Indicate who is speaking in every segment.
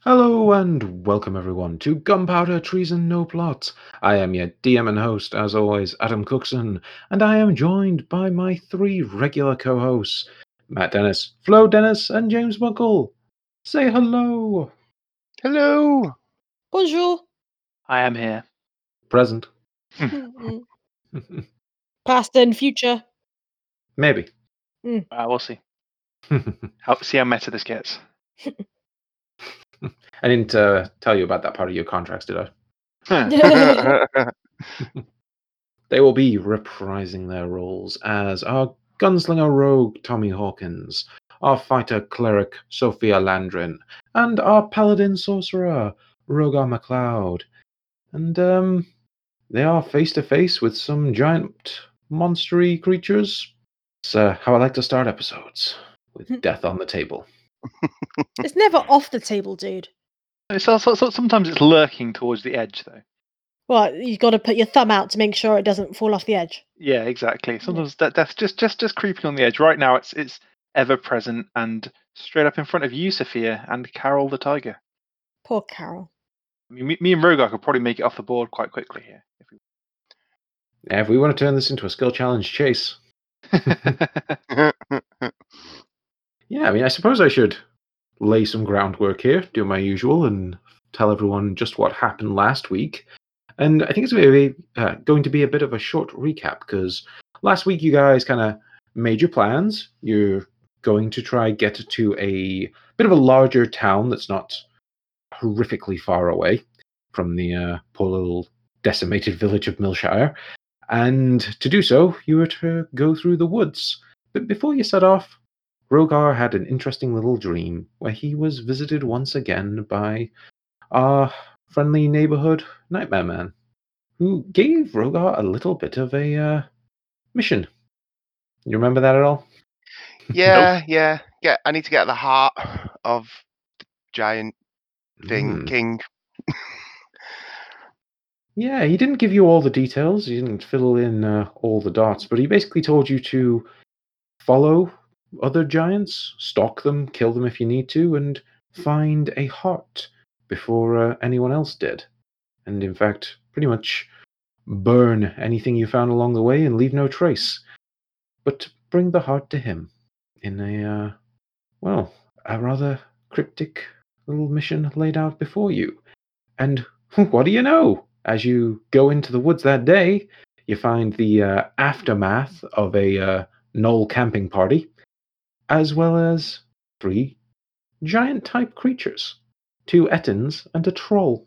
Speaker 1: Hello and welcome everyone to Gunpowder Treason No Plot. I am your DM and host, as always, Adam Cookson, and I am joined by my three regular co-hosts, Matt Dennis, Flo Dennis, and James Buckle. Say hello.
Speaker 2: Hello.
Speaker 3: Bonjour.
Speaker 4: I am here.
Speaker 1: Present.
Speaker 3: Mm-mm. Past and future.
Speaker 1: Maybe.
Speaker 4: Uh, we'll see. How, see how meta this gets.
Speaker 1: I didn't uh, tell you about that part of your contracts, did I? They will be reprising their roles as our gunslinger rogue Tommy Hawkins, our fighter cleric Sophia Landrin, and our paladin sorcerer Rogar MacLeod. And um, they are face to face with some giant monstery creatures. It's uh, how I like to start episodes with death on the table.
Speaker 3: It's never off the table, dude.
Speaker 4: It's also, so- sometimes it's lurking towards the edge, though.
Speaker 3: Well, you've got to put your thumb out to make sure it doesn't fall off the edge.
Speaker 4: Yeah, exactly. Sometimes that that's just just just creeping on the edge. Right now, it's it's ever present and straight up in front of you, Sophia and Carol the Tiger.
Speaker 3: Poor Carol.
Speaker 4: I mean, me, me and Rogar could probably make it off the board quite quickly here. If we...
Speaker 1: Now, if we want to turn this into a skill challenge chase, yeah, I mean, I suppose I should lay some groundwork here, do my usual, and tell everyone just what happened last week. And I think it's maybe uh, going to be a bit of a short recap because last week you guys kind of made your plans. You're going to try get to a bit of a larger town that's not horrifically far away from the uh, poor little decimated village of Millshire. And to do so, you were to go through the woods. But before you set off, Rogar had an interesting little dream where he was visited once again by our friendly neighborhood Nightmare Man, who gave Rogar a little bit of a uh, mission. You remember that at all?
Speaker 2: yeah, yeah. Get. I need to get the heart of the giant thing
Speaker 4: Mm.
Speaker 1: Hmm.
Speaker 2: king.
Speaker 1: Yeah, he didn't give you all the details. He didn't fill in uh, all the dots, but he basically told you to follow other giants, stalk them, kill them if you need to, and find a heart before uh, anyone else did. And in fact, pretty much burn anything you found along the way and leave no trace. But bring the heart to him in a, uh, well, a rather cryptic little mission laid out before you. And Hmm, what do you know? As you go into the woods that day, you find the uh, aftermath of a uh, knoll camping party, as well as three giant type creatures two ettins and a troll,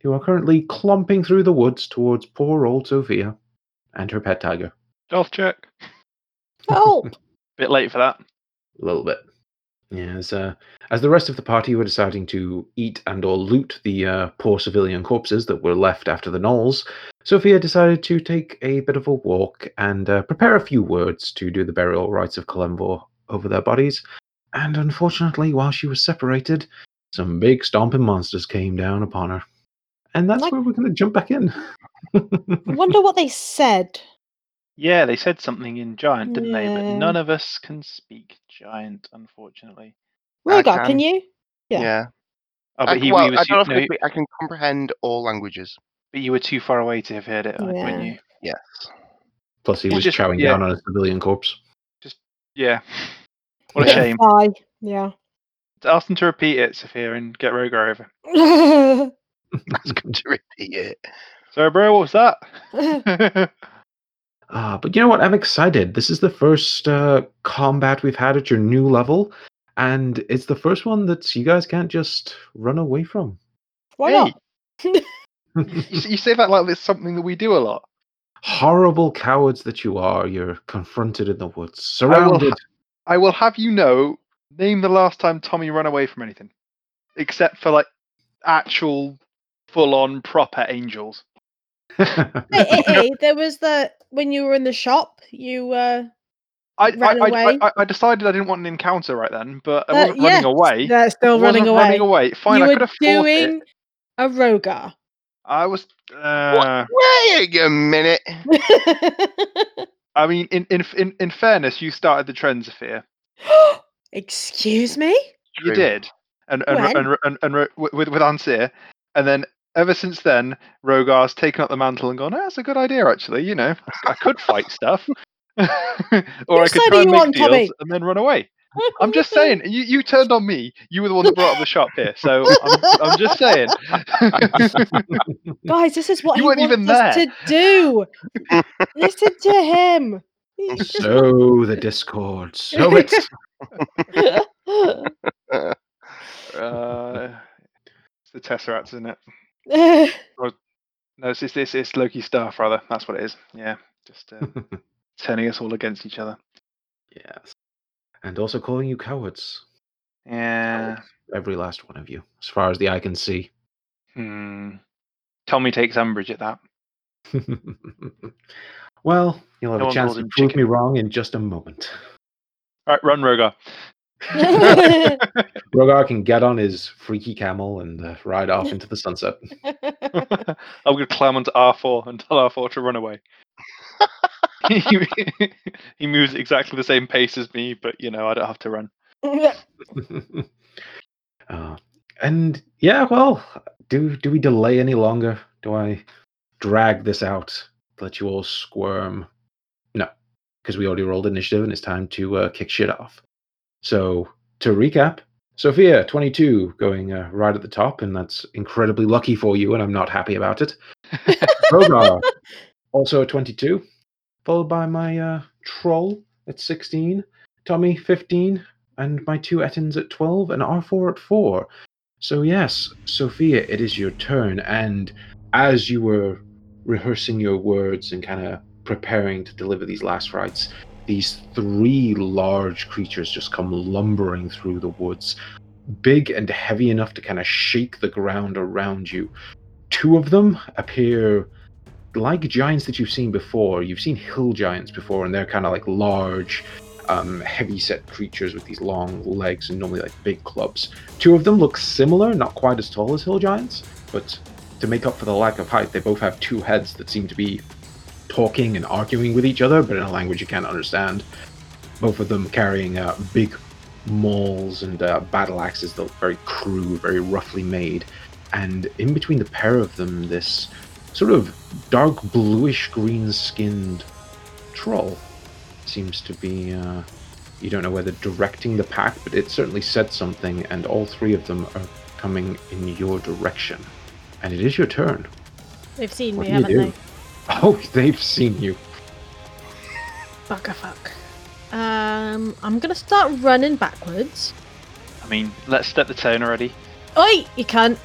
Speaker 1: who are currently clomping through the woods towards poor old Sophia and her pet tiger.
Speaker 4: Stealth check.
Speaker 3: Oh,
Speaker 4: Bit late for that.
Speaker 1: a little bit. Yeah, as, uh, as the rest of the party were deciding to eat and or loot the uh, poor civilian corpses that were left after the Knolls, Sophia decided to take a bit of a walk and uh, prepare a few words to do the burial rites of Columvor over their bodies. And unfortunately, while she was separated, some big stomping monsters came down upon her. And that's
Speaker 3: Like-
Speaker 1: where we're going to jump back in.
Speaker 3: I wonder what they said.
Speaker 4: Yeah, they said something in giant, didn't they? But
Speaker 3: Yeah.
Speaker 4: none of us can speak giant, unfortunately.
Speaker 2: I
Speaker 3: Rogar, can
Speaker 2: can.
Speaker 3: you?
Speaker 2: Yeah.
Speaker 3: Yeah.
Speaker 4: Oh,
Speaker 2: I,
Speaker 4: but he,
Speaker 2: well,
Speaker 4: we
Speaker 2: I
Speaker 4: were
Speaker 2: don't know if
Speaker 4: too, no,
Speaker 2: I can- I can comprehend all languages.
Speaker 4: but you were too far away to have heard it, like, weren't
Speaker 3: Yeah.
Speaker 4: you?
Speaker 2: Yes.
Speaker 1: Plus, he
Speaker 4: It's
Speaker 1: was
Speaker 4: just-
Speaker 1: chowing
Speaker 4: yeah.
Speaker 1: down on a civilian corpse.
Speaker 4: Yeah. What a
Speaker 3: Bit
Speaker 4: shame.
Speaker 3: Bye. Yeah.
Speaker 4: Ask them to repeat it, Sophia, and get Rogar over.
Speaker 2: Ask him
Speaker 4: Mm.
Speaker 2: to repeat it.
Speaker 4: So, bro, what was that?
Speaker 1: Uh, but you know what? I'm excited. This is the first uh, combat we've had at your new level, and it's the first one that you guys can't just run away from.
Speaker 3: Why
Speaker 4: Hey,
Speaker 3: not?
Speaker 4: you, s- you say that like it's something that we do a lot.
Speaker 1: Horrible cowards that you are, you're confronted in the woods,
Speaker 4: will ha-
Speaker 1: surrounded.
Speaker 4: I will have you know, name the last time Tommy ran away from anything, except for like actual, full-on proper angels.
Speaker 3: Hey, hey, hey, there was the when you were in the shop, you uh,
Speaker 4: I I,
Speaker 3: Ran
Speaker 4: I,
Speaker 3: away?
Speaker 4: I, I decided I didn't want an encounter right then, but I
Speaker 3: Uh,
Speaker 4: wasn't
Speaker 3: yeah,
Speaker 4: running away.
Speaker 3: they're still
Speaker 4: wasn't
Speaker 3: running away.
Speaker 4: running away. Fine,
Speaker 3: you
Speaker 4: I could
Speaker 3: were
Speaker 4: have fought it.
Speaker 3: doing a Rogar.
Speaker 4: I was. Uh,
Speaker 2: Wait a minute.
Speaker 4: I mean, in, in in in fairness, you started the trend, Sophia.
Speaker 3: Excuse me?
Speaker 4: You
Speaker 2: True.
Speaker 4: did. and and Ro-
Speaker 3: When?
Speaker 4: and, Ro- and, and, Ro- wi- with with Ansir, and then ever since then, Rogar's taken up the mantle and gone. "Ah, that's a good idea, actually. You know, I could fight stuff, or I
Speaker 3: Which
Speaker 4: could
Speaker 3: side
Speaker 4: try
Speaker 3: are
Speaker 4: and
Speaker 3: you
Speaker 4: make
Speaker 3: on,
Speaker 4: deals
Speaker 3: Tommy?
Speaker 4: and then run away. I'm just saying, you, you turned on me. You were the one that brought up the shop here, so I'm, I'm just saying.
Speaker 3: Guys, this is what
Speaker 4: You
Speaker 3: he
Speaker 4: weren't
Speaker 3: wants
Speaker 4: even
Speaker 3: us
Speaker 4: there.
Speaker 3: to do. Listen to him. He just
Speaker 1: so the discord. So it's
Speaker 4: uh, it's the Tesseract, isn't it?
Speaker 3: Uh,
Speaker 4: No, it's, it's, it's, it's Loki's staff, rather. That's what it is. Yeah, just uh, turning us all against each other.
Speaker 1: yes, and also calling you cowards,
Speaker 4: Yeah.
Speaker 1: every last one of you, as far as the eye can see.
Speaker 4: Hmm. Tommy takes umbrage at that.
Speaker 1: well, you'll have
Speaker 4: No
Speaker 1: a
Speaker 4: one
Speaker 1: chance
Speaker 4: calls
Speaker 1: to
Speaker 4: him
Speaker 1: prove
Speaker 4: chicken.
Speaker 1: me wrong in just a moment.
Speaker 4: All right, run, Rogar.
Speaker 1: Rogar can get on his freaky camel and uh, ride off into the sunset.
Speaker 4: I'm going to climb onto R4 and tell R4 to run away. he, he moves at exactly the same pace as me, but you know I don't have to run.
Speaker 1: uh, and yeah, well, do do we delay any longer? Do I drag this out? Let you all squirm? No, because we already rolled initiative, and it's time to uh, kick shit off. So to recap, Sophia, twenty-two, going uh, right at the top, and that's incredibly lucky for you, and I'm not happy about it. Rogar, also a twenty-two, followed by my uh, troll at sixteen, Tommy fifteen, and my two Ettins at 12 and R4 at 4. So, yes, Sophia, it is your turn. And as you were rehearsing your words and kind of preparing to deliver these last rites, these three large creatures just come lumbering through the woods, big and heavy enough to kind of shake the ground around you. Two of them appear like giants that you've seen before. You've seen hill giants before, and they're kind of like large, um, heavy set creatures with these long legs and normally like big clubs. Two of them look similar, not quite as tall as hill giants, but to make up for the lack of height, they both have two heads that seem to be talking and arguing with each other, but in a language you can't understand. Both of them carrying uh, big mauls and uh, battle axes that look very crude, very roughly made. And in between the pair of them, this sort of dark bluish green skinned troll seems to be uh, you don't know whether directing the pack but it certainly said something and all three of them are coming in your direction and it is your turn
Speaker 3: They've seen
Speaker 1: What
Speaker 3: me,
Speaker 1: do you
Speaker 3: haven't
Speaker 1: do?
Speaker 3: they?
Speaker 1: oh they've seen you
Speaker 3: Fuck a fuck. Um, I'm gonna start running backwards.
Speaker 4: I mean, let's step the tone already.
Speaker 3: Oi, you can't.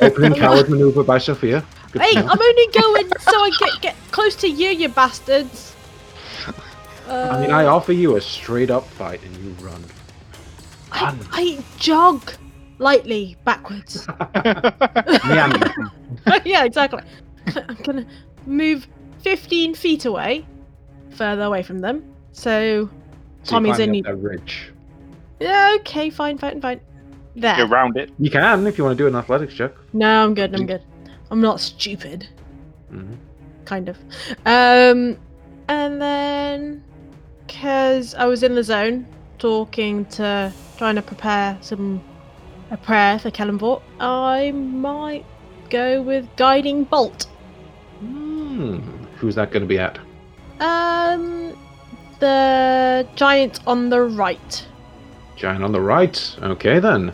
Speaker 1: opening coward maneuver by sophia Good
Speaker 3: Hey,
Speaker 1: to know.
Speaker 3: I'm only going so I get get close to you, you bastards. Uh,
Speaker 1: I mean i offer you a straight up fight and you run
Speaker 3: I, I jog lightly backwards.
Speaker 1: Meander.
Speaker 3: yeah, exactly. I'm gonna move 15 feet away, further away from them. So,
Speaker 1: So you're
Speaker 3: Tommy's
Speaker 1: climbing
Speaker 3: only-
Speaker 1: up that ridge
Speaker 3: yeah, okay, fine, fine, fine. There.
Speaker 4: Go round it.
Speaker 1: you can if you want to do an athletics check
Speaker 3: No, I'm good. I'm good. I'm not stupid,
Speaker 1: Mhm.
Speaker 3: kind of. Um, and then, cause I was in the zone talking to, trying to prepare some a prayer for Kellenbort, I might go with guiding bolt.
Speaker 1: Hmm. who's that going to be at
Speaker 3: Um, the giant on the right.
Speaker 1: Giant on the right. Okay, then.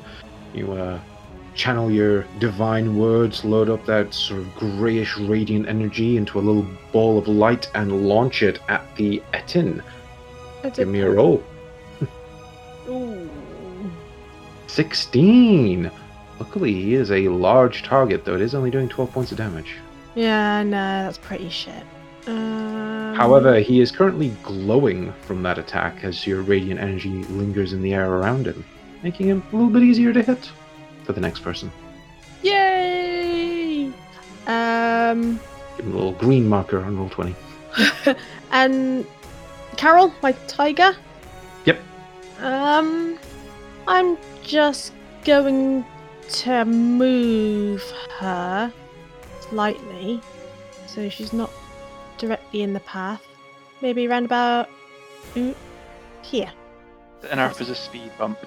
Speaker 1: You uh, channel your divine words, load up that sort of grayish radiant energy into a little ball of light, and launch it at the Etin.
Speaker 3: That's
Speaker 1: Give
Speaker 3: it.
Speaker 1: me a roll.
Speaker 3: Ooh.
Speaker 1: 16! Luckily, he is a large target, though it is only doing 12 points of damage.
Speaker 3: Yeah, no, that's pretty shit. Um,
Speaker 1: However, he is currently glowing from that attack as your radiant energy lingers in the air around him, making him a little bit easier to hit for the next person.
Speaker 3: Yay! Um,
Speaker 1: Give him a little green marker on roll 20.
Speaker 3: and Carol, my tiger.
Speaker 1: Yep.
Speaker 3: Um, I'm just going to move her slightly, so she's not directly in the path. Maybe round about ooh, here.
Speaker 4: And our a speed bump.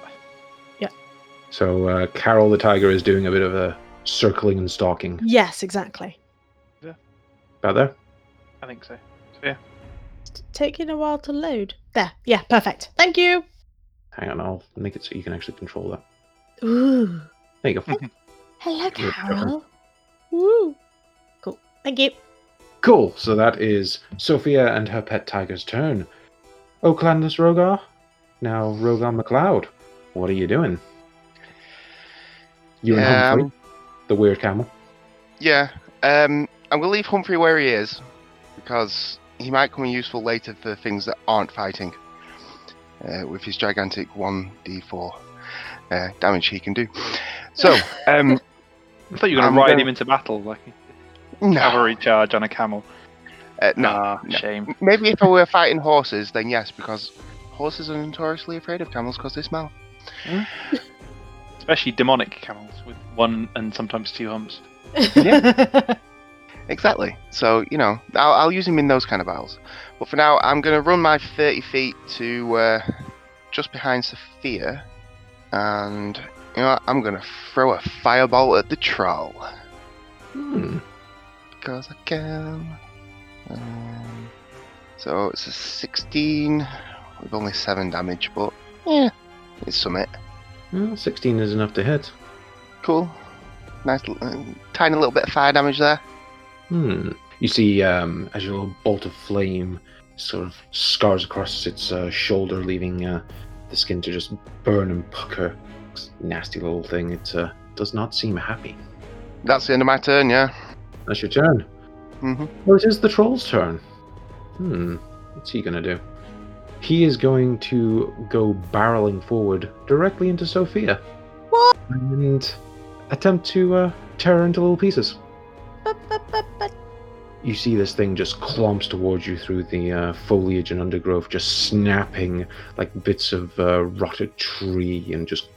Speaker 1: So uh, Carol the tiger is doing a bit of a circling and stalking.
Speaker 3: Yes, exactly.
Speaker 1: About there.
Speaker 4: I think so.
Speaker 3: It's taking a while to load. There. Yeah, perfect. Thank you.
Speaker 1: Hang on, I'll make it so you can actually control that.
Speaker 3: Ooh.
Speaker 1: There you go.
Speaker 3: Hello,
Speaker 1: Give it a go.
Speaker 3: Carol. Woo. Cool. Thank you.
Speaker 1: Cool. So that is Sophia and her pet tiger's turn. Oaklandless Rogar. Now Rogar McLeod. What are you doing? You and
Speaker 2: Um,
Speaker 1: Humphrey, the weird camel.
Speaker 2: Yeah. Um, I'm gonna leave Humphrey where he is because he might come in useful later for things that aren't fighting. Uh, with his gigantic 1d4 uh, damage he can do. So, um,
Speaker 4: I thought you were going
Speaker 2: I'm
Speaker 4: to ride
Speaker 2: gonna-
Speaker 4: him into battle like a
Speaker 2: no,
Speaker 4: cavalry charge on a camel.
Speaker 2: uh, no.
Speaker 4: Nah, shame.
Speaker 2: Maybe if I were fighting horses, then yes, because horses are notoriously afraid of camels because they smell.
Speaker 4: Especially demonic camels with one and sometimes two humps.
Speaker 2: Exactly. So you know, I'll, I'll use him in those kind of battles. But for now, I'm going to run my 30 feet to uh, just behind Sophia, and you know, what? I'm going to throw a fireball at the troll
Speaker 1: Hmm.
Speaker 2: because I can. Um, so it's a 16 with only seven damage, but yeah, it's summit.
Speaker 1: Well, 16 is enough to hit.
Speaker 2: Cool. Nice, l- uh, tiny little bit of fire damage there.
Speaker 1: Hmm. You see, um, as your little bolt of flame sort of scars across its uh, shoulder, leaving uh, the skin to just burn and pucker. It's a nasty little thing. It uh, does not seem happy.
Speaker 2: That's the end of my turn. Yeah.
Speaker 1: That's your turn.
Speaker 2: hmm
Speaker 1: Well, it is the troll's turn. Hmm. What's he gonna do? He is going to go barreling forward directly into Sophia.
Speaker 3: What?
Speaker 1: And attempt to uh, tear her into little pieces. You see this thing just clomps towards you through the uh, foliage and undergrowth, just snapping like bits of uh, rotted tree and just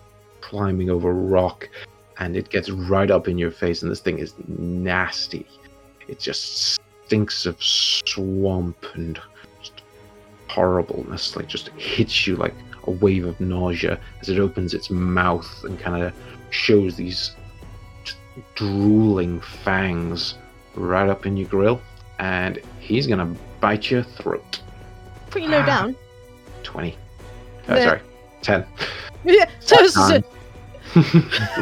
Speaker 1: climbing over rock. And it gets right up in your face, and this thing is nasty. It just stinks of swamp and just horribleness. Like, just hits you like a wave of nausea as it opens its mouth and kind of shows these just drooling fangs right up in your grill, and he's gonna bite your throat.
Speaker 3: Pretty low down.
Speaker 1: Twenty. Uh,
Speaker 3: Yeah.
Speaker 1: Sorry, ten.
Speaker 3: Yeah. So, so-
Speaker 1: Nine.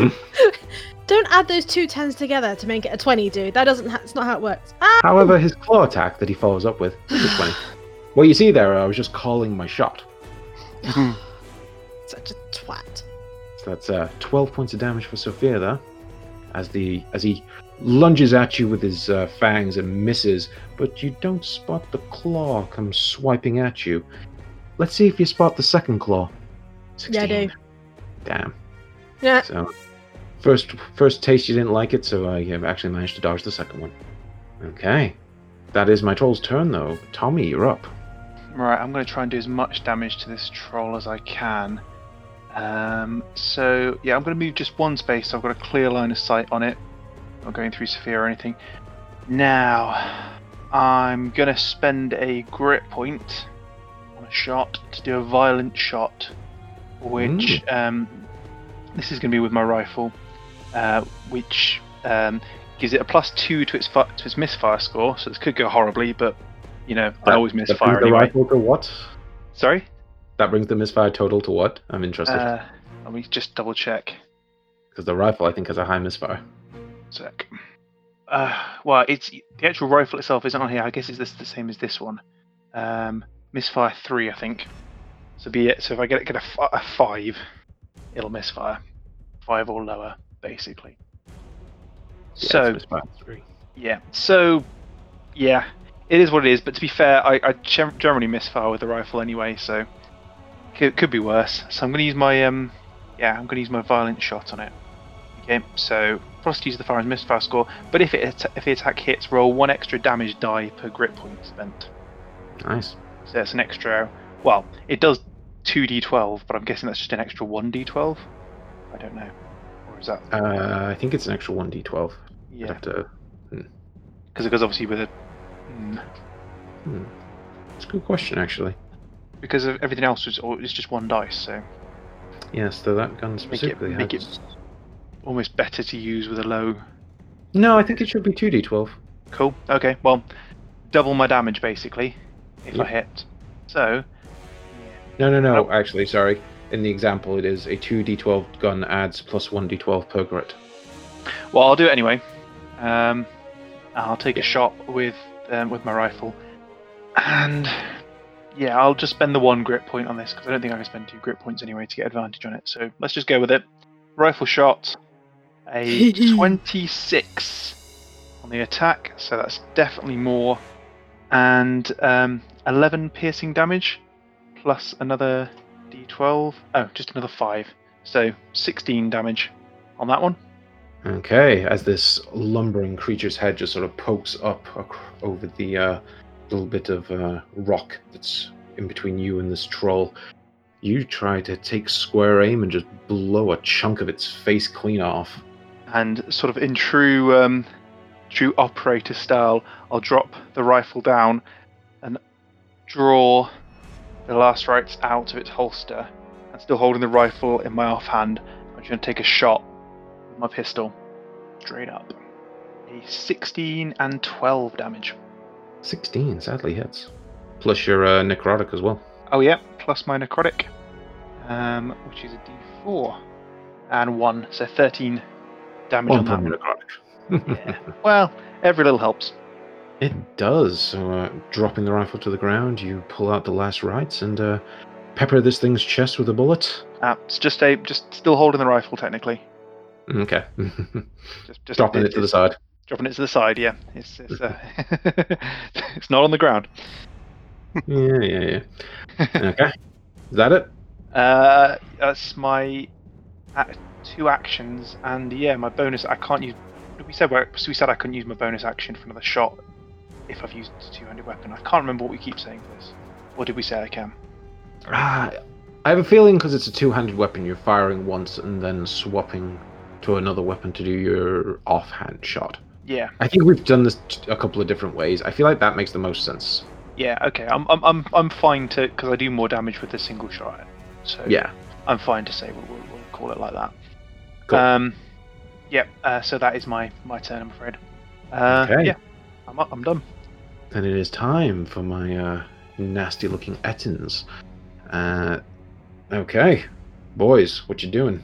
Speaker 3: don't add those two tens together to make it a twenty, dude. That doesn't. Ha- it's not how it works. Ah.
Speaker 1: However, his claw attack that he follows up with is a twenty. What you see there, I was just calling my shot.
Speaker 2: Mm-hmm.
Speaker 3: Such a twat.
Speaker 1: So that's uh, twelve points of damage for Sophia there, as the as he lunges at you with his uh, fangs and misses, but you don't spot the claw come swiping at you. Let's see if you spot the second claw.
Speaker 3: Yeah, I do.
Speaker 1: 16. Damn.
Speaker 3: Yeah.
Speaker 1: So, first first taste you didn't like it, so I have actually managed to dodge the second one. Okay, that is my troll's turn though. Tommy, you're up.
Speaker 4: Right, I'm going to try and do as much damage to this troll as I can. Um, so, yeah, I'm going to move just one space. So I've got a clear line of sight on it. Not going through Sophia or anything. Now, I'm going to spend a grit point on a shot to do a violent shot, which um, this is going to be with my rifle, uh, which um, gives it a plus two to its fi- to its misfire score. So this could go horribly, but you know I always
Speaker 1: That
Speaker 4: misfire
Speaker 1: brings the
Speaker 4: anyway.
Speaker 1: rifle to what?
Speaker 4: Sorry?
Speaker 1: That brings the misfire total to what? I'm interested
Speaker 4: Uh, let me just double check.
Speaker 1: because the rifle I think has a high misfire.
Speaker 4: Sec. Uh, well, it's the actual rifle itself isn't on here. I guess it's this the same as this one. Um, misfire three, I think. So be it. So if I get it, get a, f- a five, it'll misfire. Five or lower, basically.
Speaker 1: Yeah,
Speaker 4: so
Speaker 1: it's misfire three.
Speaker 4: Yeah. So, yeah, it is what it is. But to be fair, I, I gen- generally misfire with the rifle anyway, so it could be worse. So I'm going to use my um, yeah, I'm going to use my violent shot on it. Okay. So plus to use the firearm's misfire score, but if it at- if the attack hits, roll one extra damage die per grit point spent.
Speaker 1: nice.
Speaker 4: So that's an extra. Well, it does two d12, but I'm guessing that's just an extra one d12. I don't know. Or is that?
Speaker 1: Uh, I think it's an extra one d12. I'd
Speaker 4: Yeah.
Speaker 1: have to.
Speaker 4: Because it goes obviously with a. Hmm.
Speaker 1: It's a good question actually.
Speaker 4: because of everything else was all- it's just one dice. So
Speaker 1: Yes, though that gun specifically
Speaker 4: make it-
Speaker 1: has.
Speaker 4: Almost better to use with a low.
Speaker 1: No, I think it should be 2d12.
Speaker 4: Cool. Okay. Well, double my damage basically if
Speaker 1: Yep.
Speaker 4: I hit. So
Speaker 1: No, no,
Speaker 4: Oh.
Speaker 1: no, actually, sorry. In the example, it is a 2d12 gun adds plus 1d12 per grit.
Speaker 4: Well, I'll do it anyway. Um, I'll take a shot with um, with my rifle, and yeah, I'll just spend the one grit point on this because I don't think I can spend two grit points anyway to get advantage on it. So let's just go with it. Rifle shot, a twenty-six on the attack, so that's definitely more, and um, eleven piercing damage, plus another d12. Oh, just another five, so sixteen damage on that one.
Speaker 1: Okay, as this lumbering creature's head just sort of pokes up ac- over the uh, little bit of uh, rock that's in between you and this troll, you try to take square aim and just blow a chunk of its face clean off.
Speaker 4: and sort of in true um, true operator style, I'll drop the rifle down and draw the last rites out of its holster, and still holding the rifle in my offhand, I'm just going to take a shot with my pistol straight up. A 16 and 12 damage.
Speaker 1: 16 sadly hits. Plus your uh, necrotic as well.
Speaker 4: Oh yeah, plus my necrotic, um, which is a D4 and one, so 13 damage
Speaker 1: One
Speaker 4: on that.
Speaker 1: point
Speaker 4: one.
Speaker 1: necrotic.
Speaker 4: Well, every little helps.
Speaker 1: It does. So, uh, dropping the rifle to the ground, you pull out the last rites and uh, pepper this thing's chest with a bullet.
Speaker 4: Uh, it's just a just still holding the rifle technically.
Speaker 1: Okay.
Speaker 4: Just just
Speaker 1: Dropping it to the
Speaker 4: it's-
Speaker 1: side.
Speaker 4: Dropping it to the side. Yeah, it's it's uh, it's not on the ground.
Speaker 1: Yeah, yeah, yeah. Okay. Is that it?
Speaker 4: Uh, that's my ac two actions and yeah, my bonus. I can't use. We said where- so we said I couldn't use my bonus action for another shot if I've used a two-handed weapon. I can't remember what we keep saying for this. What did we say I can?
Speaker 1: Ah, I have a feeling because it's a two handed weapon, you're firing once and then swapping to another weapon to do your offhand shot.
Speaker 4: Yeah,
Speaker 1: I think we've done this t- a couple of different ways. I feel like that makes the most sense.
Speaker 4: yeah. Okay, I'm I'm I'm, I'm fine to because I do more damage with a single shot. So
Speaker 1: Yeah.
Speaker 4: I'm fine to say we'll, we'll, we'll call it like that.
Speaker 1: Cool.
Speaker 4: Um, yep. Uh, so that is my my turn. I'm afraid. Uh,
Speaker 1: Okay.
Speaker 4: Yeah. I'm up- I'm done.
Speaker 1: Then it is time for my uh, nasty looking Ettins. Uh, okay, boys, what you doing?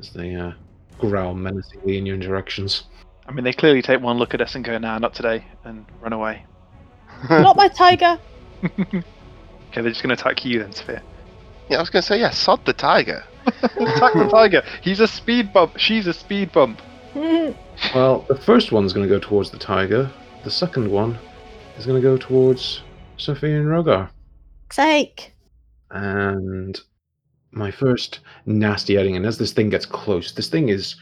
Speaker 1: As they uh, growl menacingly in your directions.
Speaker 4: I mean, they clearly take one look at us and go, "Nah, not today," and run away.
Speaker 3: Not my tiger.
Speaker 4: okay, they're just going to attack you then, Sophia.
Speaker 2: Yeah, I was going to say, yeah, sod the tiger.
Speaker 4: attack the tiger. He's a speed bump. She's a speed bump.
Speaker 3: Mm,
Speaker 1: Well, the first one's going to go towards the tiger. The second one is going to go towards Sophie and Rogar.
Speaker 3: sake.
Speaker 1: and my first nasty outing. And as this thing gets close, this thing is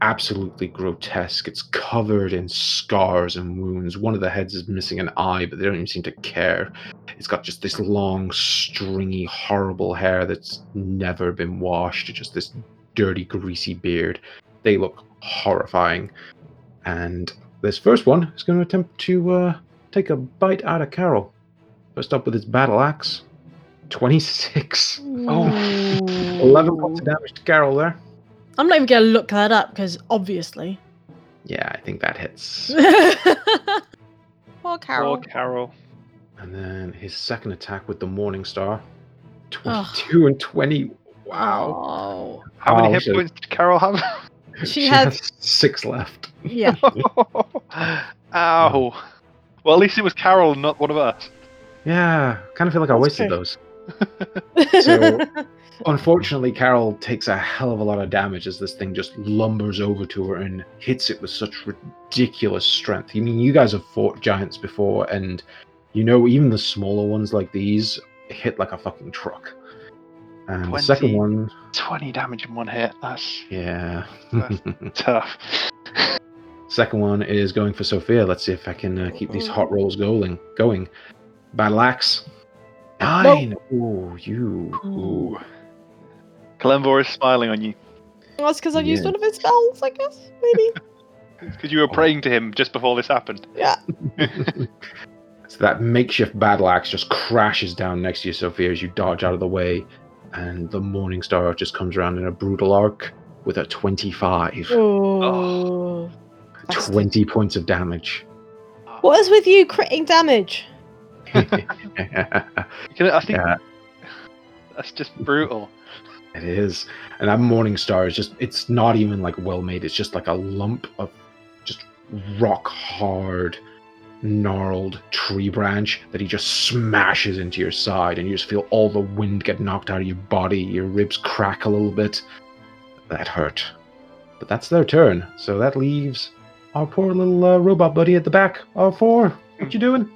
Speaker 1: absolutely grotesque. It's covered in scars and wounds. One of the heads is missing an eye, but they don't even seem to care. It's got just this long, stringy, horrible hair that's never been washed, just this dirty, greasy beard. They look horrifying. And this first one is going to attempt to uh, take a bite out of Carol. First up with its battle axe. 26.
Speaker 4: Oh.
Speaker 1: 11 points of damage to Carol there.
Speaker 3: I'm not even gonna look that up because obviously.
Speaker 1: Yeah, I think that hits.
Speaker 3: Poor Carol.
Speaker 4: Poor Carol.
Speaker 1: and then his second attack with the Morning Star. 22 and 20. Wow.
Speaker 3: Wow.
Speaker 4: How many
Speaker 1: Oh,
Speaker 4: hit
Speaker 1: shit.
Speaker 4: points did Carol have?
Speaker 3: She had-
Speaker 1: six left.
Speaker 3: Yeah.
Speaker 4: Ow. Well, at least it was Carol, not one of us.
Speaker 1: Yeah, kind of feel like I
Speaker 3: That's
Speaker 1: wasted
Speaker 3: fair.
Speaker 1: those. So- Unfortunately, Carol takes a hell of a lot of damage as this thing just lumbers over to her and hits it with such ridiculous strength. I mean, you guys have fought giants before, and you know, even the smaller ones like these hit like a fucking truck. And the second
Speaker 4: 20.
Speaker 1: one,
Speaker 4: Twenty damage in one hit. That's
Speaker 1: yeah.
Speaker 4: tough.
Speaker 1: second one is going for Sophia. Let's see if I can uh, keep these hot rolls going. Going. Battle axe. Nine. Ooh, you. Ooh.
Speaker 4: Ooh. Kalemvor is smiling on you
Speaker 3: That's because I've used
Speaker 1: Yeah.
Speaker 3: one of his spells, I guess. Maybe.
Speaker 4: because you were praying to him just before this happened.
Speaker 1: So that makeshift battle axe just crashes down next to you, Sophia, as you dodge out of the way. and the Morning Star just comes around in a brutal arc with a 25.
Speaker 3: Oh.
Speaker 1: 20 points of damage.
Speaker 3: What is with you critting damage?
Speaker 1: it
Speaker 4: You can- I think
Speaker 1: Yeah.
Speaker 4: that's just brutal.
Speaker 1: is. And that Morning Star is just, it's not even like well made, it's just like a lump of just rock hard, gnarled tree branch that he just smashes into your side, and you just feel all the wind get knocked out of your body, your ribs crack a little bit. That hurt. But that's their turn, so that leaves our poor little uh, robot buddy at the back. R4, what you doing?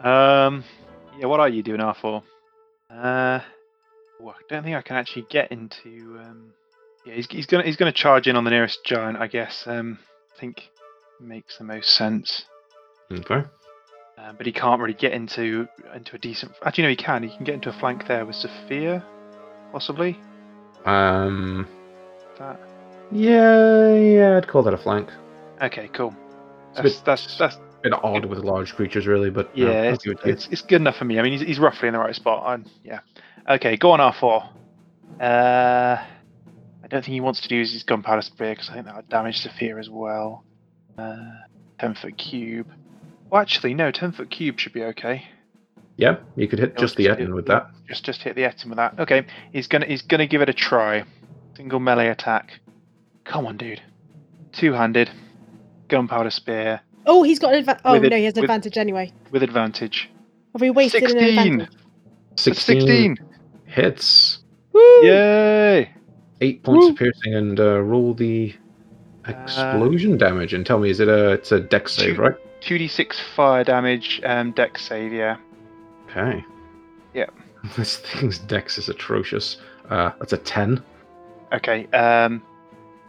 Speaker 4: Um, yeah, what are you doing R for? Uh, oh, I don't think I can actually get into. Um, yeah, he's, he's gonna he's gonna charge in on the nearest giant. I guess. Um, I think makes the most sense.
Speaker 1: Okay.
Speaker 4: Um, but he can't really get into into a decent. Actually, no, he can. He can get into a flank there with Sophia, possibly.
Speaker 1: Um.
Speaker 4: That.
Speaker 1: Yeah, yeah, I'd call that a flank.
Speaker 4: Okay, cool.
Speaker 1: It's a
Speaker 4: That's
Speaker 1: bit,
Speaker 4: that's that's
Speaker 1: bit odd with large creatures, really, but no,
Speaker 4: yeah.
Speaker 1: I'll
Speaker 4: it's,
Speaker 1: give it to you.
Speaker 4: it's, it's good enough for me. I mean, he's, he's roughly in the right spot. i yeah. Okay, go on R four. Uh, I don't think he wants to use his gunpowder spear because I think that would damage Sophia as well. Uh, ten foot cube. Well, actually, no. Ten foot cube should be okay.
Speaker 1: yeah, you could hit
Speaker 4: I'll
Speaker 1: just the
Speaker 4: just do-
Speaker 1: Etten with that.
Speaker 4: Just just hit the Etin with that. Okay, he's gonna he's gonna give it a try. Single melee attack. Come on, dude. Two handed. Gunpowder spear
Speaker 3: Oh, he's got an advantage. Oh,
Speaker 4: With it-
Speaker 3: no, he has
Speaker 4: with-
Speaker 3: advantage anyway.
Speaker 4: with advantage.
Speaker 3: Have we wasted an
Speaker 4: 16.
Speaker 3: advantage?
Speaker 1: 16, hits,
Speaker 3: Woo!
Speaker 4: Yay!
Speaker 1: 8 points
Speaker 4: Woo. Uh,
Speaker 1: of piercing, and uh, roll the explosion damage. And tell me, is it a it's a dex save,
Speaker 4: Two.
Speaker 1: right?
Speaker 4: 2d6 fire damage, um, deck save, yeah.
Speaker 1: Okay.
Speaker 4: Yeah.
Speaker 1: This thing's dex is atrocious. Uh, that's a 10.
Speaker 4: Okay, um,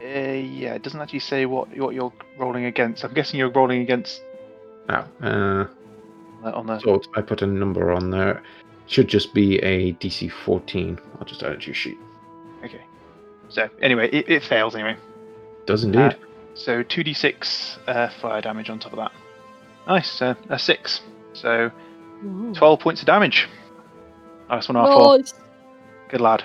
Speaker 4: uh, yeah, it doesn't actually say what, what you're rolling against. I'm guessing you're rolling against
Speaker 1: Oh, uh,
Speaker 4: uh, on the.
Speaker 1: so I put a number on there. Should just be a DC 14. I'll just add it to your sheet.
Speaker 4: Okay. So, anyway, it, it fails anyway.
Speaker 1: Does indeed.
Speaker 4: So, 2d6 uh, fire damage on top of that. Nice, uh, a 6. So, 12 points of damage. Nice one, R4.
Speaker 3: Nice.
Speaker 4: Good lad.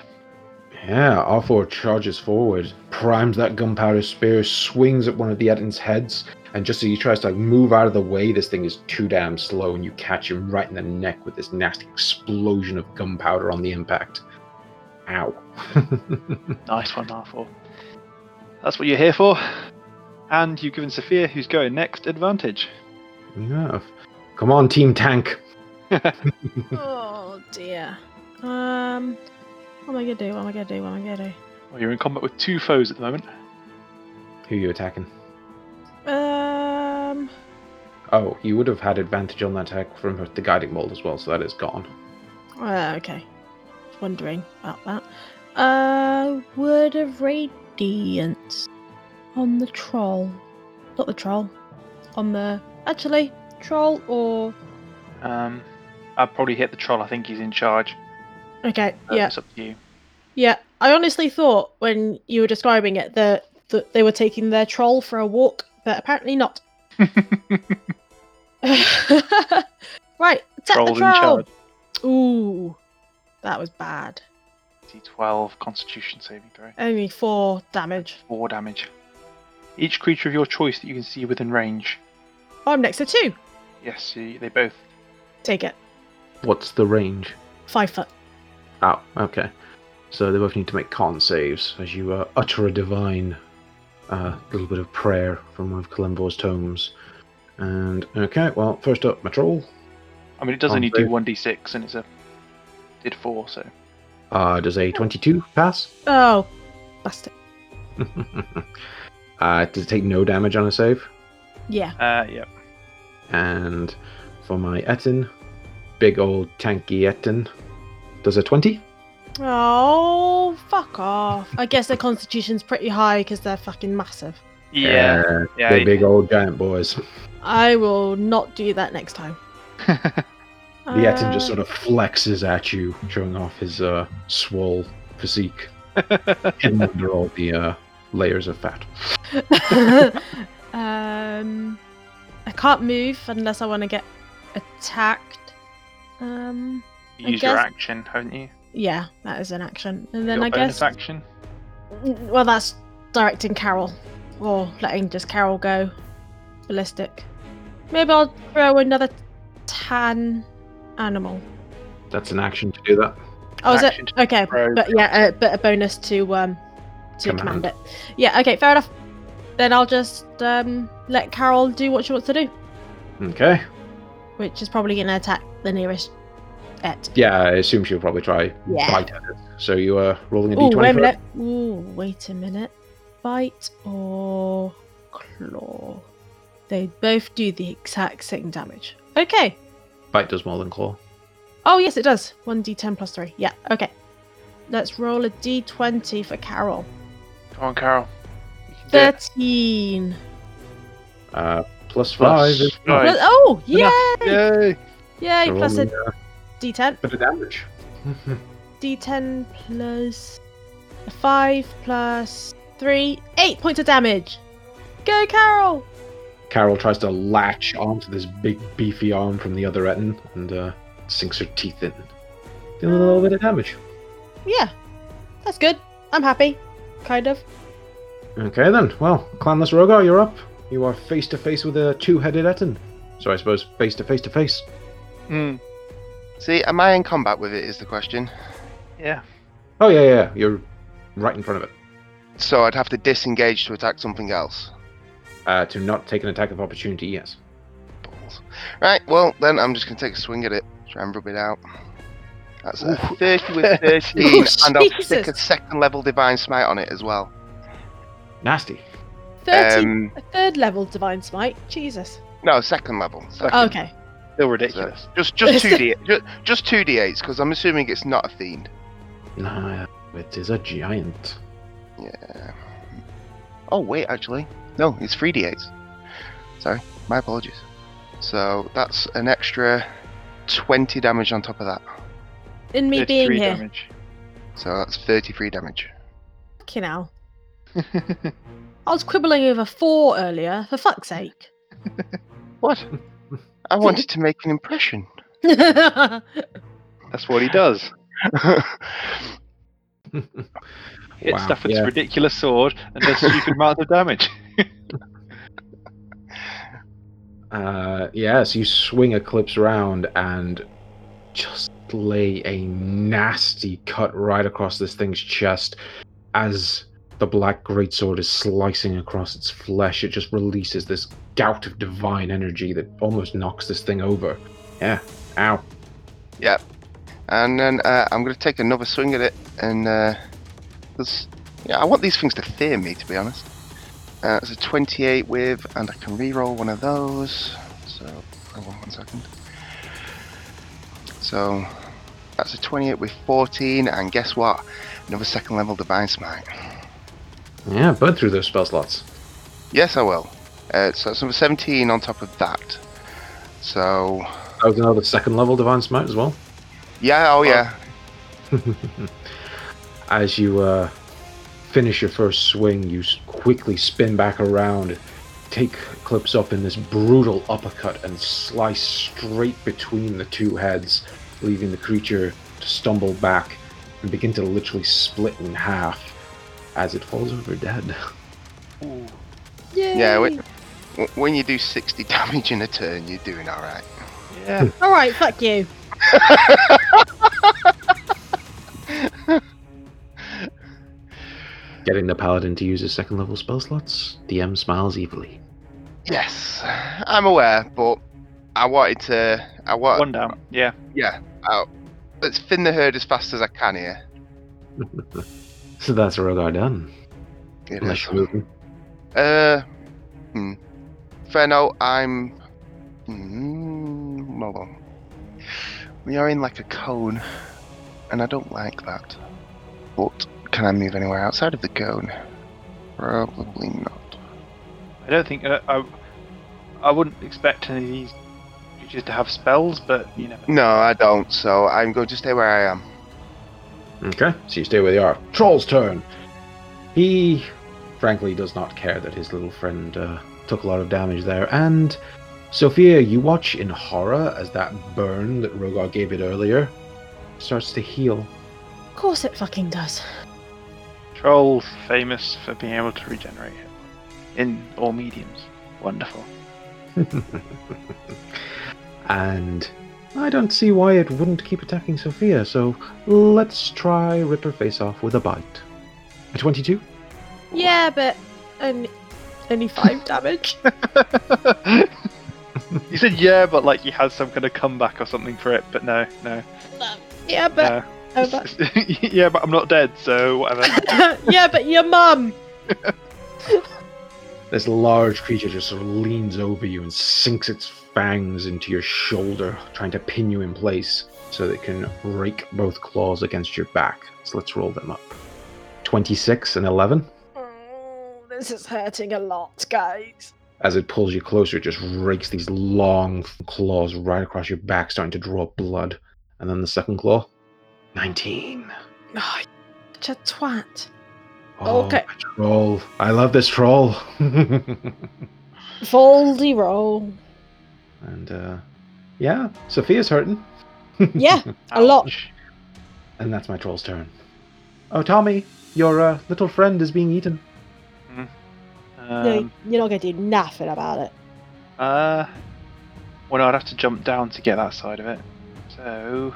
Speaker 1: Yeah, Arthur charges forward, primes that gunpowder spear, swings at one of the Etin's heads, and just as he tries to like move out of the way, this thing is too damn slow, and you catch him right in the neck with this nasty explosion of gunpowder on the impact. Ow.
Speaker 4: Nice one, R4. That's what you're here for. And you've given Sophia, who's going next, advantage.
Speaker 1: yeah. Come on, Team Tank.
Speaker 3: Oh, dear. Um, what am I going to do? What am I going to do? What am I going to do?
Speaker 4: Well, you're in combat with two foes at the moment.
Speaker 1: Who you attacking?
Speaker 3: Um,
Speaker 1: Oh, you would have had advantage on that attack from her- the guiding bolt as well, so that is gone.
Speaker 3: uh, okay. Just wondering about that. Uh, word of radiance on the troll. Not the troll. On the actually troll or
Speaker 4: Um, I'd probably hit the troll. I think he's in charge.
Speaker 3: okay.
Speaker 4: but
Speaker 3: Yeah,
Speaker 4: It's up to you.
Speaker 3: yeah. I honestly thought when you were describing it that that they were taking their troll for a walk, but apparently not. right, attack the
Speaker 4: Troll's in
Speaker 3: troll.
Speaker 4: charge.
Speaker 3: Ooh, that was bad.
Speaker 4: D12 Constitution saving throw.
Speaker 3: Only four damage.
Speaker 4: Four damage. Each creature of your choice that you can see within range.
Speaker 3: I'm next to two.
Speaker 4: Yes, you, they both.
Speaker 3: Take it.
Speaker 1: What's the range?
Speaker 3: Five foot.
Speaker 1: Oh, okay. So they both need to make con saves as you uh, utter a divine uh, little bit of prayer from one of Kalimbor's tomes. And okay, well, first up, my troll.
Speaker 4: I mean, it does
Speaker 1: Can't
Speaker 4: only do
Speaker 1: do.
Speaker 4: 1d6, and it's a did four. So
Speaker 1: Uh, does a 22 pass?
Speaker 3: Oh, bastard.
Speaker 1: uh, does it take no damage on a save?
Speaker 3: Yeah.
Speaker 4: uh, yeah.
Speaker 1: And for my Etin, big old tanky Etin, does a 20?
Speaker 3: Oh, fuck off. I guess their constitution's pretty high because they're fucking massive.
Speaker 4: Yeah.
Speaker 1: Uh,
Speaker 4: yeah.
Speaker 1: they're big old giant boys.
Speaker 3: I will not do that next time.
Speaker 1: The
Speaker 3: Um,
Speaker 1: Etin just sort of flexes at you, showing off his uh, swole physique. hidden under all the uh, layers of fat.
Speaker 3: um, I can't move unless I want to get attacked. Um,
Speaker 4: you used
Speaker 3: guess-
Speaker 4: your action, haven't you?
Speaker 3: Yeah, that is an action. And then
Speaker 4: Your
Speaker 3: I
Speaker 4: bonus
Speaker 3: guess.
Speaker 4: action.
Speaker 3: Well, that's directing Carol, or letting just Carol go ballistic. Maybe I'll throw another tan animal.
Speaker 1: That's an action to do that.
Speaker 3: Oh, is
Speaker 4: Action
Speaker 3: it
Speaker 4: to
Speaker 3: okay?
Speaker 4: throw.
Speaker 3: But yeah, uh, but a bonus to um to
Speaker 1: Command.
Speaker 3: command. it. Yeah, okay, fair enough. Then I'll just um let Carol do what she wants to do,
Speaker 1: Okay.
Speaker 3: which is probably gonna attack the nearest et.
Speaker 1: Yeah, I assume she'll probably try
Speaker 3: Yeah.
Speaker 1: bite at it. So you are rolling a
Speaker 3: Oh,
Speaker 1: d20
Speaker 3: wait a
Speaker 1: for it?
Speaker 3: minute. Ooh, wait a minute. Bite or claw? They both do the exact same damage. Okay.
Speaker 1: Bite does more than claw.
Speaker 3: Oh, yes, it does. 1d10 plus 3. Yeah, okay. Let's roll a d20 for Carol.
Speaker 4: Come on, Carol. You can do it.
Speaker 3: 13.
Speaker 1: Uh, plus five.
Speaker 4: Plus
Speaker 1: is
Speaker 4: five.
Speaker 3: Plus- oh,
Speaker 4: Enough.
Speaker 3: yay!
Speaker 4: Yay!
Speaker 3: Yay,
Speaker 1: So
Speaker 3: plus a
Speaker 1: rolling, uh,
Speaker 3: d10.
Speaker 1: bit of damage.
Speaker 3: d10 plus a 5 plus 3. 8 points of damage. Go, Carol!
Speaker 1: Carol tries to latch onto this big beefy arm from the other end and uh, sinks her teeth in. Dealing a little bit of damage.
Speaker 3: Yeah, that's good. I'm happy. Kind of.
Speaker 1: Okay then. Well, clanless Rogar, you're up. You are face to face with a two-headed Etin. So I suppose face to face to face. Hmm.
Speaker 4: Mm,
Speaker 2: See, am I in combat with it? Is the question.
Speaker 4: yeah.
Speaker 1: Oh yeah, yeah, yeah. You're right in front of it.
Speaker 2: So I'd have to disengage to attack something else.
Speaker 1: Uh, to not take an attack of opportunity, yes.
Speaker 2: Balls. Right. Well, then I'm just gonna take a swing at it. Try and rub it out. That's a
Speaker 4: Ooh.
Speaker 2: 30 with 13,
Speaker 3: Oh,
Speaker 2: and I'll stick
Speaker 3: Jesus.
Speaker 2: a second level divine smite on it as well.
Speaker 1: Nasty.
Speaker 3: 30,
Speaker 2: Um,
Speaker 3: a third level divine smite. Jesus.
Speaker 2: no, second level. Second.
Speaker 3: Okay.
Speaker 4: Still ridiculous.
Speaker 2: Just just two d just, just two d8s because I'm assuming it's not a fiend.
Speaker 1: Nah, it is a giant.
Speaker 2: Oh wait, actually, no, it's three d8s. Sorry, my apologies. So that's an extra twenty damage on top of that.
Speaker 3: In me being
Speaker 4: 33
Speaker 3: here.
Speaker 4: damage.
Speaker 2: So that's thirty-three damage.
Speaker 3: Fucking hell. I was quibbling over four earlier, for fuck's sake.
Speaker 2: What? I wanted to make an impression.
Speaker 4: That's what he does. Hits
Speaker 1: Wow,
Speaker 4: stuff with
Speaker 1: yeah.
Speaker 4: his ridiculous sword and does stupid amounts of damage.
Speaker 1: Uh, yes, you swing Eclipse round and just lay a nasty cut right across this thing's chest as the black greatsword is slicing across its flesh. It just releases this gout of divine energy that almost knocks this thing over. Yeah, ow.
Speaker 2: and then uh, I'm going to take another swing at it, and uh 'cause yeah, I want these things to fear me, to be honest. Uh, it's a 28 with, and I can re-roll one of those. So, hang on one second. So, that's a 28 with 14, and guess what? Another second level divine smite.
Speaker 1: Yeah, burn through those spell slots.
Speaker 2: Yes, I will. Uh, so that's number 17 on top of that. So,
Speaker 1: That was another second level divine smite as well.
Speaker 2: yeah, oh yeah.
Speaker 1: as you uh, finish your first swing, you s- quickly spin back around, take Clips up in this brutal uppercut, and slice straight between the two heads, leaving the creature to stumble back and begin to literally split in half as it falls over dead.
Speaker 3: Yay.
Speaker 2: Yeah, wait. W- When you do 60 damage in a turn, you're doing alright.
Speaker 4: Yeah.
Speaker 3: All right, fuck you.
Speaker 1: Getting the paladin to use his second level spell slots, DM smiles evilly.
Speaker 2: Yes, I'm aware, but I wanted to. I want.
Speaker 4: One down. Yeah.
Speaker 2: Yeah. I, let's thin the herd as fast as I can here.
Speaker 1: So that's Rogar done.
Speaker 2: It
Speaker 1: Unless
Speaker 2: is.
Speaker 1: you're moving.
Speaker 2: Uh. Hmm. Fair note, I'm. Hmm, hold on. We are in like a cone, and I don't like that. But can I move anywhere outside of the cone? Probably not.
Speaker 4: I don't think. Uh, I, I wouldn't expect any of these creatures to have spells, but you never know.
Speaker 2: No, I don't, so I'm going to stay where I am.
Speaker 1: Okay, so you stay where you are. Troll's turn. He, frankly, does not care that his little friend uh, took a lot of damage there. And Sophia, you watch in horror as that burn that Rogar gave it earlier starts to heal
Speaker 3: course it fucking does.
Speaker 4: Trolls famous for being able to regenerate in all mediums. Wonderful.
Speaker 1: and I don't see why it wouldn't keep attacking Sophia, so let's try rip her face off with a bite. A 22?
Speaker 3: Yeah, but only, only five damage.
Speaker 4: you said yeah, but like you had some kind of comeback or something for it, but no, no,
Speaker 3: Yeah, but
Speaker 4: no.
Speaker 3: oh, but-
Speaker 4: yeah, but I'm not dead, so whatever.
Speaker 3: yeah, but your mum.
Speaker 1: This large creature just sort of leans over you and sinks its fangs into your shoulder, trying to pin you in place so that it can rake both claws against your back. So let's roll them up. 26 and 11.
Speaker 3: Oh, this is hurting a lot, guys.
Speaker 1: As it pulls you closer, it just rakes these long claws right across your back, starting to draw blood. And then the second claw. 19.
Speaker 3: Oh, such a twat. Okay.
Speaker 1: my Oh, troll. I love this troll.
Speaker 3: Voldy roll.
Speaker 1: and, uh, yeah, Sophia's hurting.
Speaker 3: Yeah, a lot.
Speaker 4: Ouch.
Speaker 1: And that's my troll's turn. Oh, Tommy, your uh, little friend is being eaten.
Speaker 4: Um,
Speaker 3: you're not going to do nothing about it.
Speaker 4: uh, well, no, I'd have to jump down to get that side of it. So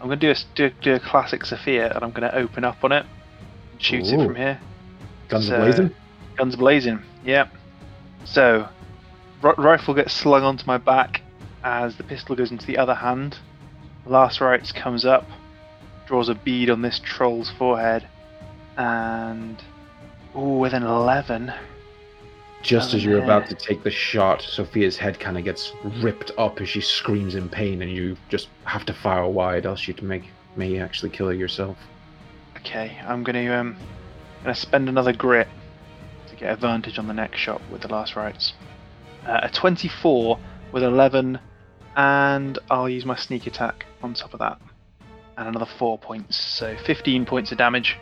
Speaker 4: I'm gonna do a s- do, do a classic Sophia, and I'm gonna open up on it, and shoot it
Speaker 1: Ooh.
Speaker 4: from here.
Speaker 1: Guns
Speaker 4: So-
Speaker 1: blazing.
Speaker 4: Guns blazing. Yeah. So, r- rifle gets slung onto my back as the pistol goes into the other hand. Last rites comes up, draws a bead on this troll's forehead, and ooh, with an eleven.
Speaker 1: Just
Speaker 4: Oh,
Speaker 1: as you're about
Speaker 4: man.
Speaker 1: to take the shot, Sophia's head kind of gets ripped up as she screams in pain, and you just have to fire wide, else you may, may actually kill her yourself.
Speaker 4: Okay, I'm gonna um, gonna spend another grit to get advantage on the next shot with the last rites. Uh, a 24 with 11, and I'll use my sneak attack on top of that, and another four points, so 15 points of damage,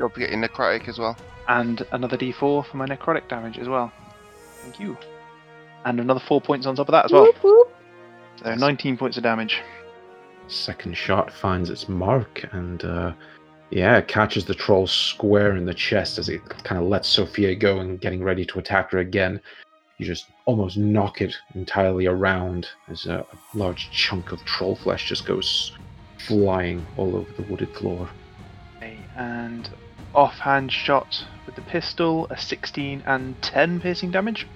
Speaker 2: Don't forget your necrotic as well.
Speaker 4: and another D4 for my necrotic damage as well. Thank you. And another four points on top of that as well,
Speaker 3: Whoop, whoop.
Speaker 4: so 19 points of damage.
Speaker 1: Second shot finds its mark, and uh, yeah, it catches the troll square in the chest as it kind of lets Sophia go and getting ready to attack her again. You just almost knock it entirely around as a, a large chunk of troll flesh just goes flying all over the wooded floor.
Speaker 4: Okay, and offhand shot with the pistol, a 16 and 10 piercing damage.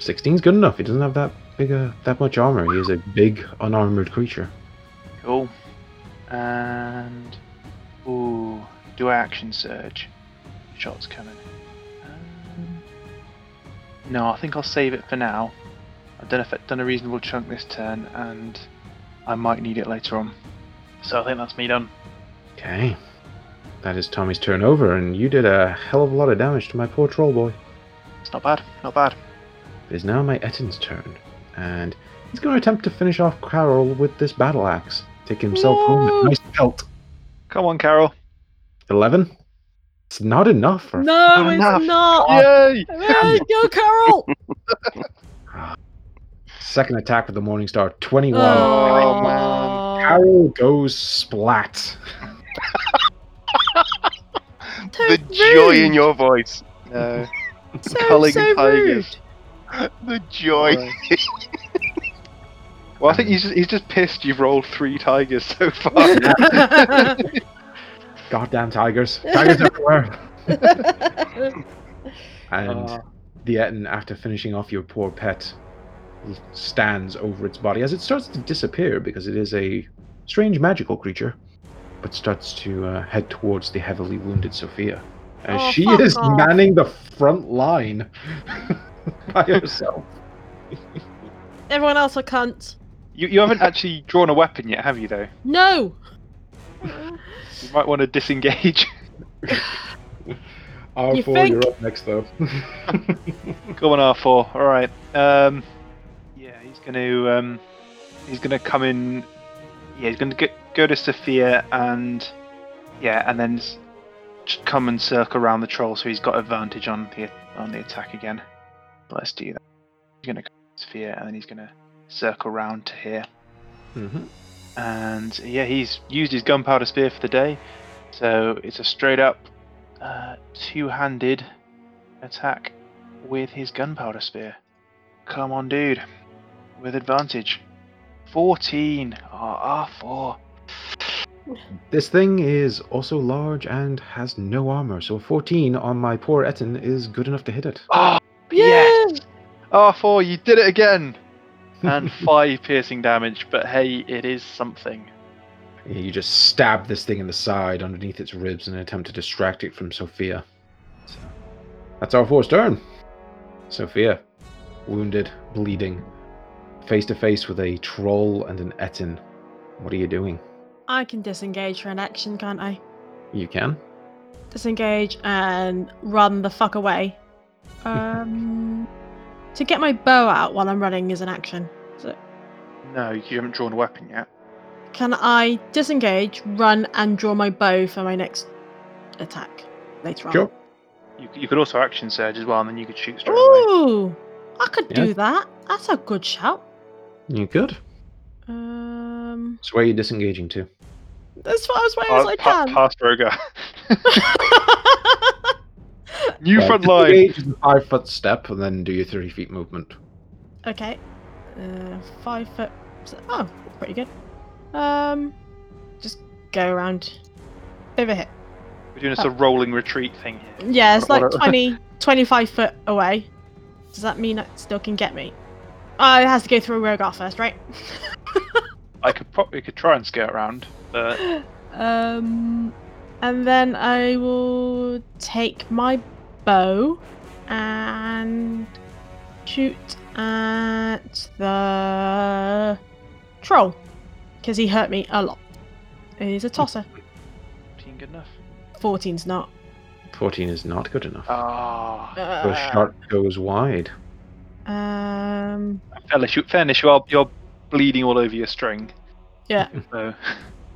Speaker 1: 16's good enough. He doesn't have that big, uh, that much armor. He is a big, unarmored creature.
Speaker 4: Cool. And ooh, do I action surge? Shots coming. Um, no, I think I'll save it for now. I've done a fe- done a reasonable chunk this turn, and I might need it later on. So I think that's me done.
Speaker 1: Okay. That is Tommy's turn over, and you did a hell of a lot of damage to my poor troll boy.
Speaker 4: It's not bad. Not bad.
Speaker 1: It is now my Etin's turn, and he's going to attempt to finish off Carol with this battle axe, take himself home
Speaker 3: No.
Speaker 1: a nice pelt.
Speaker 4: Come on, Carol.
Speaker 1: 11? It's not enough for.
Speaker 3: No,
Speaker 4: Enough.
Speaker 3: it's not.
Speaker 4: Yay!
Speaker 3: Hey, go, Carol.
Speaker 1: Second attack with the Morning Star, 21.
Speaker 4: Oh,
Speaker 1: Carol goes splat.
Speaker 3: So
Speaker 2: the joy in
Speaker 3: rude.
Speaker 2: your voice.
Speaker 4: No.
Speaker 3: So,
Speaker 4: culling
Speaker 3: so
Speaker 4: tigers.
Speaker 3: rude.
Speaker 2: The joy.
Speaker 4: Well, I think he's just, he's just pissed you've rolled three tigers so far.
Speaker 1: Goddamn tigers. Tigers everywhere. And
Speaker 3: Ah.
Speaker 4: Uh,
Speaker 1: the Etin, after finishing off your poor pet, stands over its body as it starts to disappear because it is a strange magical creature, but starts to uh, head towards the heavily wounded Sophia. And
Speaker 3: Oh,
Speaker 1: she
Speaker 3: fuck
Speaker 1: is
Speaker 3: off.
Speaker 1: manning the front line by herself.
Speaker 3: Everyone else are cunts.
Speaker 4: you, you haven't actually drawn a weapon yet, have you, though?
Speaker 3: No.
Speaker 4: You might want to disengage.
Speaker 1: R4,
Speaker 3: You think?
Speaker 1: you're up next, though.
Speaker 4: Go on R4. All right. Um, yeah, he's gonna um, he's gonna come in. Yeah, he's gonna go, go to Sophia and yeah, and then s- just come and circle around the troll, so he's got advantage on the on the attack again. Let's do that. He's gonna come to Sophia and then he's gonna circle round to here.
Speaker 1: Mhm.
Speaker 4: And yeah, he's used his gunpowder spear for the day. So it's a straight up uh, two handed attack with his gunpowder spear. Come on, dude. With advantage. 14. Ah, R4.
Speaker 1: This thing is also large and has no armor, so a 14 on my poor Etin is good enough to hit it.
Speaker 4: Ah, yes! R4, you did it again! And 5 piercing damage, but hey, it is something.
Speaker 1: You just stab this thing in the side underneath its ribs in an attempt to distract it from Sophia. That's our four's turn. Sophia, wounded, bleeding, face to face with a troll and an Etin. What are you doing?
Speaker 3: I can disengage for an action, can't I?
Speaker 1: You can.
Speaker 3: Disengage and run the fuck away. Um, to get my bow out while I'm running is an action.
Speaker 4: No, you haven't drawn a weapon yet.
Speaker 3: Can I disengage, run, and draw my bow for my next attack later on?
Speaker 1: Sure.
Speaker 4: You, you could also action surge as well, and then you could shoot straight away.
Speaker 3: Ooh, I could
Speaker 1: Yeah.
Speaker 3: do that. That's a good shout.
Speaker 1: You good?
Speaker 3: Um,
Speaker 1: So where are you disengaging to?
Speaker 3: as far as way as I
Speaker 4: Uh, Pa-
Speaker 3: can.
Speaker 4: past Rogar. New
Speaker 1: Uh,
Speaker 4: front line.
Speaker 1: disengage is a five foot step and then do your thirty feet movement.
Speaker 3: okay, uh, five foot. Oh, that's pretty good. Um, just go around over here.
Speaker 4: We're doing a sort of rolling retreat thing here.
Speaker 3: Yeah, it's like
Speaker 4: What-
Speaker 3: 20, 25 foot away. Does that mean it still can get me? Oh, it has to go through Rogar first, right?
Speaker 4: I could probably could try and skirt around, but
Speaker 3: Um, and then I will take my bow and shoot at the troll because he hurt me a lot. He's a tosser.
Speaker 4: being good enough.
Speaker 3: 14's not.
Speaker 1: Fourteen is not good enough.
Speaker 4: Ah,
Speaker 1: The shark goes wide.
Speaker 3: uh, um,
Speaker 4: fairness, you, fairness, you are you're bleeding all over your string.
Speaker 3: Yeah.
Speaker 4: So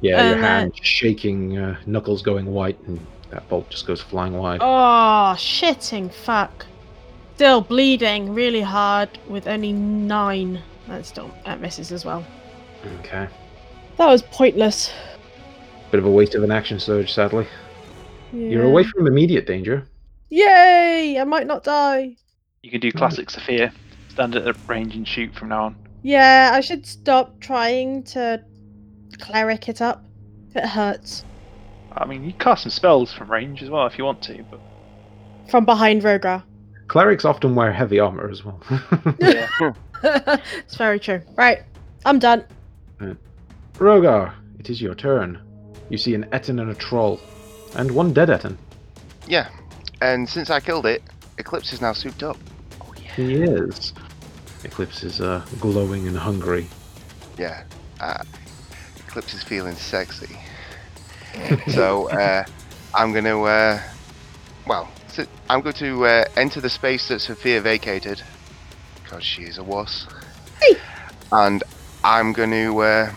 Speaker 1: Yeah, your
Speaker 3: And, uh,
Speaker 1: hand shaking, uh, knuckles going white, and that bolt just goes flying wide.
Speaker 3: oh, shitting fuck. Still bleeding really hard with only nine. That still that misses as well.
Speaker 1: Okay.
Speaker 3: That was pointless.
Speaker 1: Bit of a waste of an action surge, sadly. You're away from immediate danger.
Speaker 3: Yay! I might not die.
Speaker 4: you can do classic Sophia, stand at range and shoot from now on.
Speaker 3: Yeah, I should stop trying to cleric it up. It hurts.
Speaker 4: I mean, you cast some spells from range as well if you want to, but
Speaker 3: From behind Rogra.
Speaker 1: Clerics often wear heavy armor as well.
Speaker 4: yeah.
Speaker 3: it's very true. Right, I'm done.
Speaker 1: Rogar, it is your turn. You see an Etin and a troll, and one dead Etin.
Speaker 2: Yeah. And since I killed it, Eclipse is now souped up.
Speaker 1: He is. Eclipse is uh, glowing and hungry.
Speaker 2: Yeah. Uh, Eclipse is feeling sexy. so uh, I'm going to, uh, well, si- I'm going to uh, enter the space that Sophia vacated because she is a wuss.
Speaker 3: Hey.
Speaker 2: And I'm going to, uh,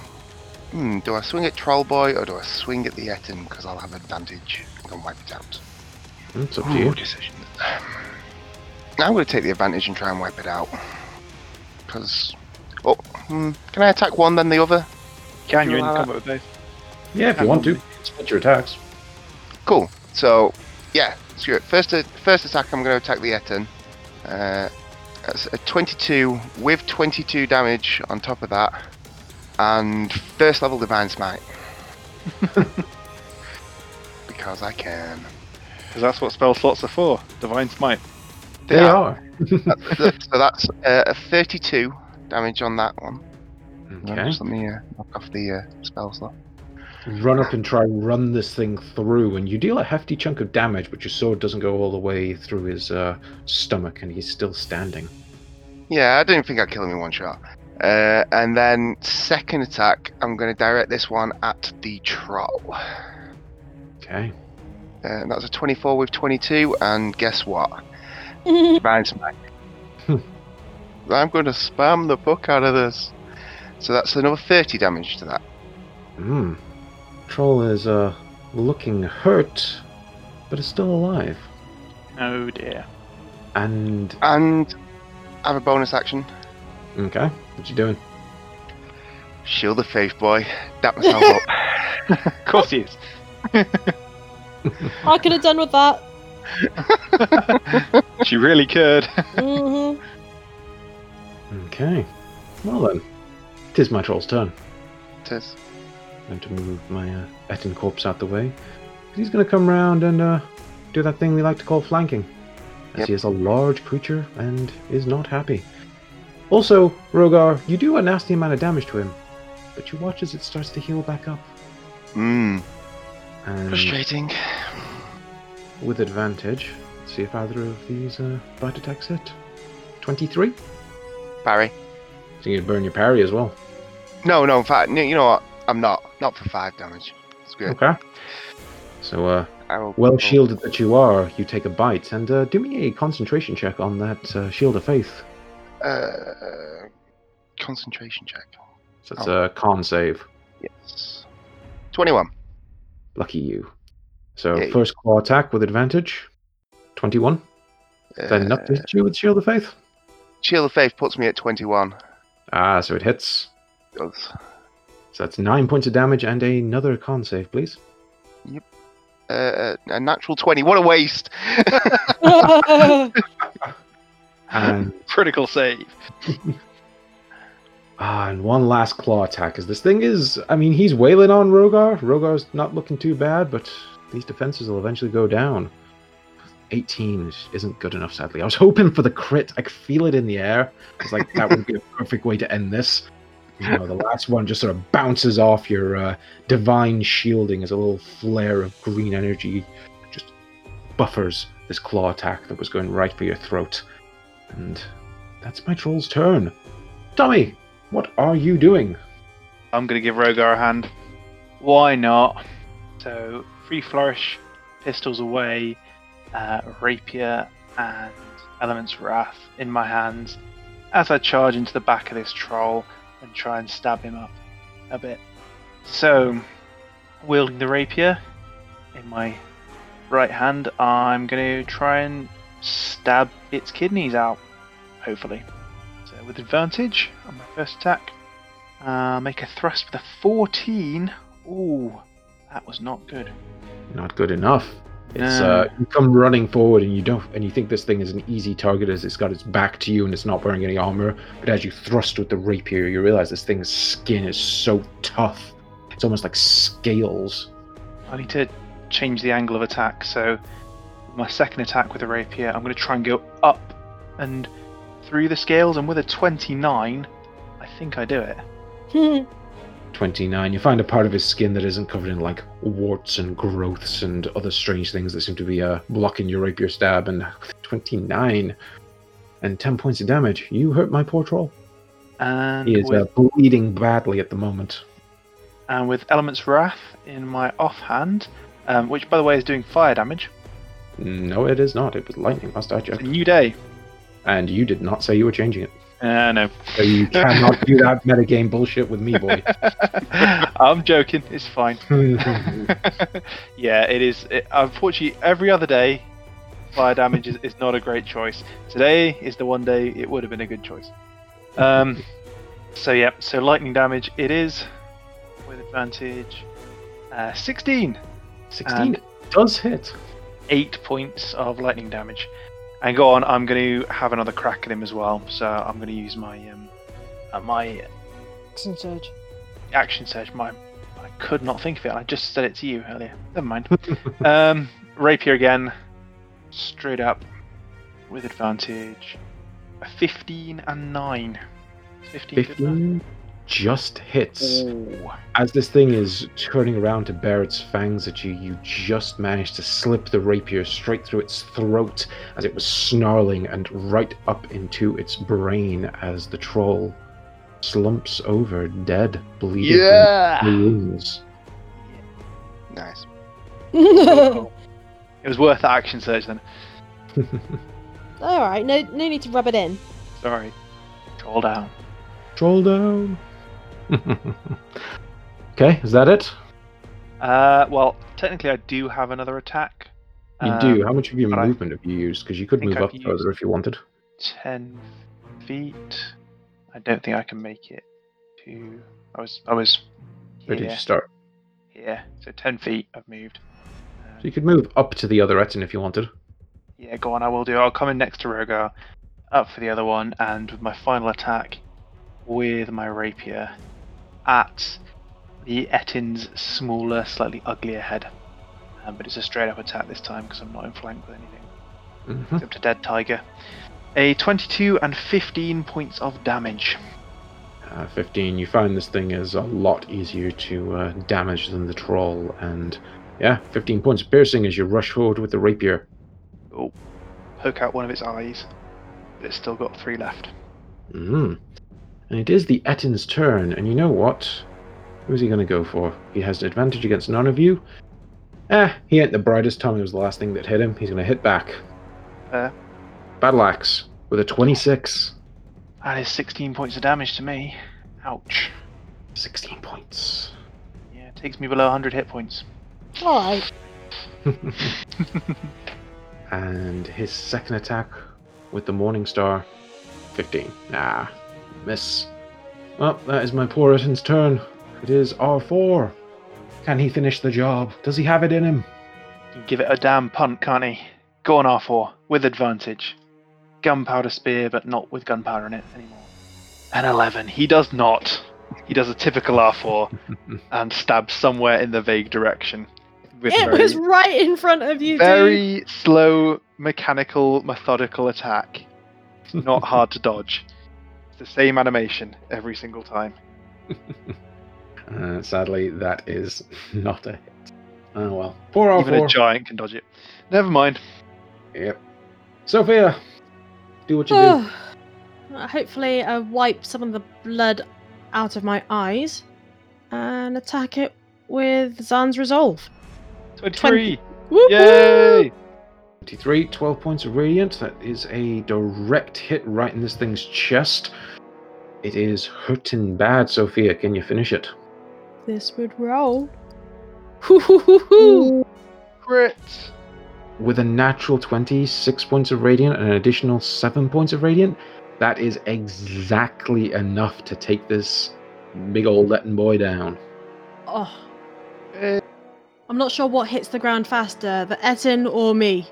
Speaker 2: hmm, do I swing at Troll Boy or do I swing at the Etin because I'll have advantage and wipe it out?
Speaker 1: Hmm, It's up to
Speaker 2: Ooh,
Speaker 1: you.
Speaker 2: decision. Um, I'm going to take the advantage and try and wipe it out. Because. Oh, hmm, can I attack one then the other?
Speaker 4: Can you in
Speaker 2: Uh,
Speaker 4: combat with both?
Speaker 1: Yeah, if you want to, split your attacks.
Speaker 2: Cool. So, yeah, screw it. First, uh, first attack, I'm going to attack the Etin. Uh, that's a 22 with 22 damage on top of that. And first level Divine Smite. because I can.
Speaker 4: Because that's what spell slots are for. Divine smite.
Speaker 1: They
Speaker 2: Yeah.
Speaker 1: are.
Speaker 2: so that's uh, a 32 damage on that one.
Speaker 1: Okay.
Speaker 2: Just let me uh, knock off the uh, spell slot.
Speaker 1: Run up and try and run this thing through, and you deal a hefty chunk of damage, but your sword doesn't go all the way through his uh, stomach, and he's still standing.
Speaker 2: Yeah, I didn't think I'd kill him in one shot. Uh, and then second attack, I'm going to direct this one at the troll. Uh,
Speaker 1: Okay.
Speaker 2: and that's a 24 with 22, and guess what? Divine Smite.
Speaker 1: Hmm.
Speaker 2: I'm going to spam the fuck out of this. So that's another 30 damage to that.
Speaker 1: Hmm. Troll is uh, looking hurt, but is still alive.
Speaker 4: Oh dear.
Speaker 1: And
Speaker 2: And I have a bonus action.
Speaker 1: okay, what you doing?
Speaker 2: Shield of Faith, boy. Dap myself up.
Speaker 4: Of course he is.
Speaker 3: I could have done with that.
Speaker 4: she really could.
Speaker 3: hmm
Speaker 1: Okay. Well then, it is my troll's turn.
Speaker 2: Tis.
Speaker 1: Time to move my uh, Etten corpse out the way. 'Cause He's going to come round and uh, do that thing we like to call flanking. As
Speaker 2: Yep.
Speaker 1: he is a large creature and is not happy. Also, Rogar, you do a nasty amount of damage to him, but you watch as it starts to heal back up.
Speaker 2: Mmm.
Speaker 1: And
Speaker 2: Frustrating.
Speaker 1: with advantage, see if either of these uh, bite attacks hit. 23?
Speaker 2: Barry.
Speaker 1: So you burn your parry as well.
Speaker 2: No, no, in fact, no, you know what? I'm not. Not for five damage. It's good.
Speaker 1: Okay. So, uh,
Speaker 2: I will
Speaker 1: well
Speaker 2: roll.
Speaker 1: shielded that you are, you take a bite, and uh, do me a concentration check on that uh, Shield of Faith.
Speaker 2: Uh, concentration check.
Speaker 1: So
Speaker 2: Oh.
Speaker 1: that's a con save.
Speaker 2: Yes. 21.
Speaker 1: Lucky you. So
Speaker 2: Yay.
Speaker 1: first claw attack with advantage, twenty-one. then
Speaker 2: Uh,
Speaker 1: not to hit you with Shield of Faith.
Speaker 2: Shield of Faith puts me at 21.
Speaker 1: Ah, so it hits.
Speaker 2: Does.
Speaker 1: So that's nine points of damage and another con save, please.
Speaker 2: Uh, a natural 20. What a waste!
Speaker 1: And
Speaker 4: Critical save.
Speaker 1: ah, and one last claw attack. As this thing is, I mean, he's wailing on Rogar. Rogar's not looking too bad, but these defenses will eventually go down. 18 is- isn't good enough, sadly. I was hoping for the crit. I could feel it in the air. It's like that would be a perfect way to end this. You know, the last one just sort of bounces off your uh, divine shielding as a little flare of green energy just buffers this claw attack that was going right for your throat. And that's my troll's turn. Tommy, what are you doing?
Speaker 4: I'm gonna give Rogar a hand. Why not? So free flourish, pistols away, uh, rapier and elements wrath in my hands as I charge into the back of this troll and try and stab him up a bit. So wielding the rapier in my right hand, I'm gonna try and stab its kidneys out, hopefully. So with advantage on my first attack. Uh, make a thrust with a 14. Ooh, that was not good.
Speaker 1: Not good enough. It's
Speaker 4: No.
Speaker 1: uh, you come running forward and you don't, and you think this thing is an easy target as it's got its back to you and it's not wearing any armor. But as you thrust with the rapier, you realize this thing's skin is so tough. It's almost like scales.
Speaker 4: I need to change the angle of attack. So, my second attack with a rapier, I'm going to try and go up and through the scales. And with a 29, I think I do it.
Speaker 1: Twenty-nine. You find a part of his skin that isn't covered in like warts and growths and other strange things that seem to be uh, blocking your rapier stab. And twenty-nine, and ten points of damage. You hurt my poor troll.
Speaker 4: And
Speaker 1: He is
Speaker 4: with
Speaker 1: uh, bleeding badly at the moment.
Speaker 4: and with Element's Wrath in my offhand, um, which by the way is doing fire damage.
Speaker 1: No, it is not. It was lightning last I
Speaker 4: It's a
Speaker 1: checked.
Speaker 4: new day.
Speaker 1: And you did not say you were changing it.
Speaker 4: Uh, no,
Speaker 1: So you cannot do that metagame bullshit with me, boy.
Speaker 4: I'm joking. It's fine. yeah, it is. It, unfortunately, every other day, fire damage is, is not a great choice. Today is the one day it would have been a good choice. Um, so yeah, so lightning damage it is with advantage. Uh, 16,
Speaker 1: 16 does hit.
Speaker 4: eight points of lightning damage. And go on, I'm going to have another crack at him as well. So I'm going to use my um, uh, my
Speaker 3: Excellent surge.
Speaker 4: action search. My, I could not think of it. I just said it to you earlier. Never mind. um, rapier again, straight up with advantage. A 15 and 9. Is 15, good enough?
Speaker 1: 15 just hits.
Speaker 4: Ooh.
Speaker 1: As this thing is turning around to bear its fangs at you, you just manage to slip the rapier straight through its throat as it was snarling and right up into its brain as the troll slumps over dead, bleeding from
Speaker 4: Yeah!
Speaker 1: wounds.
Speaker 2: Nice.
Speaker 4: Cool. it was worth the action search then.
Speaker 3: All right, no, no need to rub it in.
Speaker 4: Sorry. Troll down.
Speaker 1: Troll down. okay, is that it?
Speaker 4: Uh, well, technically, I do have another attack.
Speaker 1: You
Speaker 4: Um,
Speaker 1: do. How much of your
Speaker 4: but I
Speaker 1: movement have you used? Because you could
Speaker 4: think
Speaker 1: move
Speaker 4: I've
Speaker 1: up
Speaker 4: used-
Speaker 1: further if you wanted.
Speaker 4: 10 feet. I don't think I can make it to. I was. I was.
Speaker 1: Where did
Speaker 4: here.
Speaker 1: you start?
Speaker 4: Yeah, so 10 feet I've moved. Uh,
Speaker 1: You could move up to the other Etin if you wanted.
Speaker 4: Yeah, go on, I will do. I'll come in next to Rogar, up for the other one, and with my final attack with my rapier at the Etin's smaller, slightly uglier head. Um, but it's a straight up attack this time because I'm not in flank with anything.
Speaker 1: Mhm.
Speaker 4: Up to Dead Tiger. A 22 and 15 points of damage.
Speaker 1: Uh, 15, you find this thing is a lot easier to uh, damage than the troll, and yeah, 15 points of piercing as you rush forward with the rapier.
Speaker 4: Oh, poke out one of its eyes, but it's still got three left.
Speaker 1: Mm. And it is the Etin's turn, and you know what? Who's he going to go for? He has an advantage against none of you. Eh, he ain't the brightest. Tommy was the last thing that hit him. He's going to hit back.
Speaker 4: Uh.
Speaker 1: Battle Axe with a 26.
Speaker 4: That is 16 points of damage to me. Ouch.
Speaker 1: 16 points.
Speaker 4: Yeah, it takes me below 100 hit points.
Speaker 3: All right.
Speaker 1: and his second attack with the Morning Star, 15. Ah, miss. Well, that is my poor Etin's turn. It is R4. Can he finish the job? Does he have it in him?
Speaker 4: Give it a damn punt, can't he? Go on R4, with advantage. Gunpowder spear, but not with gunpowder in it anymore. An 11. He does not. He does a typical R4 and stabs somewhere in the vague direction. With
Speaker 3: It
Speaker 4: very,
Speaker 3: was right in front of you, dude.
Speaker 4: very slow, mechanical, methodical attack. Not hard to dodge. It's the same animation every single time.
Speaker 1: Uh, sadly, that is not a hit. Oh well. Poor
Speaker 4: Even a
Speaker 1: R4.
Speaker 4: giant can dodge it. Never mind.
Speaker 1: yep. Sophia, do what you do.
Speaker 3: Oh. Hopefully, I wipe some of the blood out of my eyes and attack it with Zan's resolve.
Speaker 4: 23!
Speaker 3: Woo-hoo!
Speaker 4: Yay!
Speaker 1: 23, 12 points of radiant. That is a direct hit right in this thing's chest. It is hurting bad, Sophia. Can you finish it?
Speaker 3: This would roll. Hoo-hoo-hoo-hoo.
Speaker 4: Crit!
Speaker 1: With a natural 20, 6 points of radiant and an additional 7 points of radiant, that is exactly enough to take this big old Letton boy down.
Speaker 3: Oh,
Speaker 4: Yay.
Speaker 3: I'm not sure what hits the ground faster, the Etin or me.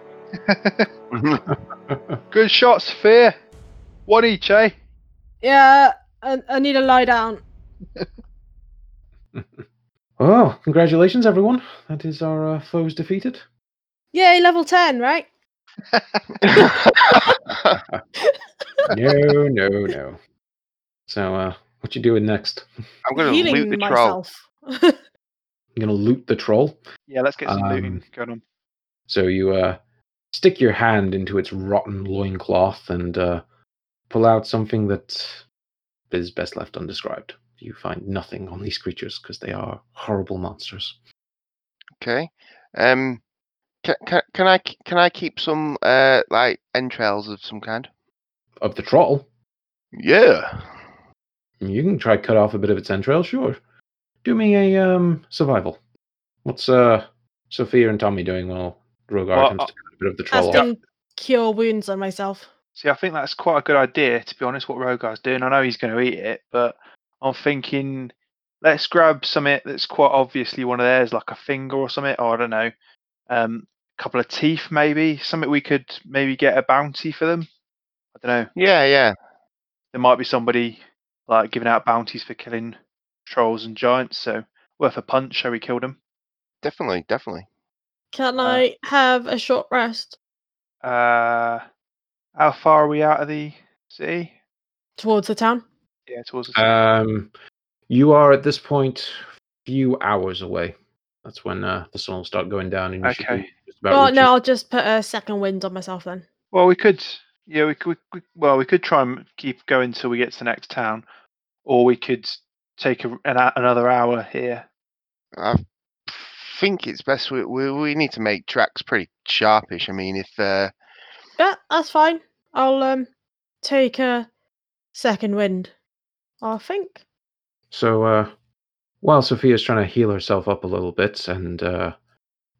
Speaker 4: Good shots, Fear. One each, eh?
Speaker 3: Yeah, I, I need to lie down.
Speaker 1: Oh, congratulations, everyone. That is our uh, foes defeated.
Speaker 3: Yay, level 10, right?
Speaker 1: no, no, no. So, uh, what you doing next?
Speaker 2: I'm going to
Speaker 3: Healing
Speaker 2: loot the troll.
Speaker 3: myself.
Speaker 1: I'm gonna loot the troll.
Speaker 4: Yeah, let's get some looting
Speaker 1: Um,
Speaker 4: going on.
Speaker 1: So you uh, stick your hand into its rotten loincloth and uh, pull out something that is best left undescribed. You find nothing on these creatures because they are horrible monsters.
Speaker 2: Okay. Um, can, can, can I k- can I keep some uh like entrails of some kind?
Speaker 1: Of the troll,
Speaker 2: Yeah.
Speaker 1: you can try cut off a bit of its entrail, sure. Do me a um, survival. What's uh, Sophia and Tommy doing while Rogar
Speaker 4: Well,
Speaker 1: attempts
Speaker 4: I-
Speaker 1: to cut a bit of the troll off?
Speaker 3: Casting cure wounds on myself.
Speaker 4: See, I think that's quite a good idea, to be honest, what Rogar's doing. I know he's going to eat it, but I'm thinking let's grab something that's quite obviously one of theirs, like a finger or something, or I don't know, um, a couple of teeth maybe, something we could maybe get a bounty for them. I don't know.
Speaker 2: Yeah, yeah.
Speaker 4: There might be somebody like giving out bounties for killing trolls and giants, so worth a punch, shall we kill them?
Speaker 2: Definitely, definitely.
Speaker 3: Can
Speaker 4: Uh,
Speaker 3: I have a short rest
Speaker 4: Uh, how far are we out of the city?
Speaker 3: towards the town?
Speaker 4: Yeah, towards the city.
Speaker 1: Um, you are at this point few hours away. That's when uh, the sun will start going down. And you should be
Speaker 4: Okay.
Speaker 1: just about
Speaker 3: Well,
Speaker 1: reaching-
Speaker 3: no, I'll just put a second wind on myself then.
Speaker 4: well, we could. Yeah, we could. We, well, we could try and keep going till we get to the next town, or we could take a, an, a- another hour here.
Speaker 2: I think it's best we, we we need to make tracks pretty sharpish. I mean, if uh,
Speaker 3: Yeah, that's fine. I'll um take a second wind. I think.
Speaker 1: So uh, while Sophia's trying to heal herself up a little bit, and uh,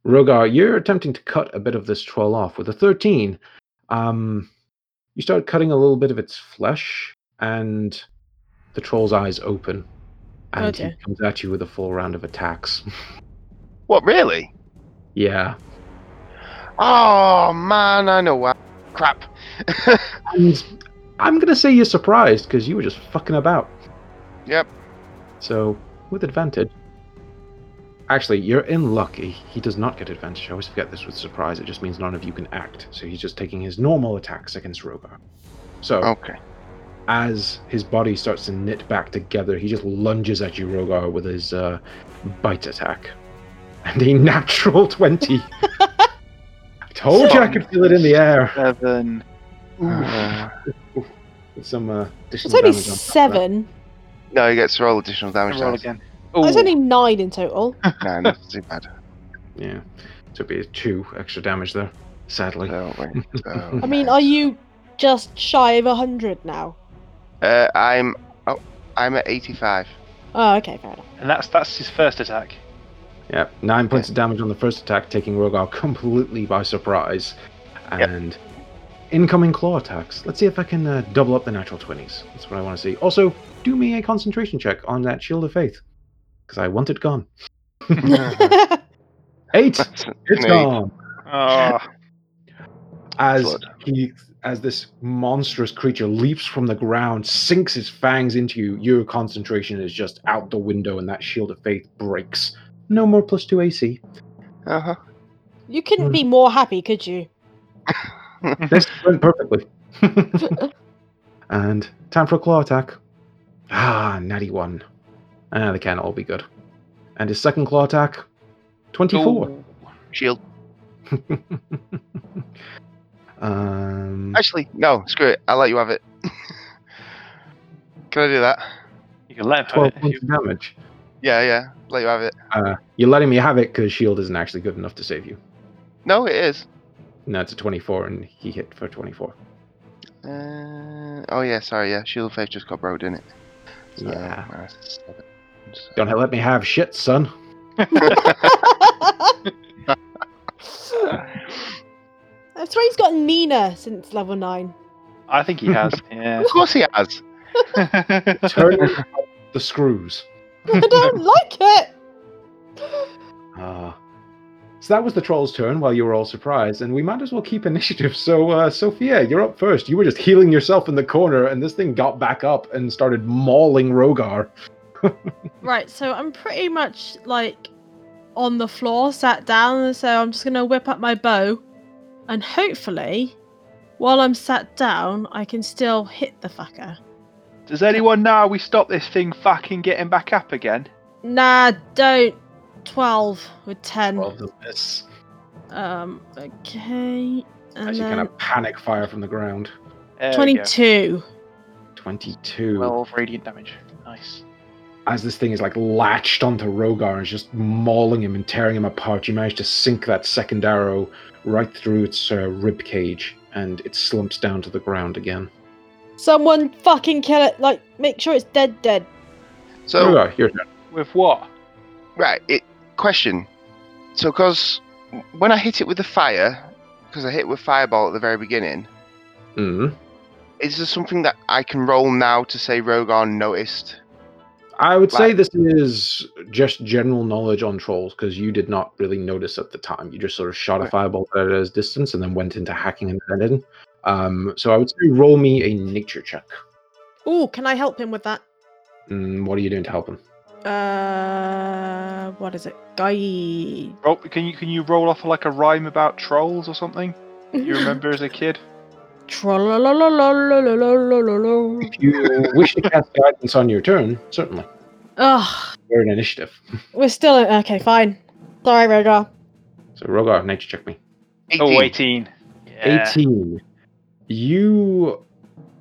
Speaker 1: Rogar, you're attempting to cut a bit of this troll off with a 13. Um, you start cutting a little bit of its flesh, and the troll's eyes open, and
Speaker 3: Okay.
Speaker 1: he comes at you with a full round of attacks.
Speaker 2: what really?
Speaker 1: yeah,
Speaker 2: Oh man, I know why. Crap.
Speaker 1: And I'm gonna say you're surprised because you were just fucking about.
Speaker 2: Yep.
Speaker 1: So with advantage. Actually, you're in luck. He, he does not get advantage. I always forget this with surprise. It just means none of you can act. So he's just taking his normal attacks against Rogar. So
Speaker 2: Okay.
Speaker 1: as his body starts to knit back together, he just lunges at you, Rogar, with his uh, bite attack. And a natural 20. I told you I could feel it in the air.
Speaker 4: Seven.
Speaker 1: Uh, with some uh,
Speaker 3: It's
Speaker 1: additional
Speaker 3: only
Speaker 1: damage on top of that.
Speaker 3: seven.
Speaker 2: No, he gets to roll additional damage.
Speaker 4: And roll
Speaker 2: dice.
Speaker 4: again.
Speaker 3: There's
Speaker 4: Ooh.
Speaker 3: only nine in total.
Speaker 2: No, not too bad.
Speaker 1: Yeah. So it'd be a two extra damage there, sadly.
Speaker 2: So, wait, so-
Speaker 3: I mean, are you just shy of a hundred now?
Speaker 2: Uh, I'm. Oh, I'm at 85.
Speaker 3: Oh, okay, fair enough.
Speaker 4: And that's that's his first attack.
Speaker 1: Yep, nine points of damage on the first attack, taking Rogar completely by surprise.
Speaker 2: Yep.
Speaker 1: And incoming claw attacks. Let's see if I can uh, double up the natural 20s. That's what I want to see. Also, do me a concentration check on that Shield of Faith, because I want it gone. Eight!
Speaker 2: That's
Speaker 1: It's
Speaker 2: an eight.
Speaker 1: gone!
Speaker 4: Oh,
Speaker 1: As
Speaker 2: Blood.
Speaker 1: he, as this monstrous creature leaps from the ground, sinks his fangs into you, your concentration is just out the window, and that Shield of Faith breaks. No more plus two AC.
Speaker 2: Uh-huh.
Speaker 3: you couldn't be more happy, could you?
Speaker 1: This went perfectly. and time for a claw attack. Ah, natty one. Ah, they can't all be good. And his second claw attack, 24.
Speaker 4: Ooh.
Speaker 2: Shield.
Speaker 1: um,
Speaker 2: Actually, no. Screw it. I'll let you have it. Can I do that?
Speaker 4: You can let him
Speaker 1: 12
Speaker 4: have it.
Speaker 1: points of damage.
Speaker 2: Yeah, yeah. Let you have it.
Speaker 1: Uh, you're letting me have it because shield isn't actually good enough to save you.
Speaker 2: No, it is.
Speaker 1: No, it's a 24, and he hit for 24.
Speaker 2: Uh, oh yeah, sorry. Yeah, Shield of Faith just got broke, didn't it? So,
Speaker 1: Yeah.
Speaker 2: uh, seven. So-
Speaker 1: Don't let me have shit, son.
Speaker 3: That's why he's got Nina since level nine.
Speaker 4: I think he has. Yeah.
Speaker 2: Of course he has.
Speaker 1: Turn the screws.
Speaker 3: I don't like it.
Speaker 1: Ah. So that was the troll's turn while you were all surprised, and we might as well keep initiative. So, uh, Sophia, you're up first. You were just healing yourself in the corner, and this thing got back up and started mauling Rogar.
Speaker 3: Right, so I'm pretty much like on the floor, sat down, so I'm just gonna whip up my bow, and hopefully, while I'm sat down, I can still hit the fucker.
Speaker 4: Does anyone know how we stop this thing fucking getting back up again?
Speaker 3: Nah, don't. Twelve with ten.
Speaker 1: Well, the miss.
Speaker 3: Um, okay, and
Speaker 1: As you
Speaker 3: then
Speaker 1: kind of panic fire from the ground.
Speaker 4: There we go.
Speaker 3: twenty-two.
Speaker 1: 22.
Speaker 4: Twelve radiant damage. Nice.
Speaker 1: As this thing is like latched onto Rogar and is just mauling him and tearing him apart, you manage to sink that second arrow right through its uh, rib cage, and it slumps down to the ground again.
Speaker 3: Someone fucking kill it. Like, make sure it's dead, dead.
Speaker 2: So
Speaker 1: Rogar, your turn.
Speaker 4: With what?
Speaker 2: right, it question. So because when I hit it with the fire, because I hit with fireball at the very beginning,
Speaker 1: Mm.
Speaker 2: is there something that I can roll now to say Rogar noticed?
Speaker 1: I would say
Speaker 2: Like-
Speaker 1: this is just general knowledge on trolls because you did not really notice at the time. You just sort of shot a
Speaker 2: Right.
Speaker 1: fireball at a distance and then went into hacking and then in. Um, so I would say roll me a nature check.
Speaker 3: Oh, can I help him with that?
Speaker 1: Mm, what are you doing to help him?
Speaker 3: Uh, what is it? Guide.
Speaker 4: Roll, can you can you roll off like a rhyme about trolls or something you remember as a kid?
Speaker 3: Trollololololololololol.
Speaker 1: If you wish to cast guidance on your turn, certainly.
Speaker 3: Ugh,
Speaker 1: We're an initiative.
Speaker 3: we're still in. Okay, fine. Sorry, Rogar.
Speaker 1: So Rogar, nature check me.
Speaker 2: 18.
Speaker 4: Oh, 18. Yeah.
Speaker 1: 18. You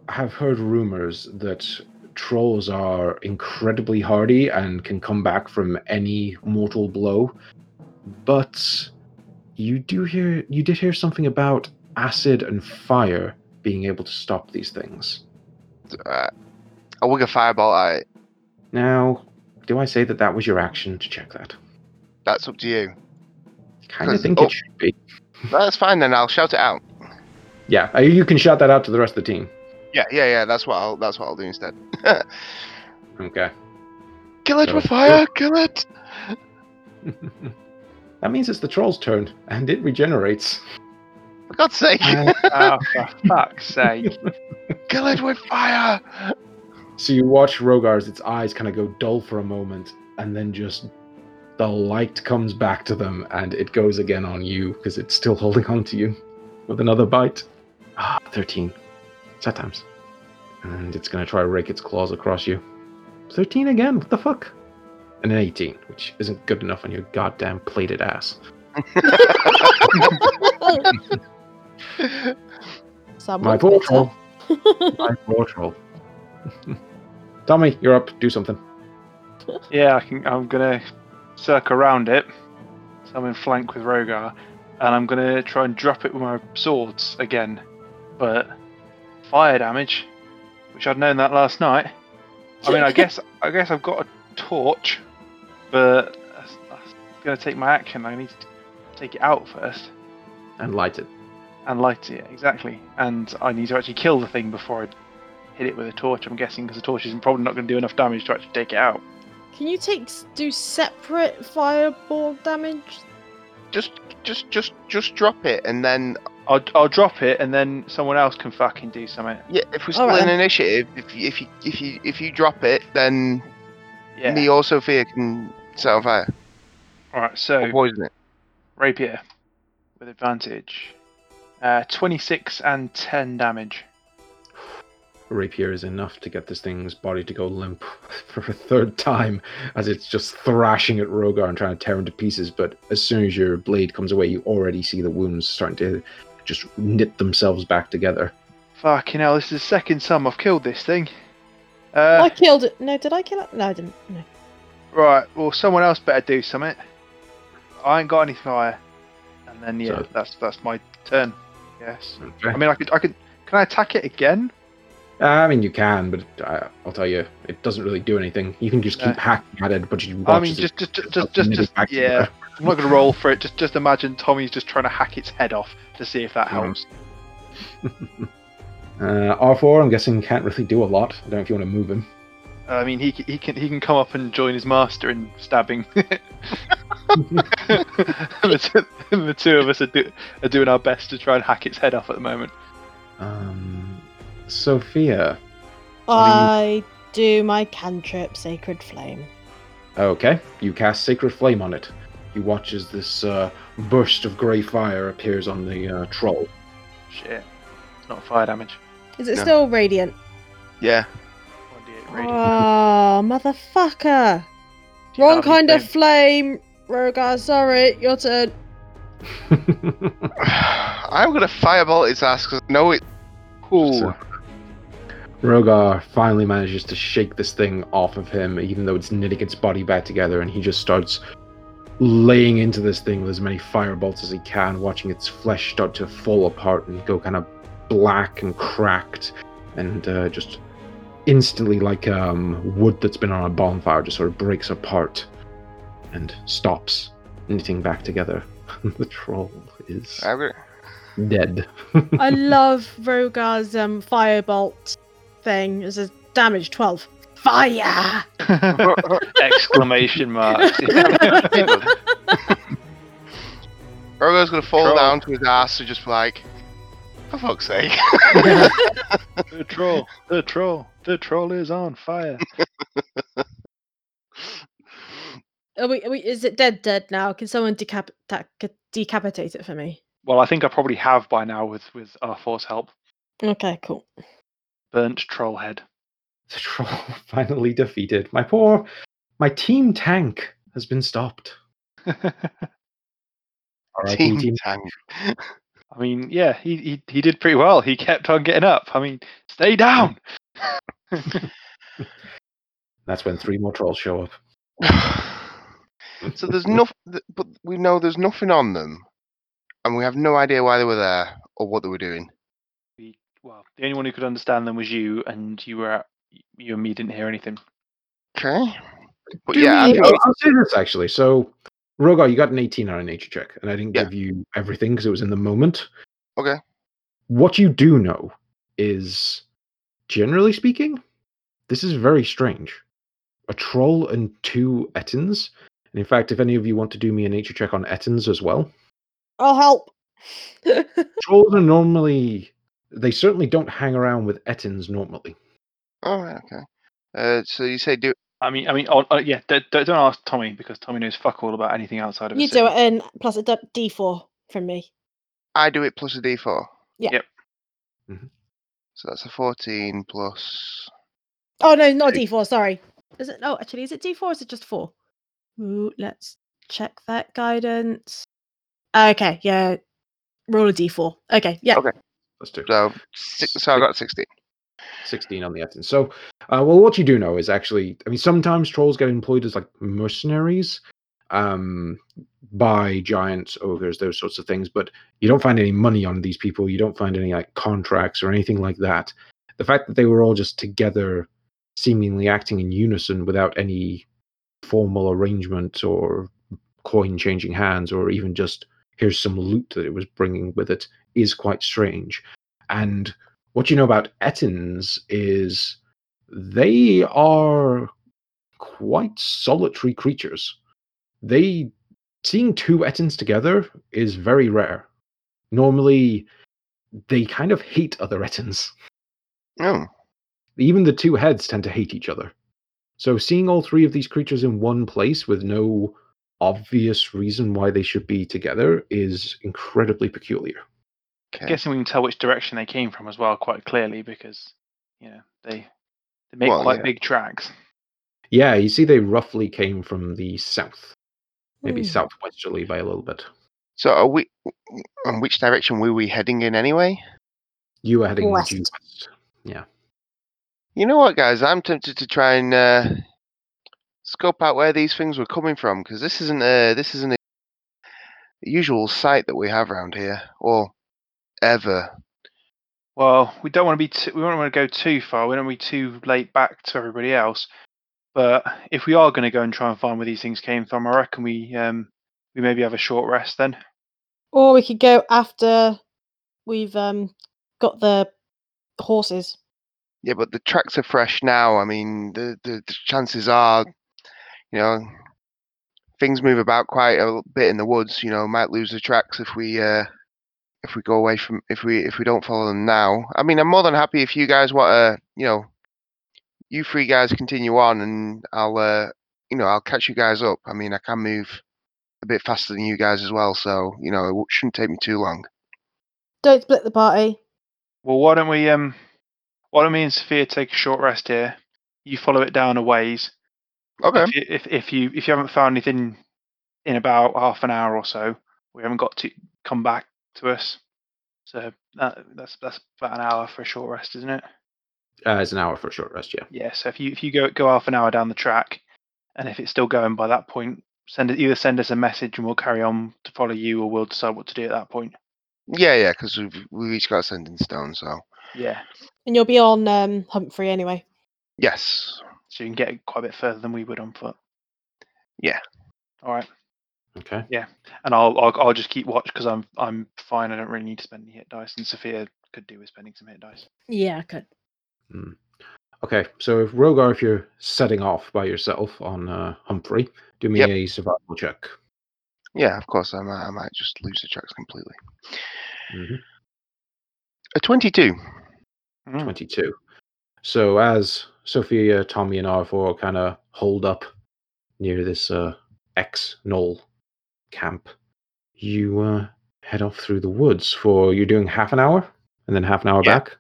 Speaker 1: have heard rumors that trolls are incredibly hardy and can come back from any mortal blow, but you do hear you did hear something about acid and fire being able to stop these things.
Speaker 2: Uh, I wig a fireball at it.
Speaker 1: Now, do I say that that was your action to check that?
Speaker 2: That's up to you.
Speaker 1: Kind of
Speaker 2: Cause-
Speaker 1: think
Speaker 2: oh.
Speaker 1: it should be.
Speaker 2: That's fine then. I'll shout it out.
Speaker 1: Yeah, uh, you can shout that out to the rest of the team.
Speaker 2: Yeah, yeah, yeah. That's what I'll. That's what I'll do instead.
Speaker 1: Okay.
Speaker 2: Kill it with
Speaker 1: So-
Speaker 2: fire. Kill it.
Speaker 1: That means it's the troll's turn, and it regenerates.
Speaker 2: For God's sake,
Speaker 4: oh, for fuck's sake.
Speaker 2: kill it with fire!
Speaker 1: So you watch Rogar's, its eyes kind of go dull for a moment, and then just the light comes back to them, and it goes again on you because it's still holding on to you with another bite. Ah, 13. Sad times. And it's going to try to rake its claws across you. 13 again, what the fuck? And an 18, which isn't good enough on your goddamn plated ass. My
Speaker 3: Someone
Speaker 1: poor
Speaker 3: better.
Speaker 1: troll. My poor troll. Tommy, you're up. Do something.
Speaker 4: Yeah, I can, I'm gonna circle around it. So I'm in flank with Rogar, and I'm gonna try and drop it with my swords again. But fire damage, which I'd known that last night. I mean, I guess I guess I've got a torch, but that's, that's gonna take my action. I need to take it out first
Speaker 1: And light it.
Speaker 4: and light it exactly. And I need to actually kill the thing before I hit it with a torch. I'm guessing because the torch is probably not gonna do enough damage to actually take it out.
Speaker 3: Can you take s- do separate fireball damage?
Speaker 2: Just, just, just, just drop it, and then
Speaker 4: I'll, I'll drop it and then someone else can fucking do something.
Speaker 2: yeah, if we're
Speaker 3: All
Speaker 2: still
Speaker 3: right.
Speaker 2: in initiative, if you, if you if you if you drop it, then
Speaker 4: Yeah.
Speaker 2: me or Sophia can set on fire
Speaker 4: Alright,
Speaker 2: or
Speaker 4: so
Speaker 2: poison it.
Speaker 4: rapier with advantage. Uh, 26 and 10 damage.
Speaker 1: rapier is enough to get this thing's body to go limp for a third time as it's just thrashing at Rogar and trying to tear him to pieces. But as soon as your blade comes away, you already see the wounds starting to just knit themselves back together.
Speaker 4: Fucking hell, this is the second time I've killed this thing. Uh,
Speaker 3: I killed it. No, did I kill it? No, I didn't. No.
Speaker 4: Right, well, someone else better do something. I ain't got any fire. And then, yeah,
Speaker 1: So-
Speaker 4: that's that's my turn. Yes.
Speaker 1: Okay.
Speaker 4: I mean, I could, I could. Can I attack it again?
Speaker 1: I mean, you can, but uh, I'll tell you, it doesn't really do anything. You can just keep
Speaker 4: Yeah.
Speaker 1: hacking at it, but you watch
Speaker 4: Uh, I mean,
Speaker 1: as it
Speaker 4: just, just, just,
Speaker 1: starts
Speaker 4: just, just,
Speaker 1: knitting
Speaker 4: just
Speaker 1: back
Speaker 4: yeah.
Speaker 1: together.
Speaker 4: I'm not gonna roll for it. Just, just imagine Tommy's just trying to hack its head off to see if that
Speaker 1: Yeah.
Speaker 4: helps.
Speaker 1: Uh, R4, I'm guessing, can't really do a lot. I don't know if you want to move him.
Speaker 4: I mean, he c- he can he can come up and join his master in stabbing. the, two, the two of us are, do, are doing our best to try and hack its head off at the moment.
Speaker 1: Um, Sophia.
Speaker 3: I do my cantrip, Sacred Flame.
Speaker 1: Okay, you cast Sacred Flame on it. You watch as this uh, burst of grey fire appears on the uh, troll.
Speaker 4: Shit, it's not fire damage.
Speaker 3: Is it
Speaker 2: No.
Speaker 3: still radiant?
Speaker 2: Yeah,
Speaker 4: 1d8 radiant.
Speaker 3: Oh, motherfucker!
Speaker 4: Do you
Speaker 3: Oh, Wrong
Speaker 4: have
Speaker 3: kind of
Speaker 4: anything?
Speaker 3: flame, Rogar. Sorry, your turn.
Speaker 2: I'm gonna fireball its ass because I know it.
Speaker 1: So, Rogar finally manages to shake this thing off of him, even though it's knitting its body back together, and he just starts laying into this thing with as many firebolts as he can, watching its flesh start to fall apart and go kind of black and cracked, and uh, just instantly, like um, wood that's been on a bonfire, just sort of breaks apart and stops knitting back together. the troll is
Speaker 2: I'm gonna-
Speaker 1: dead.
Speaker 3: I love Rogar's um, firebolt thing. It's a damage 12. Fire!
Speaker 4: Exclamation mark.
Speaker 2: Rogo's gonna fall
Speaker 4: Troll.
Speaker 2: down to his ass and just be like, for fuck's sake.
Speaker 4: the troll. The troll. The troll is on fire.
Speaker 3: Are we, are we, is it dead, dead now? Can someone decap- ta- ca- decapitate it for me?
Speaker 4: Well, I think I probably have by now with with our force help.
Speaker 3: Okay, cool.
Speaker 4: Burnt troll head.
Speaker 1: the troll finally defeated. My poor, my team tank has been stopped. All right,
Speaker 2: Team,
Speaker 1: team.
Speaker 2: tank.
Speaker 4: I mean, yeah, he, he he did pretty well. He kept on getting up. I mean, stay down.
Speaker 2: Hmm.
Speaker 1: That's when three more trolls show up.
Speaker 2: so there's nothing, but we know there's nothing on them, and we have no idea why they were there or what they were doing.
Speaker 4: We, well, the only one who could understand them was you, and you were out, you and me didn't hear anything.
Speaker 2: Okay. But
Speaker 3: Do
Speaker 2: yeah,
Speaker 3: we-
Speaker 2: I think
Speaker 1: I'll, I'll say this actually. So, Rogar, you got an 18 on a nature check, and I didn't
Speaker 2: Yeah.
Speaker 1: give you everything because it was in the moment.
Speaker 2: Okay.
Speaker 1: What you do know is, generally speaking, this is very strange. A troll and two Ettins And in fact, if any of you want to do me a nature check on Ettins as well,
Speaker 5: I'll help.
Speaker 1: trolls are normally they certainly don't hang around with Ettins normally.
Speaker 2: All right, Oh, okay. Uh, so you say do
Speaker 4: I mean, I mean, oh, oh, yeah. Don't, don't don't ask Tommy because Tommy knows fuck all about anything outside of. a
Speaker 5: you
Speaker 4: city.
Speaker 5: do it, and plus a d- d4 from me.
Speaker 2: I do it plus a d4?
Speaker 5: Yeah.
Speaker 4: Yep.
Speaker 1: Mhm.
Speaker 2: So that's a 14 plus.
Speaker 5: Oh no, not d4. Sorry.
Speaker 3: Is it? Oh, actually, is it D4 or is it just 4? Ooh, let's check that guidance. Okay, yeah. Roll a D4. Okay, yeah.
Speaker 2: Okay.
Speaker 1: That's two.
Speaker 2: So, six, so I got 16.
Speaker 1: 16 on the Athens. So, uh, well, what you do know is actually, I mean, sometimes trolls get employed as like mercenaries um, by giants, ogres, those sorts of things, but you don't find any money on these people. You don't find any like contracts or anything like that. The fact that they were all just together, seemingly acting in unison without any formal arrangement or coin changing hands or even just here's some loot that it was bringing with it is quite strange. And what you know about Ettins is they are quite solitary creatures. They seeing two Ettins together is very rare. Normally, they kind of hate other Ettins.
Speaker 2: Oh,
Speaker 1: Even the two heads tend to hate each other. So seeing all three of these creatures in one place with no obvious reason why they should be together is incredibly peculiar.
Speaker 2: okay.
Speaker 4: guessing we can tell which direction they came from as well quite clearly because you know they they make
Speaker 2: Well,
Speaker 4: quite
Speaker 2: yeah.
Speaker 4: big tracks.
Speaker 1: Yeah, you see, they roughly came from the south, maybe
Speaker 3: Hmm.
Speaker 1: southwesterly by a little bit.
Speaker 2: So are we. On which direction were we heading in anyway?
Speaker 1: You are heading
Speaker 5: West.
Speaker 1: due west.
Speaker 2: You know what, guys? I'm tempted to try and uh, scope out where these things were coming from because this isn't a this isn't a usual sight that we have around here or ever.
Speaker 4: Well, we don't want to be too, we don't want to go too far. We don't want to be too late back to everybody else. But if we are going to go and try and find where these things came from, I reckon we um we maybe have a short rest then.
Speaker 5: Or we could go after we've um got the horses.
Speaker 2: Yeah, but the tracks are fresh now. I mean, the the, the chances are, you know, things move about quite a l- bit in the woods. You know, might lose the tracks if we uh, if we go away from if we if we don't follow them now. I mean, I'm more than happy if you guys want to, you know, you three guys continue on, and I'll uh, you know, I'll catch you guys up. I mean, I can move a bit faster than you guys as well, so you know, it w- shouldn't take me too long.
Speaker 5: Don't split the party.
Speaker 4: Well, why don't we um why don't me and Sophia take a short rest here? You follow it down a ways.
Speaker 2: Okay.
Speaker 4: If, you, if if you if you haven't found anything in about half an hour or so, we haven't got to come back to us. So that, that's that's about an hour for a short rest, isn't it?
Speaker 1: Uh, it's an hour for a short rest, yeah.
Speaker 4: Yeah. So if you if you go go half an hour down the track, and if it's still going by that point, send it either send us a message and we'll carry on to follow you, or we'll decide what to do at that point.
Speaker 2: Yeah, yeah, because we've we've each got a sending stone, so
Speaker 4: Yeah.
Speaker 5: And you'll be on um Humphrey anyway.
Speaker 2: yes.
Speaker 4: So you can get quite a bit further than we would on foot.
Speaker 2: Yeah.
Speaker 4: All right.
Speaker 1: Okay.
Speaker 4: And I'll I'll, I'll just keep watch because I'm I'm fine. I don't really need to spend any hit dice, and Sophia could do with spending some hit dice.
Speaker 3: Yeah, I could.
Speaker 1: Okay, so if Rogar, if you're setting off by yourself on uh, Humphrey, do me
Speaker 2: Yep.
Speaker 1: a survival check.
Speaker 2: Yeah, of course. I might, I might just lose the tracks completely.
Speaker 1: Mhm.
Speaker 2: A 22.
Speaker 4: Mm.
Speaker 1: 22. So as Sophia, Tommy, and R4 kind of hold up near this uh, ex knoll camp, you uh, head off through the woods for you're doing half an hour and then half an hour
Speaker 2: Yeah.
Speaker 1: back.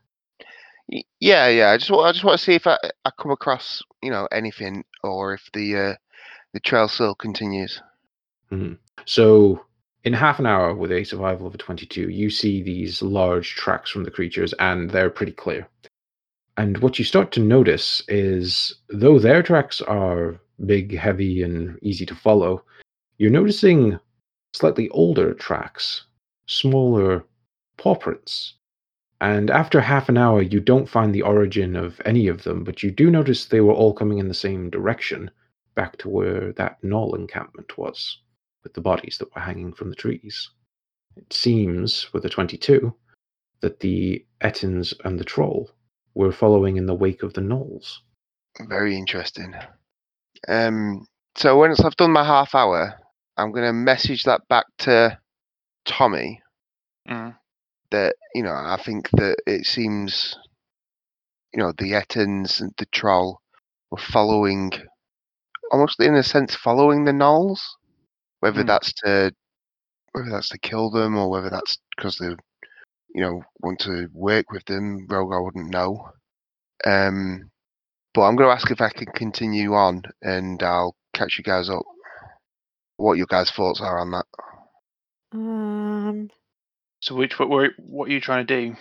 Speaker 2: Y- Yeah, yeah. I just want, I just want to see if I, I come across, you know, anything or if the uh, the trail still continues.
Speaker 1: So, in half an hour, with a survival of a 22, you see these large tracks from the creatures, and they're pretty clear. And what you start to notice is, though their tracks are big, heavy, and easy to follow, you're noticing slightly older tracks, smaller paw prints. And after half an hour, you don't find the origin of any of them, but you do notice they were all coming in the same direction, back to where that knoll encampment was with the bodies that were hanging from the trees. It seems, with the 22, that the Ettins and the troll were following in the wake of the knolls.
Speaker 2: Very interesting. Um, So once I've done my half hour, I'm going to message that back to Tommy Mm-hmm.
Speaker 4: Mm.
Speaker 2: that you know I think that it seems you know the Ettons and the Troll were following almost in a sense following the Knolls, whether
Speaker 4: Hmm.
Speaker 2: that's to whether that's to kill them or whether that's because they you know want to work with them. Rogue, I wouldn't know. Um, but I'm going to ask if I can continue on, and I'll catch you guys up. What your guys' thoughts are on that?
Speaker 3: Um,
Speaker 4: So which what were what are you trying to do?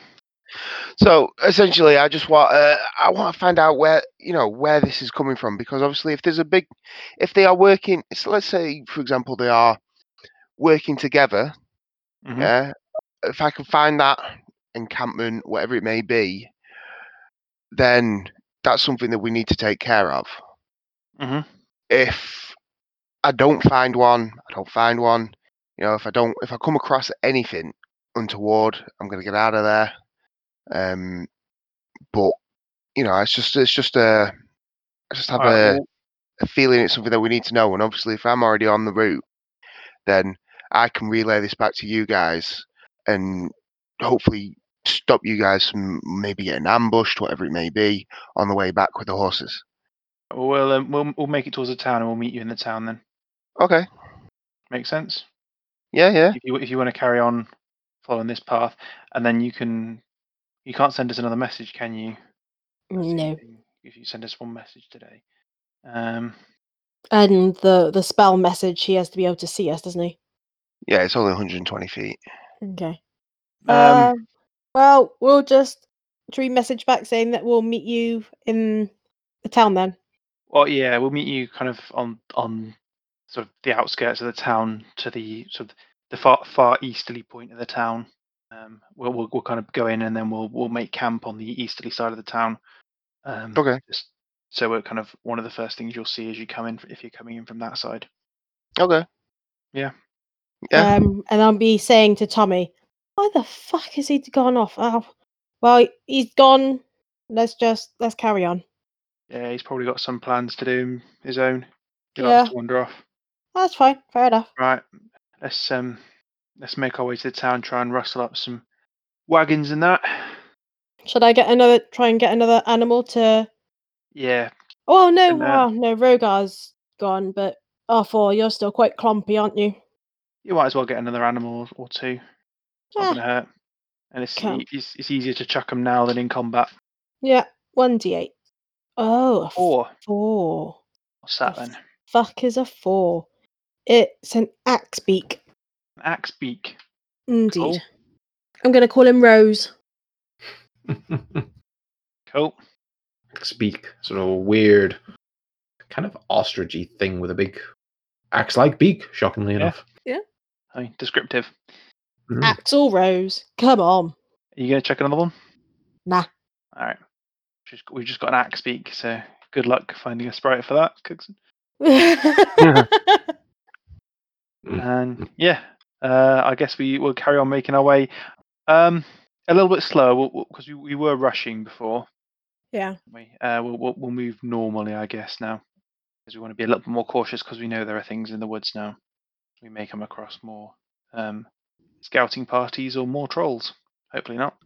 Speaker 2: So essentially, I just want uh, I want to find out where you know where this is coming from because obviously, if there's a big, if they are working, so let's say for example they are working together,
Speaker 4: Mhm.
Speaker 2: yeah. If I can find that encampment, whatever it may be, then that's something that we need to take care of.
Speaker 4: Mhm.
Speaker 2: If I don't find one, I don't find one. You know, if I don't, if I come across anything untoward, I'm gonna get out of there. Um, but you know, it's just, it's just a, I just have
Speaker 4: Alright,
Speaker 2: a,
Speaker 4: well,
Speaker 2: a feeling it's something that we need to know. And obviously, if I'm already on the route, then I can relay this back to you guys and hopefully stop you guys from maybe getting ambushed, whatever it may be, on the way back with the horses.
Speaker 4: we'll, um, we'll we'll make it towards the town and we'll meet you in the town then.
Speaker 2: Okay.
Speaker 4: Make sense?
Speaker 2: Yeah, yeah.
Speaker 4: If you if you want to carry on following this path, and then you can you can't send us another message, can you?
Speaker 3: no.
Speaker 4: If you send us one message today, um,
Speaker 3: And the the spell message, he has to be able to see us, doesn't he?
Speaker 2: Yeah, it's only 120 feet.
Speaker 3: Okay.
Speaker 4: Um,
Speaker 3: Um, well, we'll just dream message back saying that we'll meet you in the town then.
Speaker 4: well, yeah, we'll meet you kind of on on sort of the outskirts of the town to the sort of the far far easterly point of the town. Um, we'll, we'll we'll kind of go in and then we'll we'll make camp on the easterly side of the town. Um,
Speaker 2: Okay.
Speaker 4: just so we're kind of one of the first things you'll see as you come in f- if you're coming in from that side.
Speaker 2: Okay.
Speaker 4: Yeah.
Speaker 2: Yeah.
Speaker 3: Um, and I'll be saying to Tommy, "Why the fuck has he gone off? Oh, well, he's gone. Let's just let's carry on.
Speaker 4: Yeah, he's probably got some plans to do his own. He
Speaker 3: Yeah.
Speaker 4: likes to wander off.
Speaker 3: That's fine. Fair enough.
Speaker 4: Right. Let's um let's make our way to the town, try and rustle up some wagons and that.
Speaker 3: Should I get another? Try and get another animal to?
Speaker 4: Yeah.
Speaker 3: Oh no!
Speaker 4: And, uh,
Speaker 3: Oh no! Rogar's gone, but R four, you're still quite clumpy, aren't you?
Speaker 4: You might as well get another animal or two. It's not
Speaker 3: Eh,
Speaker 4: gonna hurt. And it's,
Speaker 3: Cool.
Speaker 4: e- it's it's easier to chuck them now than in combat.
Speaker 3: yeah, one d eight. Oh, a f-
Speaker 4: Or
Speaker 3: four.
Speaker 4: what's that
Speaker 3: Yes.
Speaker 4: then? An
Speaker 3: Fuck is a four. It's an axe beak.
Speaker 4: axe beak.
Speaker 3: Indeed.
Speaker 4: Cool.
Speaker 3: I'm gonna call him Rose.
Speaker 4: Cool.
Speaker 1: Speak sort of a weird, kind of ostrichy thing with a big axe-like beak. Shockingly
Speaker 4: Yeah.
Speaker 1: enough,
Speaker 4: I mean, descriptive. Hmm.
Speaker 1: Mhm.
Speaker 3: Axel Rose. Come on.
Speaker 4: Are you gonna chuck another one?
Speaker 3: Nah.
Speaker 4: All right. Just, we've just got an axe beak, so good luck finding a sprite for that, Cookson.
Speaker 3: yeah,
Speaker 4: And yeah, uh, I guess we will carry on making our way um, a little bit slower because we, we were rushing before. weren't We uh, we'll, we'll, we'll move normally, I guess, now because we want to be a little bit more cautious because we know there are things in the woods now. We may come across more um, scouting parties or more trolls. Hopefully not.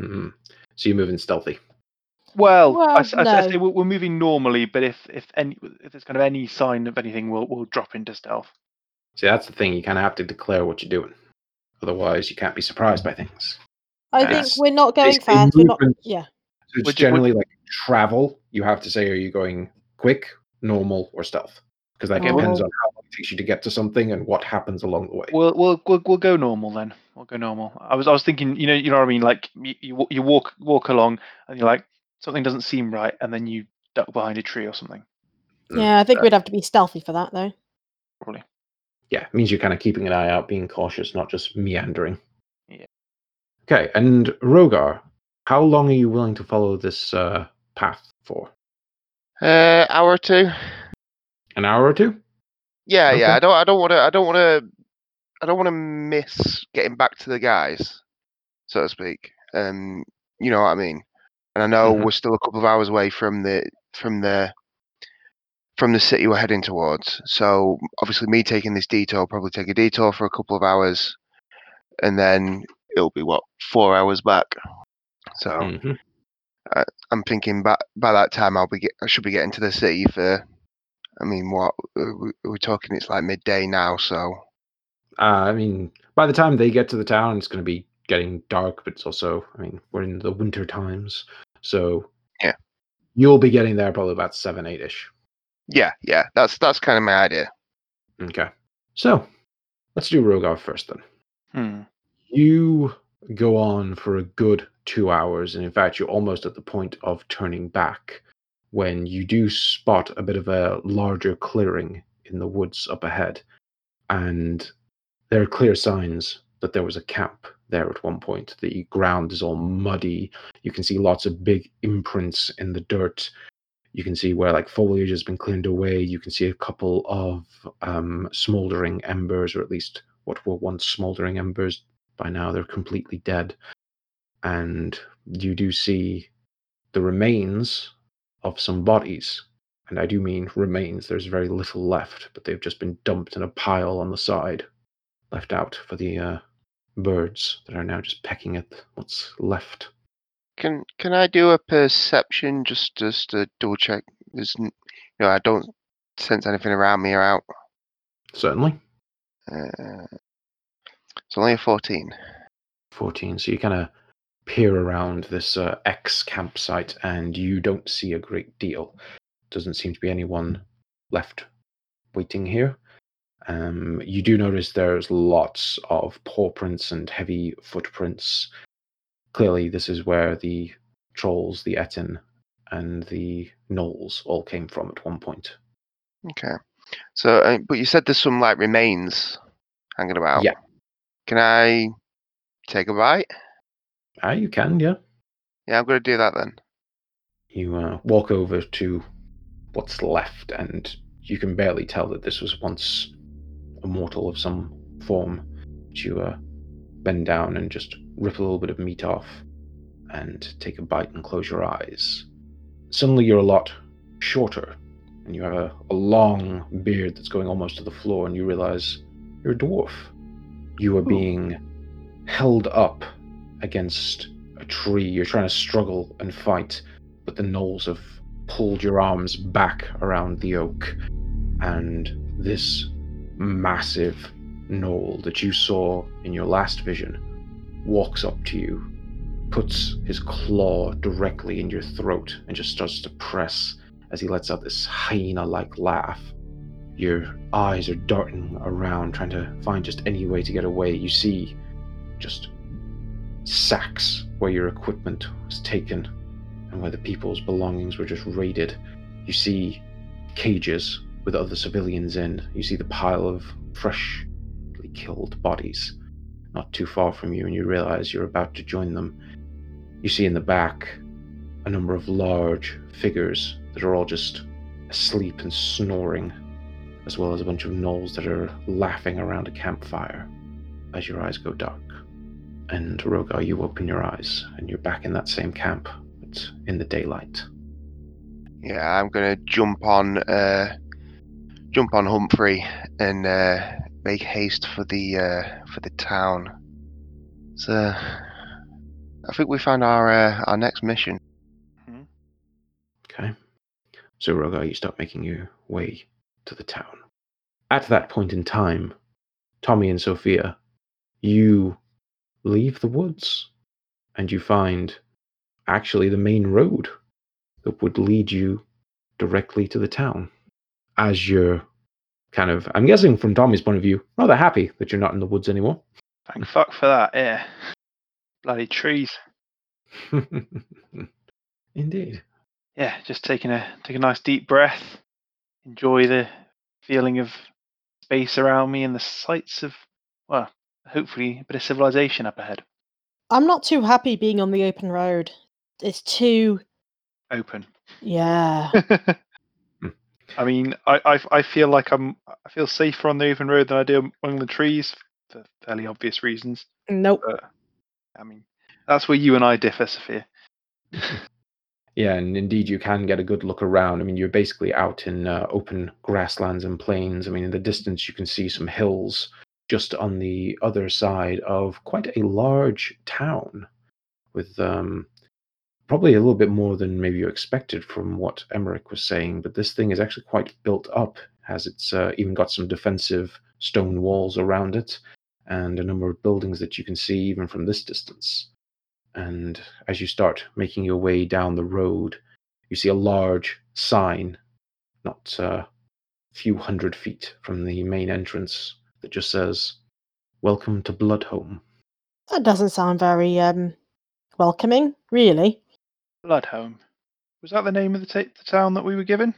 Speaker 1: Mhm. So you're moving stealthy.
Speaker 4: Well, I,
Speaker 3: Well,
Speaker 4: s- I s- I say
Speaker 3: no.
Speaker 4: we're, we're moving normally, but if if any if there's kind of any sign of anything, we'll we'll drop into stealth.
Speaker 1: See, that's the thing. You kind of have to declare what you're doing. Otherwise, you can't be surprised by things.
Speaker 3: I
Speaker 4: Yeah,
Speaker 3: think
Speaker 1: it's
Speaker 3: we're not going
Speaker 1: basically
Speaker 3: fast. We're not.
Speaker 1: movement.
Speaker 3: Yeah,
Speaker 1: So it's
Speaker 4: Would you- would-
Speaker 1: generally like travel. You have to say, are you going quick, normal, or stealth? Because that
Speaker 3: Okay, well-
Speaker 4: Oh.
Speaker 1: depends on how long it takes you to get to something and what happens along the way.
Speaker 4: We'll we'll we'll, we'll go normal then. We'll go normal. I was I was thinking, you know, you know what I mean. Like you, you wa- you walk walk along and you're like something doesn't seem right, and then you duck behind a tree or something.
Speaker 1: Mm,
Speaker 3: yeah. I think
Speaker 4: Uh,
Speaker 1: fair.
Speaker 3: we'd have to be stealthy for that, though.
Speaker 1: yeah, it means you're kind of keeping an eye out, being cautious, not just meandering.
Speaker 4: Yeah.
Speaker 1: Okay, and Rogar, how long are you willing to follow this uh, path for?
Speaker 2: Uh, hour or two.
Speaker 1: An hour or two?
Speaker 2: Yeah,
Speaker 1: Okay.
Speaker 2: yeah. I don't. I don't want to. I don't want to. I don't want to miss getting back to the guys, so to speak. Um, you know what I mean. And I know
Speaker 1: Mhm.
Speaker 2: we're still a couple of hours away from the from the from the city we're heading towards. So obviously, me taking this detour probably take a detour for a couple of hours, and then it'll be what four hours back. So
Speaker 4: Mm-hmm.
Speaker 1: Mhm.
Speaker 2: I'm thinking by by that time I'll be get, I should be getting to the city for. I mean, what uh, we- we're talking? It's like midday now, so
Speaker 1: Uh, I mean, by the time they get to the town, it's going to be getting dark, but it's also, I mean, we're in the winter times. So,
Speaker 2: Yeah.
Speaker 1: You'll be getting there probably about 7, 8 ish.
Speaker 2: yeah, yeah. That's that's kind of my idea.
Speaker 1: Okay. So, let's do Rogar first then.
Speaker 4: Hmm.
Speaker 1: You go on for a good two hours, and in fact, you're almost at the point of turning back when you do spot a bit of a larger clearing in the woods up ahead. And there are clear signs that there was a camp there at one point. The ground is all muddy. You can see lots of big imprints in the dirt. You can see where like foliage has been cleaned away. You can see a couple of um, smoldering embers, or at least what were once smoldering embers by now they're completely dead and you do see the remains of some bodies and i do mean remains there's very little left but they've just been dumped in a pile on the side left out for the uh, birds that are now just pecking at what's left
Speaker 2: Can can I do a perception just just to double check? There's, n- you know, I don't sense anything around me or out.
Speaker 1: certainly
Speaker 2: Uh, it's only a fourteen.
Speaker 1: 14 so you kind of peer around this uh, x campsite and you don't see a great deal doesn't seem to be anyone left waiting here um, you do notice there's lots of paw prints and heavy footprints clearly this is where the trolls the etin and the gnolls all came from at one point
Speaker 2: Okay. So, uh, but you said there's some like remains hanging about.
Speaker 1: Yeah.
Speaker 2: Can I take a bite?
Speaker 1: ah you can yeah
Speaker 2: Yeah, I'm gonna do that then.
Speaker 1: You uh, walk over to what's left, and you can barely tell that this was once a mortal of some form. But You uh, bend down and just rip a little bit of meat off and take a bite and close your eyes. Suddenly, you're a lot shorter, and you have a, a long beard that's going almost to the floor, and you realize you're a dwarf. You are being held up against a tree. You're trying to struggle and fight but the knolls have pulled your arms back around the oak, and this massive knoll that you saw in your last vision walks up to you, puts his claw directly in your throat, and just starts to press as he lets out this hyena like laugh. Your eyes are darting around, trying to find just any way to get away. You see just sacks where your equipment was taken and where the people's belongings were just raided. You see cages with other civilians in. You see the pile of freshly killed bodies not too far from you, and you realize you're about to join them. You see in the back a number of large figures that are all just asleep and snoring, as well as a bunch of gnolls that are laughing around a campfire as your eyes go dark. And Rogar, you open your eyes, and you're back in that same camp out in the daylight.
Speaker 2: Yeah, I'm gonna jump on uh jump on Humphrey and uh make haste for the uh for the town. So I think we found our uh, our next mission.
Speaker 1: Okay. So, Rogar, you start making your way to the town. At that point in time, Tommy and Sophia, you leave the woods and you find actually the main road that would lead you directly to the town. As you're kind of, I'm guessing from Tommy's point of view, rather happy that you're not in the woods anymore.
Speaker 4: Thank fuck for that. Yeah. Bloody trees.
Speaker 1: Indeed.
Speaker 4: Yeah. Just taking a take a nice deep breath. Enjoy the feeling of space around me and the sights of well, hopefully a bit of civilization up ahead.
Speaker 5: I'm not too happy being on the open road. It's too
Speaker 4: Open.
Speaker 5: yeah.
Speaker 4: I mean, I, I I feel like I'm I feel safer on the open road than I do among the trees for fairly obvious reasons.
Speaker 5: Nope.
Speaker 4: I mean, that's where you and I differ, Sophia.
Speaker 1: Yeah, and indeed, you can get a good look around. I mean, you're basically out in uh, open grasslands and plains. I mean, in the distance, you can see some hills just on the other side of quite a large town with um, probably a little bit more than maybe you expected from what Emmerich was saying. But this thing is actually quite built up, has it's uh, even got some defensive stone walls around it and a number of buildings that you can see even from this distance. And as you start making your way down the road, you see a large sign, not a uh, few hundred feet from the main entrance, that just says, Welcome to Bloodhome.
Speaker 5: That doesn't sound very um welcoming, really.
Speaker 4: Bloodhome. Was that the name of the, ta- the town that we were given?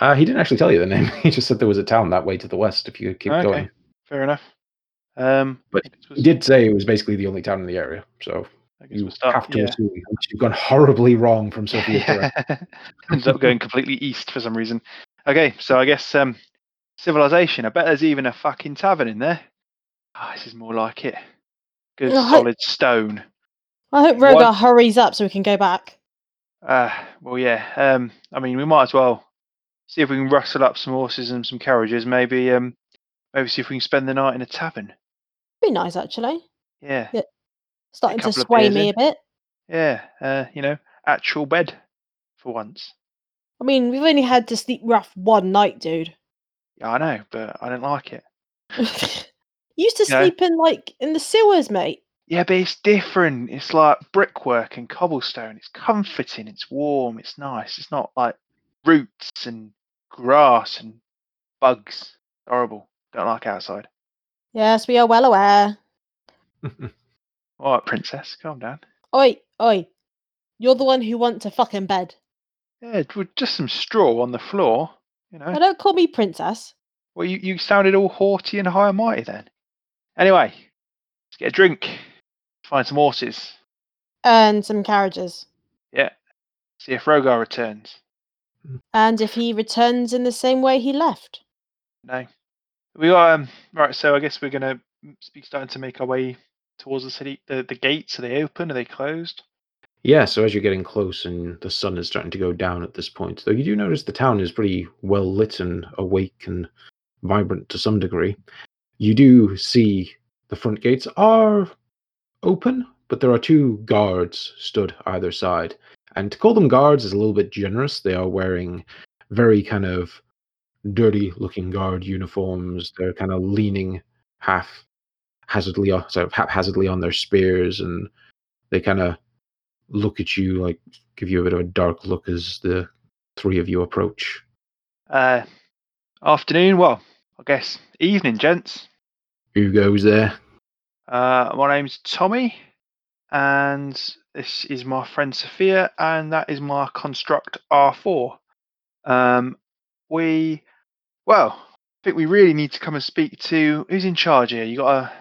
Speaker 1: Uh, he didn't actually tell you the name. He just said there was a town that way to the west if you keep
Speaker 4: Okay.
Speaker 1: going.
Speaker 4: Fair enough. Um,
Speaker 1: But
Speaker 4: it was-
Speaker 1: He did say it was basically the only town in the area, so
Speaker 4: I guess
Speaker 1: you
Speaker 4: we'll start-
Speaker 1: have to
Speaker 4: yeah.
Speaker 1: assume unless you've gone horribly wrong from Sophia's direction.
Speaker 4: Ended uh, up going completely east for some reason. Okay, so I guess um, civilization. I bet there's even a fucking tavern in there. Ah, this is more like it. Good
Speaker 5: No, I-
Speaker 4: solid stone.
Speaker 5: I hope
Speaker 4: What-
Speaker 5: Rogar hurries up so we can go back.
Speaker 4: Uh, well, yeah. Um, I mean, we might as well see if we can rustle up some horses and some carriages. Maybe, um, maybe see if we can spend the night in a tavern.
Speaker 5: Be nice, actually.
Speaker 4: Yeah,
Speaker 5: Yeah. Starting to
Speaker 4: couple of
Speaker 5: sway
Speaker 4: beers
Speaker 5: me
Speaker 4: in.
Speaker 5: a bit.
Speaker 4: yeah. Uh, you know, actual bed for once.
Speaker 5: I mean, we've only had to sleep rough one night, dude.
Speaker 4: Yeah, I know, but I don't like it.
Speaker 5: you used to
Speaker 4: No.
Speaker 5: sleep in like in the sewers, mate.
Speaker 4: Yeah, but it's different. It's like brickwork and cobblestone. It's comforting. It's warm. It's nice. It's not like roots and grass and bugs. Horrible. Don't like outside.
Speaker 5: Yes, we are well aware.
Speaker 4: All right, princess, calm down.
Speaker 5: Oi, oi. You're the one who wants a fucking bed.
Speaker 4: Yeah, d- with just some straw on the floor. You know.
Speaker 5: Now don't call me princess.
Speaker 4: Well, you, you sounded all haughty and high and mighty then. Anyway, let's get a drink. Find some horses.
Speaker 5: And some carriages.
Speaker 4: See if Rogar returns.
Speaker 5: And if he returns in the same way he left.
Speaker 4: No. We got um right, so I guess we're gonna m- be starting to make our way towards the city. The the gates are they open? Are they closed?
Speaker 1: Yeah, so as you're getting close and the sun is starting to go down at this point, though you do notice the town is pretty well lit and awake and vibrant to some degree, you do see the front gates are open, but there are two guards stood either side. And to call them guards is a little bit generous. They are wearing very kind of dirty looking guard uniforms. They're kind of leaning half hazardly, sort of haphazardly on their spears, and they kind of look at you, like give you a bit of a dark look as the three of you approach.
Speaker 4: Uh afternoon, well, I guess evening, gents.
Speaker 1: Who goes there?
Speaker 4: Uh my name's Tommy and this is my friend Sophia and that is my construct R4. Um we well, I think we really need to come and speak to who's in charge here. You got a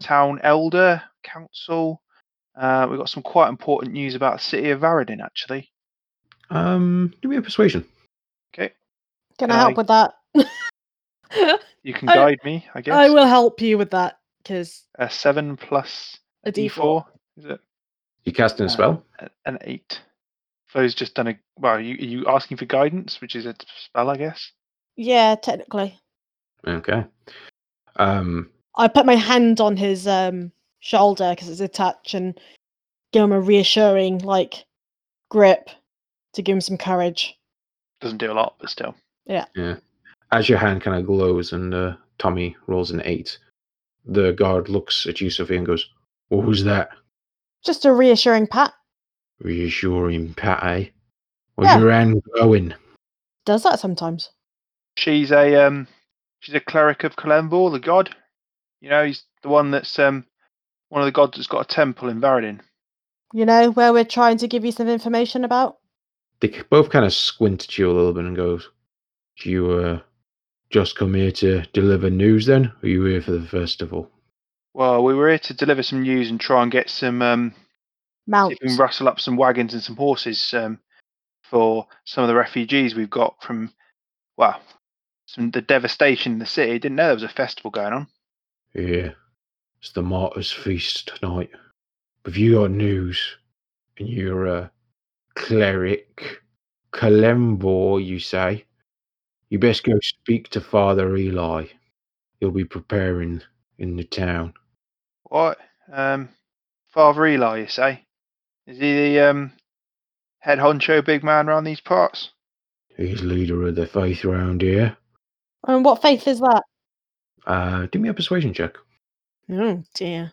Speaker 4: town elder, council. Uh, we've got some quite important news about the city of Varadin, actually.
Speaker 1: Um, do me a persuasion.
Speaker 5: Can I
Speaker 4: Aye.
Speaker 5: help with that?
Speaker 4: You can
Speaker 5: I-
Speaker 4: guide me, Oh, I guess.
Speaker 5: I will help you with that, because
Speaker 4: A seven plus
Speaker 5: a
Speaker 4: D
Speaker 5: D4.
Speaker 4: E four is it?
Speaker 1: You cast in
Speaker 4: Uh,
Speaker 1: a spell.
Speaker 4: A- An eight. Flo's just done a well. You are you asking for guidance, which is a spell, I guess.
Speaker 5: Yeah, technically.
Speaker 1: Okay. Um,
Speaker 5: I put my hand on his um, shoulder because it's a touch and give him a reassuring like grip to give him some courage.
Speaker 4: Doesn't do a lot, but still.
Speaker 1: as your hand kind of glows and uh, Tommy rolls an eight, the guard looks at you, Sophie, and goes, well, "Who's that?
Speaker 5: Just a reassuring pat.
Speaker 1: Reassuring pat, eh? Was
Speaker 5: Yeah.
Speaker 1: your hand glowing?
Speaker 5: Does that sometimes?
Speaker 4: She's a um, she's a cleric of Kalemvor, the god. You know, he's the one that's um, one of the gods that's got a temple in Varadin.
Speaker 5: You know where we're trying to give you some information about.
Speaker 1: They c- both kind of squint at you a little bit and goes, "Do you uh, just come here to deliver news? Then, or are you here for the festival?"
Speaker 4: Well, we were here to deliver some news and try and get some, um, see
Speaker 5: Mount.
Speaker 4: if we can rustle up some wagons and some horses um, for some of the refugees we've got from, well, some the devastation in the city. Didn't know there was a festival going on.
Speaker 1: Yeah, it's the martyrs' feast tonight. If you got news and you're uh, cleric Kalembor, you say? You best go speak to Father Eli. He'll be preparing in the town.
Speaker 4: What? Um, Father Eli, you say? Is he the um, head honcho big man round these parts?
Speaker 1: He's leader of the faith round here.
Speaker 5: And what faith is that?
Speaker 1: Uh, do me a persuasion check.
Speaker 5: Oh dear.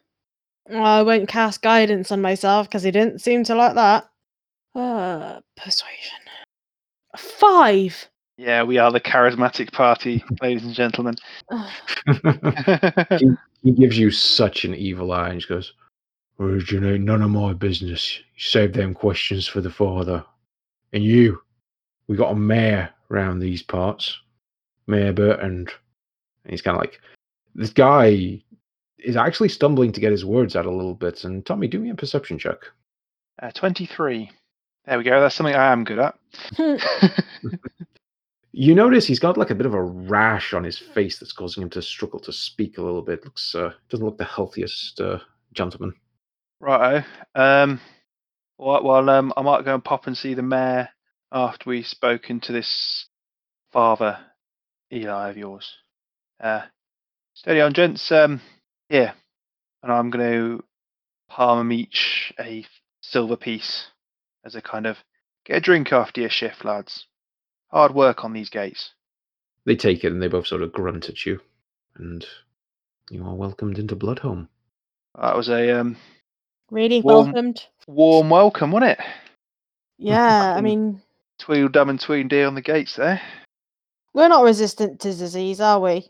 Speaker 5: Well, I won't cast guidance on myself because he didn't seem to like that. Uh, persuasion. Five.
Speaker 4: Yeah, we are the charismatic party, ladies and gentlemen. Uh,
Speaker 5: Ugh.
Speaker 1: he gives you such an evil eye and just goes, Originate none of my business. You save them questions for the father. And you, we got a mayor round these parts. Mayor Burton. And he's kind of like, this guy is actually stumbling to get his words out a little bit. And Tommy, do me a perception check.
Speaker 4: Uh, 23. There we go. That's something I am good at.
Speaker 1: You notice he's got like a bit of a rash on his face that's causing him to struggle to speak a little bit. Looks uh, doesn't look the healthiest uh, gentleman.
Speaker 4: Righto. Um, well, well um, I might go and pop and see the mayor after we've spoken to this father, Eli of yours. Uh, steady on, gents. Um, yeah. And I'm going to palm 'em each a silver piece as a kind of get a drink after your shift, lads. Hard work on these gates.
Speaker 1: They take it and they both sort of grunt at you, and you are welcomed into Bloodhome.
Speaker 4: That was a um,
Speaker 5: Really
Speaker 4: Warm-
Speaker 5: welcomed.
Speaker 4: warm welcome, wasn't it?
Speaker 5: Yeah, I
Speaker 4: Um,
Speaker 5: mean,
Speaker 4: Tweedledum and Tweedledee on the gates there.
Speaker 5: we're not resistant to disease, are we?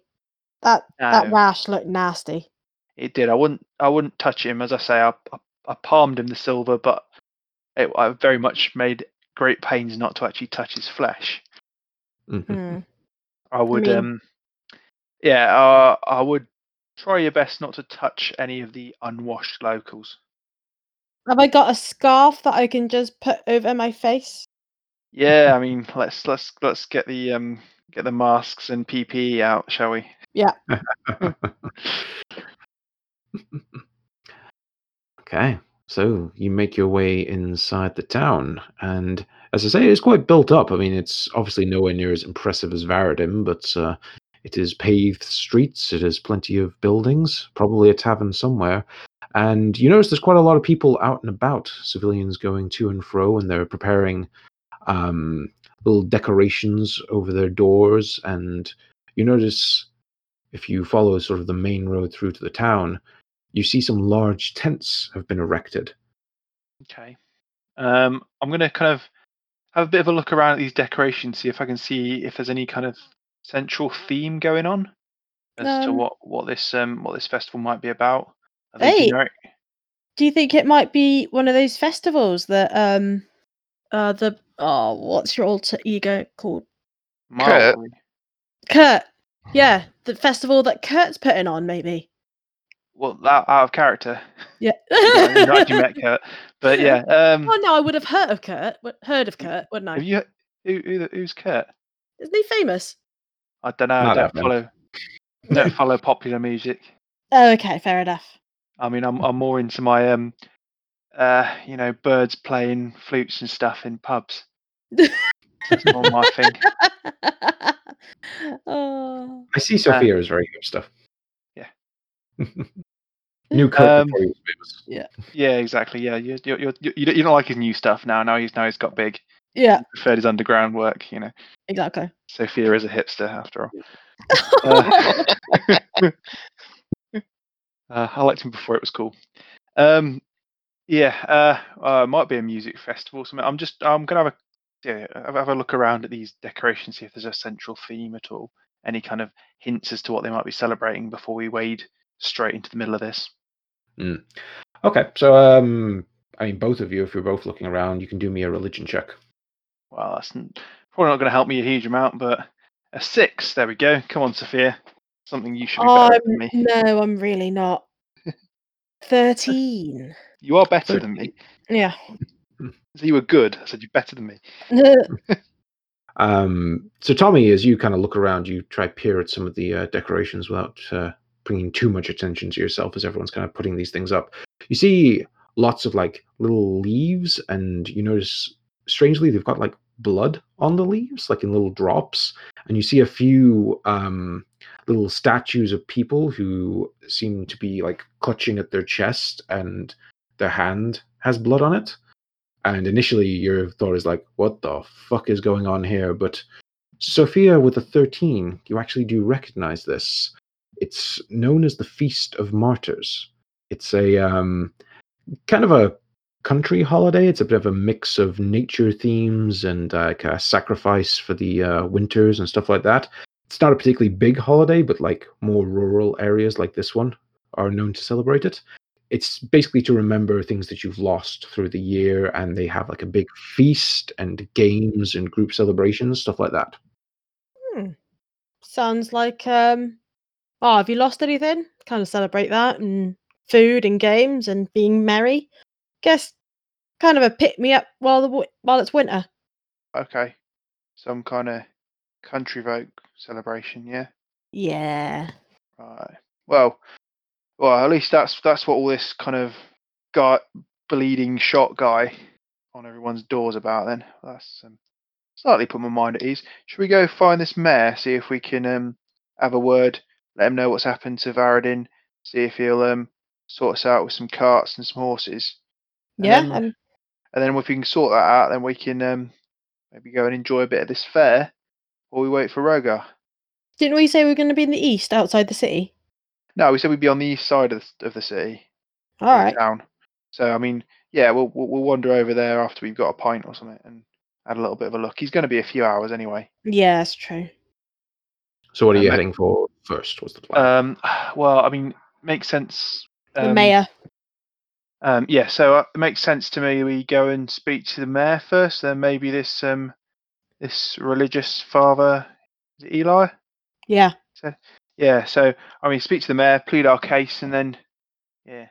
Speaker 5: That that
Speaker 4: No.
Speaker 5: rash looked nasty.
Speaker 4: It did. I wouldn't. I wouldn't touch him. As I say, I, I, I palmed him the silver, but it, I very much made great pains not to actually touch his flesh.
Speaker 3: Hmm.
Speaker 1: Mhm.
Speaker 5: Mm.
Speaker 4: I would.
Speaker 5: mean-
Speaker 4: um, yeah. Uh, I would try your best not to touch any of the unwashed locals.
Speaker 5: Have I got a scarf that I can just put over my face?
Speaker 4: Yeah. I mean, let's let's let's get the um get the masks and PPE out, shall we?
Speaker 1: okay, so you make your way inside the town, and as I say, it's quite built up. I mean, it's obviously nowhere near as impressive as Varadim, but uh, it is paved streets, it has plenty of buildings, probably a tavern somewhere. And you notice there's quite a lot of people out and about, civilians going to and fro, and they're preparing um, little decorations over their doors. And you notice if you follow sort of the main road through to the town, you see some large tents have been erected.
Speaker 4: Okay. Um, I'm gonna kind of have a bit of a look around at these decorations, see if I can see if there's any kind of central theme going on as to
Speaker 5: Um,
Speaker 4: what what this um what this festival might be about. Are
Speaker 5: Hey.
Speaker 4: generic?
Speaker 5: Do you think it might be one of those festivals that um uh the oh what's your alter ego called?
Speaker 4: Marvel.
Speaker 5: Kurt. Yeah, the festival that Kurt's putting on maybe.
Speaker 4: Well, that out of character.
Speaker 5: Yeah.
Speaker 4: I haven't actually met Kurt, but yeah. Um,
Speaker 5: Oh no, I would have heard of Kurt. w- Heard of Kurt, wouldn't
Speaker 4: have
Speaker 5: I?
Speaker 4: you? Who, who the- who's Kurt?
Speaker 5: Isn't he famous?
Speaker 4: I don't know. I
Speaker 1: Not
Speaker 4: don't
Speaker 1: that man.
Speaker 4: follow. don't follow popular music.
Speaker 5: Oh, okay, fair enough.
Speaker 4: I mean, I'm I'm more into my um, uh, you know, birds playing flutes and stuff in pubs. That's more my thing.
Speaker 5: oh.
Speaker 1: I see Sophia is very good stuff.
Speaker 4: Ah. Yeah.
Speaker 1: New Kirk
Speaker 4: Um,
Speaker 1: before he was famous.
Speaker 4: Yeah, exactly. Yeah, you you you you you don't you don't like his new stuff now. Now he's now he's got big.
Speaker 5: Yeah,
Speaker 4: Preferred his underground work. You know,
Speaker 5: exactly.
Speaker 4: Sophia is a hipster after all. Uh, uh, I liked him before it was cool. Um, yeah, uh, uh, it might be a music festival. or Something. I'm just I'm gonna have a yeah, have have a look around at these decorations, see if there's a central theme at all. Any kind of hints as to what they might be celebrating before we wade straight into the middle of this.
Speaker 1: Okay, so um, I mean, both of you, if you're both looking around, you can do me a religion check.
Speaker 4: Well, that's n- probably not going to help me a huge amount, but a six. There we go. Come on, Sophia. Something you should be better
Speaker 5: Um,
Speaker 4: at than me.
Speaker 5: no, I'm really not. Thirteen.
Speaker 4: You are better than me.
Speaker 5: Yeah.
Speaker 4: So you were good. I said you're better than me.
Speaker 1: Um, so Tommy, as you kind of look around, you try peer at some of the uh, decorations without uh, bringing too much attention to yourself as everyone's kind of putting these things up. You see lots of like little leaves, and you notice strangely they've got like blood on the leaves, like in little drops, and you see a few um, little statues of people who seem to be like clutching at their chest, and their hand has blood on it. And initially, your thought is like, "What the fuck is going on here?" But Sophia, with a thirteen, you actually do recognize this. It's known as the Feast of Martyrs. It's a um, kind of a country holiday. It's a bit of a mix of nature themes and uh, kind of sacrifice for the uh, winters and stuff like that. It's not a particularly big holiday, but like more rural areas like this one are known to celebrate it. It's basically to remember things that you've lost through the year, and they have like a big feast and games and group celebrations, stuff like that.
Speaker 5: Sounds like um oh, have you lost anything? Kind of celebrate that and food and games and being merry. Guess kind of a pick me up while the wi- while it's winter.
Speaker 4: Okay. Some kind of country folk celebration, yeah?
Speaker 5: Yeah.
Speaker 4: Right. Well, well, at least that's that's what all this kind of gut bleeding shot guy on everyone's doors about. Then that's um, slightly put my mind at ease. Should we go find this mayor, see if we can um, have a word, let him know what's happened to Varadin, see if he'll um, sort us out with some carts and some horses, And
Speaker 5: Yeah.
Speaker 4: then-
Speaker 5: um,
Speaker 4: and then if we can sort that out, then we can um, maybe go and enjoy a bit of this fair while we wait for Rogar.
Speaker 5: didn't we say we were going to be in the east outside the city?
Speaker 4: No, we said we'd be on the east side of the, of the city.
Speaker 5: All
Speaker 4: in
Speaker 5: right.
Speaker 4: town. So I mean, yeah, we'll we'll we'll wander over there after we've got a pint or something and had a little bit of a look. He's going to be a few hours anyway.
Speaker 5: Yeah, that's true.
Speaker 1: So, what are
Speaker 4: Um,
Speaker 1: you
Speaker 4: I-
Speaker 1: heading for first? Was the plan?
Speaker 4: Um, well, I mean, makes sense.
Speaker 5: the
Speaker 4: um,
Speaker 5: mayor.
Speaker 4: Um, yeah, so uh, it makes sense to me. We go and speak to the mayor first, then maybe this um this religious father, is it Eli.
Speaker 5: Yeah.
Speaker 4: Yeah, so I mean, speak to the mayor, plead our case, and then yeah,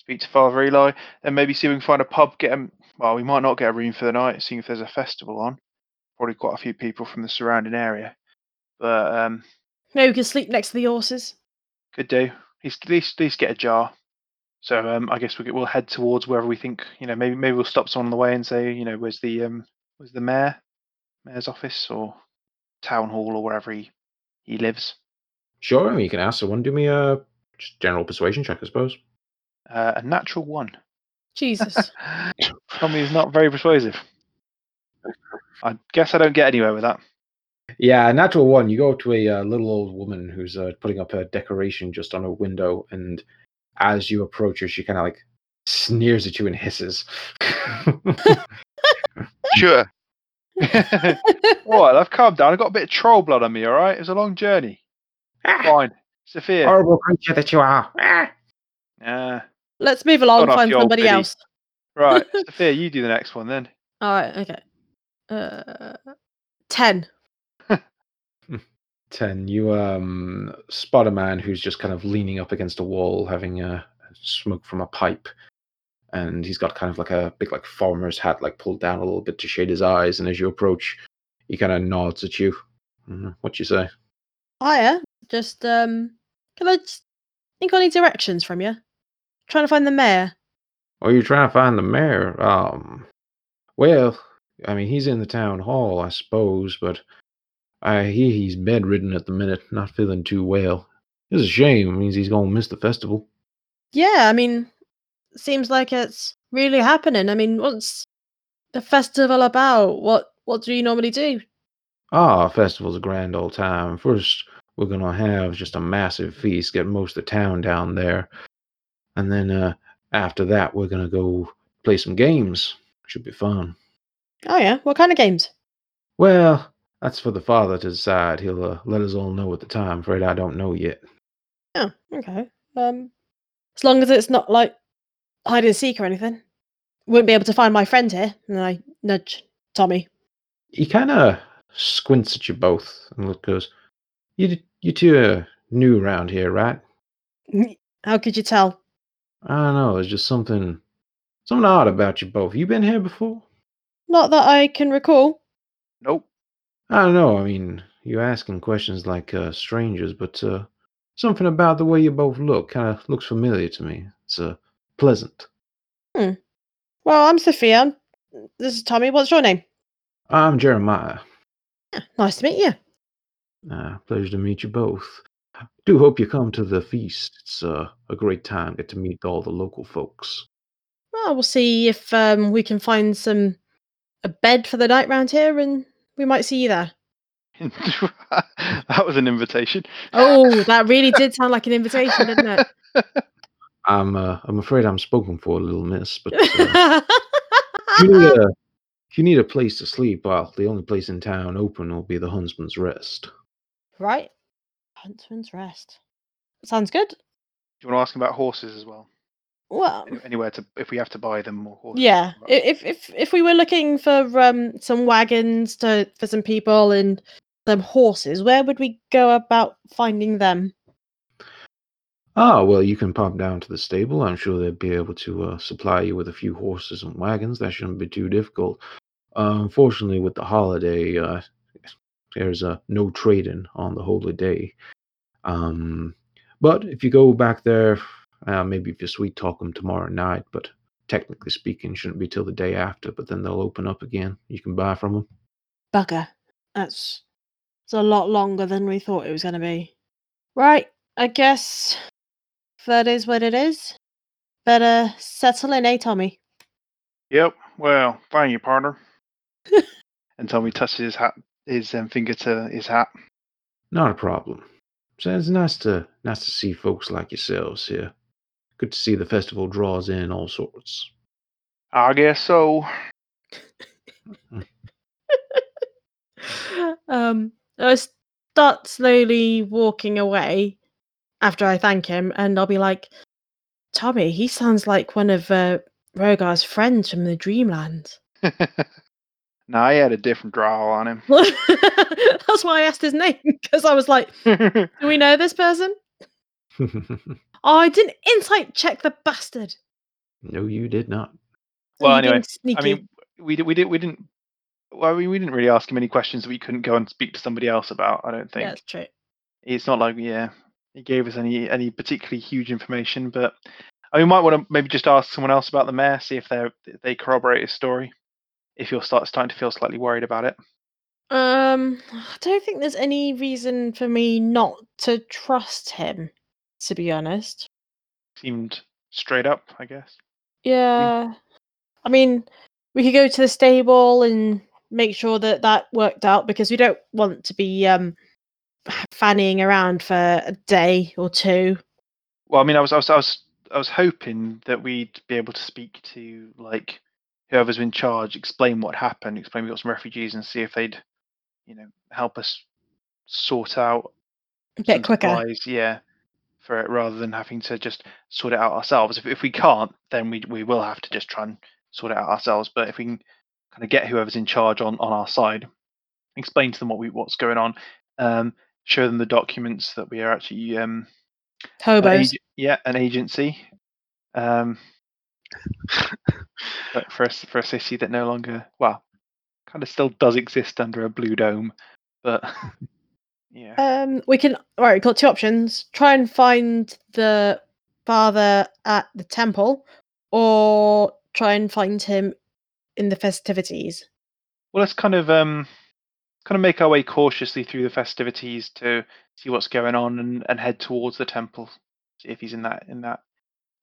Speaker 4: speak to Father Eli, and maybe see if we can find a pub. Get him. Well, we might not get a room for the night, seeing if there's a festival on. Probably quite a few people from the surrounding area, but um,
Speaker 3: Maybe we can sleep next to the horses.
Speaker 4: could do. He's at least, at least get a jar. So um, I guess we'll, get, we'll head towards wherever we think. You know, maybe maybe we'll stop someone on the way and say, you know, where's the um, where's the mayor, mayor's office or town hall or wherever he he lives.
Speaker 1: Sure, I mean, you can ask someone. Do me a just general persuasion check, I suppose.
Speaker 4: Uh, a natural one.
Speaker 3: Jesus.
Speaker 4: Tommy is not very persuasive. I guess I don't get anywhere with that.
Speaker 1: Yeah, a natural one. You go up to a uh, little old woman who's uh, putting up a decoration just on her window, and as you approach her, she kind of like sneers at you and hisses.
Speaker 2: Sure.
Speaker 4: all right, I've calmed down. I've got a bit of troll blood on me, all right? It was a long journey.
Speaker 1: "Ah,
Speaker 4: Fine. Sophia.
Speaker 1: Horrible creature that you are. Ah."
Speaker 4: Ah,
Speaker 5: Let's move along.
Speaker 4: Gone off
Speaker 5: Find
Speaker 4: the old
Speaker 5: somebody
Speaker 4: biddy.
Speaker 5: else.
Speaker 4: right, Sophia, you do the next one then.
Speaker 3: All right. Okay. Uh, ten.
Speaker 1: Ten, you um spot a man who's just kind of leaning up against a wall, having a smoke from a pipe, and he's got kind of like a big like farmer's hat like pulled down a little bit to shade his eyes. And as you approach, he kind of nods at you. Mm, What you say?
Speaker 5: Hiya. Just um, can I just think I need directions from you? Trying to find the mayor.
Speaker 1: Oh, you're trying to find the mayor? Um, well, I mean, he's in the town hall, I suppose, but I hear he's bedridden at the minute, not feeling too well. It's a shame. It means he's going to miss the festival.
Speaker 5: Yeah, I mean, seems like it's really happening. I mean, what's the festival about? What what do you normally do?
Speaker 1: Ah, festival's a grand old time. First, we're going to have just a massive feast, get most of the town down there. And then uh, after that, we're going to go play some games. Should be fun.
Speaker 5: Oh yeah, what kind of games?
Speaker 1: Well, that's for the father to decide. He'll uh, let us all know at the time. Afraid I don't know yet.
Speaker 5: Oh, okay. Um, as long as it's not like hide and seek or anything, wouldn't be able to find my friend here. And I nudge Tommy.
Speaker 1: He kind of squints at you both and look goes, "You d- you two are new around here, right?
Speaker 5: How could you tell?
Speaker 1: I don't know. There's just something something odd about you both. You been here before?
Speaker 5: Not that I can recall.
Speaker 4: Nope.
Speaker 1: I don't know. I mean, you asking questions like uh, strangers, but uh, something about the way you both look kind of looks familiar to me. It's uh, pleasant.
Speaker 5: Well, I'm Sophia. I'm
Speaker 3: this is Tommy. What's your name?
Speaker 1: I'm Jeremiah.
Speaker 3: "Ah, Nice to meet you.
Speaker 1: Uh, pleasure to meet you both. Do hope you come to the feast. It's uh, a great time. Get to meet all the local folks.
Speaker 3: Well, we'll see if um, we can find some a bed for the night round here, and we might see you there.
Speaker 4: that was an invitation.
Speaker 3: Oh, that really did sound like an invitation, didn't it?
Speaker 1: I'm uh, I'm afraid I'm spoken for, little miss. But uh, if, you need a, if you need a place to sleep, well, the only place in town open will be the Huntsman's Rest.
Speaker 3: right. Huntsman's Rest. Sounds good.
Speaker 4: Do you want to ask him about horses as well?
Speaker 3: Well,
Speaker 4: Anywhere to if we have to buy them or horses.
Speaker 3: yeah.
Speaker 4: Right.
Speaker 3: i- If if if we were looking for um some wagons to for some people and some horses, where would we go about finding them?
Speaker 1: Ah, well, you can pop down to the stable. I'm sure they'll be able to uh, supply you with a few horses and wagons. That shouldn't be too difficult. Uh, unfortunately, with the holiday, uh, there's uh, no trading on the holy day. Um, but if you go back there, uh, maybe if you sweet talk them tomorrow night, but technically speaking, shouldn't be till the day after. But then they'll open up again. You can buy from them.
Speaker 3: Bugger. That's it's a lot longer than we thought it was going to be. Right. I guess that is what it is. Better settle in, eh, Tommy?
Speaker 4: Yep. Well, thank you, partner. and Tommy touches his hat, his um, finger to his hat.
Speaker 1: Not a problem. So it's nice to nice to see folks like yourselves here. Good to see the festival draws in all sorts.
Speaker 4: I guess so.
Speaker 6: um,
Speaker 3: I start slowly walking away after I thank him, and I'll be like, Tommy, he sounds like one of uh, Rogar's friends from the Dreamland.
Speaker 4: now he had a different draw on him.
Speaker 3: That's why I asked his name, because I was like, do we know this person? Oh, I didn't insight check the bastard.
Speaker 1: no, you did not.
Speaker 4: Well,
Speaker 3: You
Speaker 4: anyway,
Speaker 3: being sneaky.
Speaker 4: I mean, we did, we did, we didn't. Well, I mean, we didn't really ask him any questions that we couldn't go and speak to somebody else about. I don't think
Speaker 3: yeah, that's true.
Speaker 4: it's not like yeah, he gave us any any particularly huge information. But I mean, we might want to maybe just ask someone else about the mayor, see if they they corroborate his story. If you're start starting to feel slightly worried about it,
Speaker 3: Um, I don't think there's any reason for me not to trust him, to be honest.
Speaker 4: seemed straight up, I guess.
Speaker 3: Yeah. I mean, we could go to the stable and make sure that that worked out because we don't want to be um f- fannying around for a day or two.
Speaker 4: Well, I mean, I was, I was, I was, I was hoping that we'd be able to speak to like whoever's in charge, explain what happened, explain we got some refugees, and see if they'd, you know, help us sort out
Speaker 3: A bit
Speaker 4: some
Speaker 3: quicker.
Speaker 4: supplies, yeah, for it rather than having to just sort it out ourselves. If, if we can't, then we we will have to just try and sort it out ourselves. But if we can kind of get whoever's in charge on on our side, explain to them what we what's going on, um, show them the documents that we are actually um an
Speaker 3: Hobos.
Speaker 4: ag- yeah, an agency. Um, but for a, s- for a city that no longer, well, kind of still does exist under a blue dome, but yeah,
Speaker 3: Um, we can. All right, we've got two options: try and find the father at the temple, or try and find him in the festivities.
Speaker 4: well, let's kind of um, kind of make our way cautiously through the festivities to see what's going on and, and head towards the temple. See if he's in that in that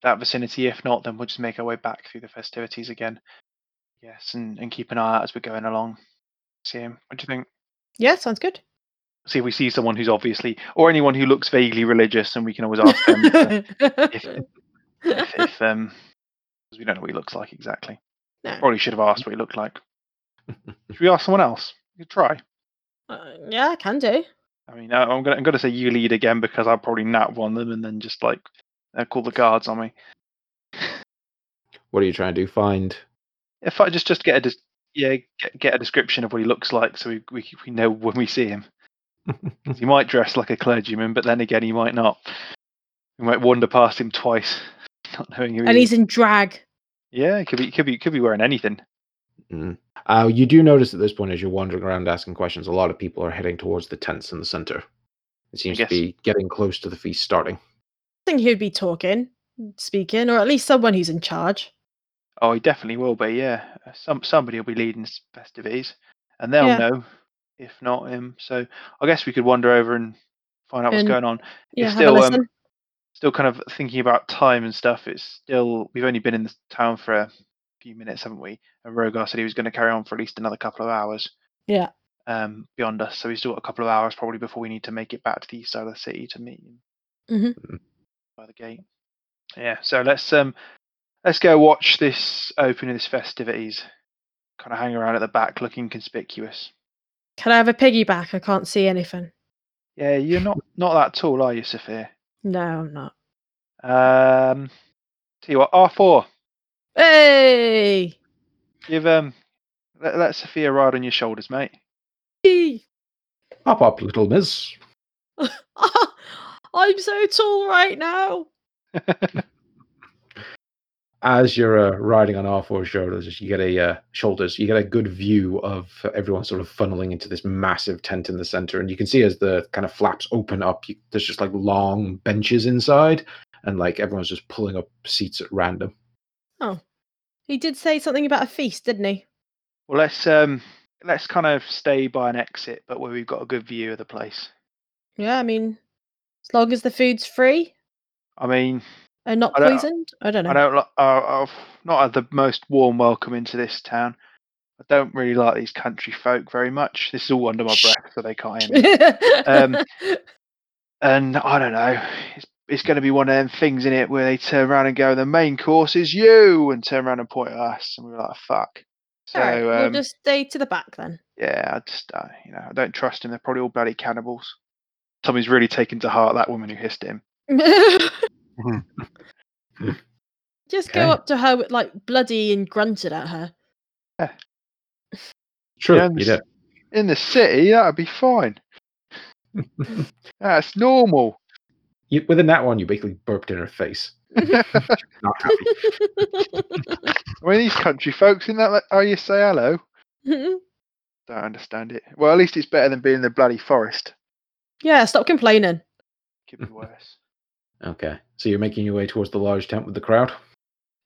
Speaker 4: that vicinity. If not, then we'll just make our way back through the festivities again. Yes, and, and keep an eye out as we're going along. See him. What do you think?
Speaker 3: Yeah, sounds good.
Speaker 4: see if we see someone who's obviously or anyone who looks vaguely religious and we can always ask them uh, if, if, if um 'cause we don't know what he looks like exactly
Speaker 3: No.
Speaker 4: probably should have asked what he looked like should we ask someone else you could try
Speaker 3: Uh, yeah, I can do.
Speaker 4: i mean I, i'm gonna i'm gonna say you lead again because i'll probably nat one them and then just like uh, call the guards on me
Speaker 1: What are you trying to do? Find
Speaker 4: if i just just get a des- yeah get, get a description of what he looks like so we, we, we know when we see him 'Cause he might dress like a clergyman but then again he might not we might wander past him twice not knowing who he
Speaker 3: And
Speaker 4: is.
Speaker 3: he's in drag.
Speaker 4: Yeah, it could be, it could be, it could be wearing anything.
Speaker 1: Uh, you do notice at this point, as you're wandering around asking questions, a lot of people are heading towards the tents in the center. It seems to
Speaker 4: guess.
Speaker 1: be getting close to the feast starting.
Speaker 3: I think he'd be talking, speaking, or at least someone who's in charge.
Speaker 4: Oh, he definitely will be. Yeah. uh, some somebody will be leading s- festivities, and they'll
Speaker 3: Yeah.
Speaker 4: know. If not him, so I guess we could wander over and find out what's
Speaker 3: And-
Speaker 4: going on.
Speaker 3: Yeah,
Speaker 4: It's
Speaker 3: have a
Speaker 4: still, um,
Speaker 3: listen.
Speaker 4: Still, kind of thinking about time and stuff. It's still we've only been in the town for a few minutes, haven't we? And Rogar said he was going to carry on for at least another couple of hours.
Speaker 5: Yeah.
Speaker 4: Um, beyond us, so we've still got a couple of hours probably before we need to make it back to the east side of the city to meet him
Speaker 1: Mhm.
Speaker 4: by the gate. Yeah, so let's um let's go watch this opening of this festivities. Kind of hang around at the back looking conspicuous.
Speaker 5: Can I have a piggyback? I can't see anything.
Speaker 4: Yeah, you're not not that tall, are you, Sophia?
Speaker 5: No, I'm not.
Speaker 4: Um tell you what, R four.
Speaker 5: Hey!
Speaker 4: Give um let, let Sophia ride on your shoulders, mate.
Speaker 5: Yee!
Speaker 1: Hop up, little miss.
Speaker 5: I'm so tall right now.
Speaker 1: As you're uh, riding on R4's shoulders, you get a uh, shoulders. You get a good view of everyone sort of funneling into this massive tent in the center, and you can see as the kind of flaps open up, you, there's just like long benches inside, and like everyone's just pulling up seats at random.
Speaker 5: He did say something about a feast, didn't he?
Speaker 4: well let's um let's kind of stay by an exit but where we've got a good view of the place.
Speaker 5: Yeah, I mean, as long as the food's free
Speaker 4: I mean
Speaker 5: and not
Speaker 4: I don't-
Speaker 5: poisoned. I don't know.
Speaker 4: I don't like. Uh, I've not had the most warm welcome into this town. I don't really like these country folk very much. This is all under my breath, so they can't hear me. Um, And I don't know. It's, it's going to be one of them things in it where they turn around and go, "The main course is you," and turn around and point at us, and we're like, "Fuck." So
Speaker 5: Alright,
Speaker 4: um,
Speaker 5: we'll just stay to the back then.
Speaker 4: yeah, I just uh, you know I don't trust him. They're probably all bloody cannibals. Tommy's really taken to heart that woman who hissed at him.
Speaker 5: just
Speaker 1: Okay.
Speaker 5: go up to her with like bloody and grunted at her.
Speaker 1: True,
Speaker 4: Yeah,
Speaker 1: you
Speaker 4: this- In the city, that'd be fine.
Speaker 1: do.
Speaker 4: That's normal.
Speaker 1: You, within that one, you basically burped in her face. Not happy.
Speaker 4: I mean, these country folks, isn't that like how you say hello? Don't understand it. Well, at least it's better than being in the bloody forest.
Speaker 5: yeah, stop complaining.
Speaker 4: Could be worse.
Speaker 1: Okay, so you're making your way towards the large tent with the crowd.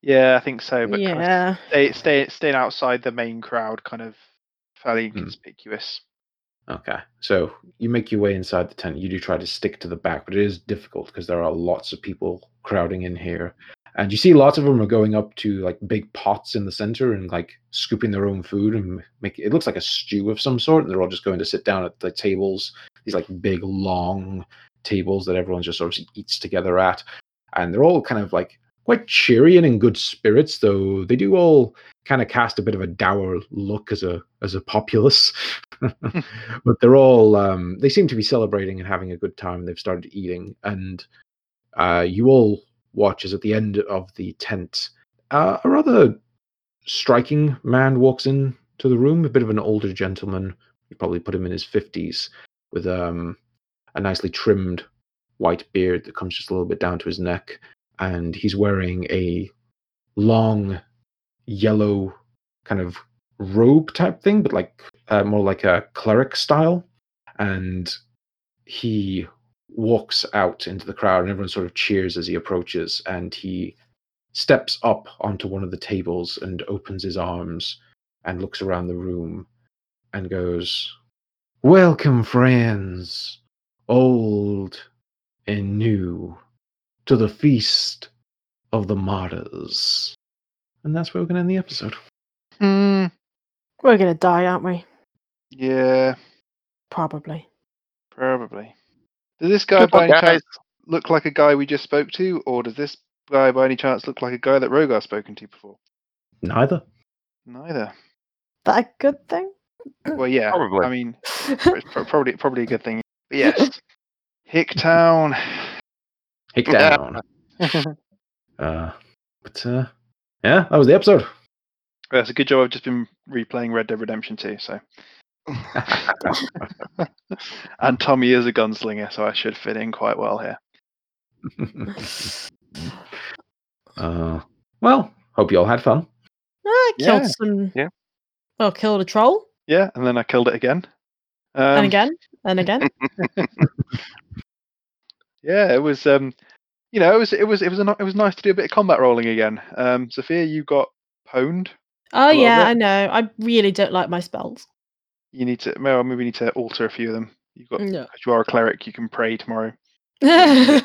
Speaker 4: yeah, I think so. Oh, But kind of
Speaker 5: yeah.
Speaker 4: stay, stay, staying outside the main crowd, kind of fairly
Speaker 1: Hmm.
Speaker 4: inconspicuous.
Speaker 1: Okay, so you make your way inside the tent. You do try to stick to the back, but it is difficult because there are lots of people crowding in here, and you see lots of them are going up to like big pots in the center and like scooping their own food and make it looks like a stew of some sort. And they're all just going to sit down at the tables, these like big long tables that everyone just sort of eats together at, and they're all kind of like quite cheery and in good spirits, though they do all kind of cast a bit of a dour look as a as a populace. but they're all um, they seem to be celebrating and having a good time. They've started eating, and uh, you all watch as at the end of the tent, uh, a rather striking man walks in to the room. A bit of an older gentleman, you probably put him in his fifties, with um, a nicely trimmed white beard that comes just a little bit down to his neck, and he's wearing a long yellow kind of robe type thing, but like uh, more like a cleric style. And he walks out into the crowd, and everyone sort of cheers as he approaches. And he steps up onto one of the tables and opens his arms and looks around the room and goes, Welcome, friends, old and new, to the feast of the martyrs. And that's where we're going to end the episode.
Speaker 4: Hmm.
Speaker 5: We're gonna die, aren't we?
Speaker 4: yeah,
Speaker 5: Probably.
Speaker 4: probably. Does this guy
Speaker 2: Good
Speaker 4: by
Speaker 2: one,
Speaker 4: any
Speaker 2: guys.
Speaker 4: chance look like a guy we just spoke to, or does this guy by any chance look like a guy that Rogar's spoken to before?
Speaker 1: Neither.
Speaker 4: Neither.
Speaker 5: That a good thing?
Speaker 4: Well, yeah.
Speaker 2: Probably.
Speaker 4: I mean, it's pro- probably probably a good thing. But yes. Hicktown.
Speaker 1: Hick
Speaker 2: Yeah.
Speaker 1: down. Uh, but uh, yeah, that was the episode.
Speaker 4: Well, it's a good job I've just been replaying Red Dead Redemption 2, so. and Tommy is a gunslinger, so I should fit in quite well here.
Speaker 1: uh, well, hope you all had fun.
Speaker 5: I Ah, killed
Speaker 4: Yeah,
Speaker 5: some.
Speaker 2: yeah.
Speaker 5: Well, killed a troll,
Speaker 4: Yeah, and then I killed it again. Um,
Speaker 5: and again, and again.
Speaker 4: Yeah, it was. Um, you know, it was it was it was a, ni- it was nice to do a bit of combat rolling again. Um, Sophia, you got pwned.
Speaker 3: Oh
Speaker 4: little
Speaker 3: yeah,
Speaker 4: bit.
Speaker 3: I know. I really don't like my spells.
Speaker 4: You need to. Well, maybe we need to alter a few of them. You've got.
Speaker 3: No.
Speaker 4: If you are a cleric, you can pray tomorrow. Something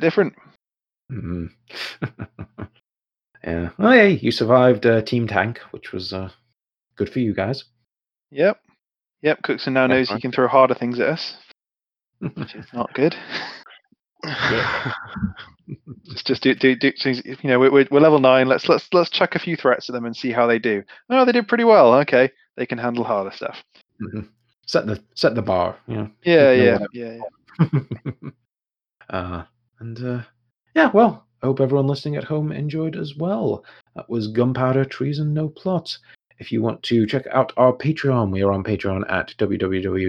Speaker 4: different.
Speaker 1: Mm. yeah. Oh, yeah, you survived uh, Team Tank, which was uh, good for you guys.
Speaker 4: Yep. Yep. Cookson now
Speaker 2: That's
Speaker 4: knows he
Speaker 2: fine.
Speaker 4: can throw harder things at us, which is not good. Just, just do, do, do. things- You know, we're, we're we're level nine. Let's let's let's chuck a few threats at them and see how they do. Oh, they did pretty well. Okay, they can handle harder stuff.
Speaker 1: set the set the bar, you know.
Speaker 4: Yeah,
Speaker 1: know
Speaker 4: yeah,
Speaker 1: what
Speaker 4: yeah, yeah.
Speaker 1: uh, and uh, yeah, well, I hope everyone listening at home enjoyed as well. That was Gunpowder Treason No Plot. If you want to check out our Patreon, we are on Patreon at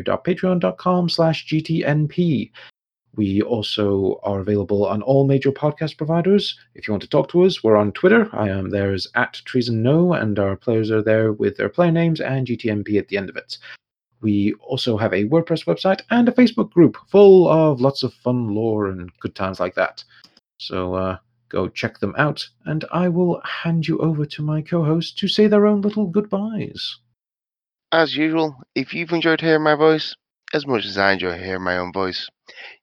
Speaker 1: www.patreon.com slash gtnp. We also are available on all major podcast providers. If you want to talk to us, we're on Twitter. I am there is at Treason No, and our players are there with their player names and GTNP at the end of it. We also have a WordPress website and a Facebook group full of lots of fun lore and good times like that. So uh, go check them out, and I will hand you over to my co host to say their own little goodbyes.
Speaker 2: As usual, if you've enjoyed hearing my voice as much as I enjoy hearing my own voice,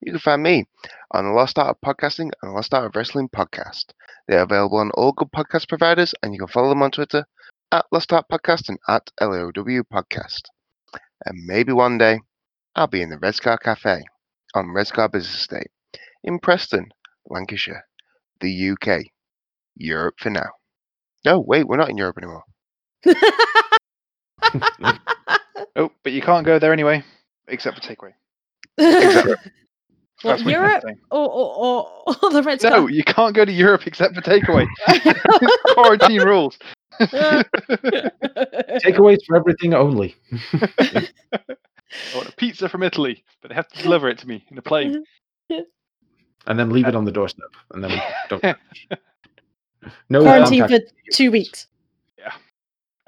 Speaker 2: you can find me on the Lost Art of Podcasting and the Lost Art of Wrestling podcast. They are available on all good podcast providers, and you can follow them on Twitter at Lost Art Podcast and at LOW Podcast. And maybe one day I'll be in the Red Scar Cafe on Red Scar Business Estate in Preston, Lancashire, the UK, Europe for now. No, wait, we're not in Europe anymore.
Speaker 4: Oh, but you can't go there anyway, except for takeaway.
Speaker 3: Well,
Speaker 4: That's what you can
Speaker 3: Europe
Speaker 4: say.
Speaker 3: or, or, or, or the red
Speaker 4: No,
Speaker 3: scarf.
Speaker 4: you can't go to Europe except for takeaway. Quarantine rules. I
Speaker 1: Takeaways for everything only.
Speaker 4: want a pizza from Italy, but they have to deliver it to me in a plane.
Speaker 1: And then leave it on the doorstep. And then don't. No
Speaker 3: Quarantine
Speaker 1: contact.
Speaker 3: for two weeks.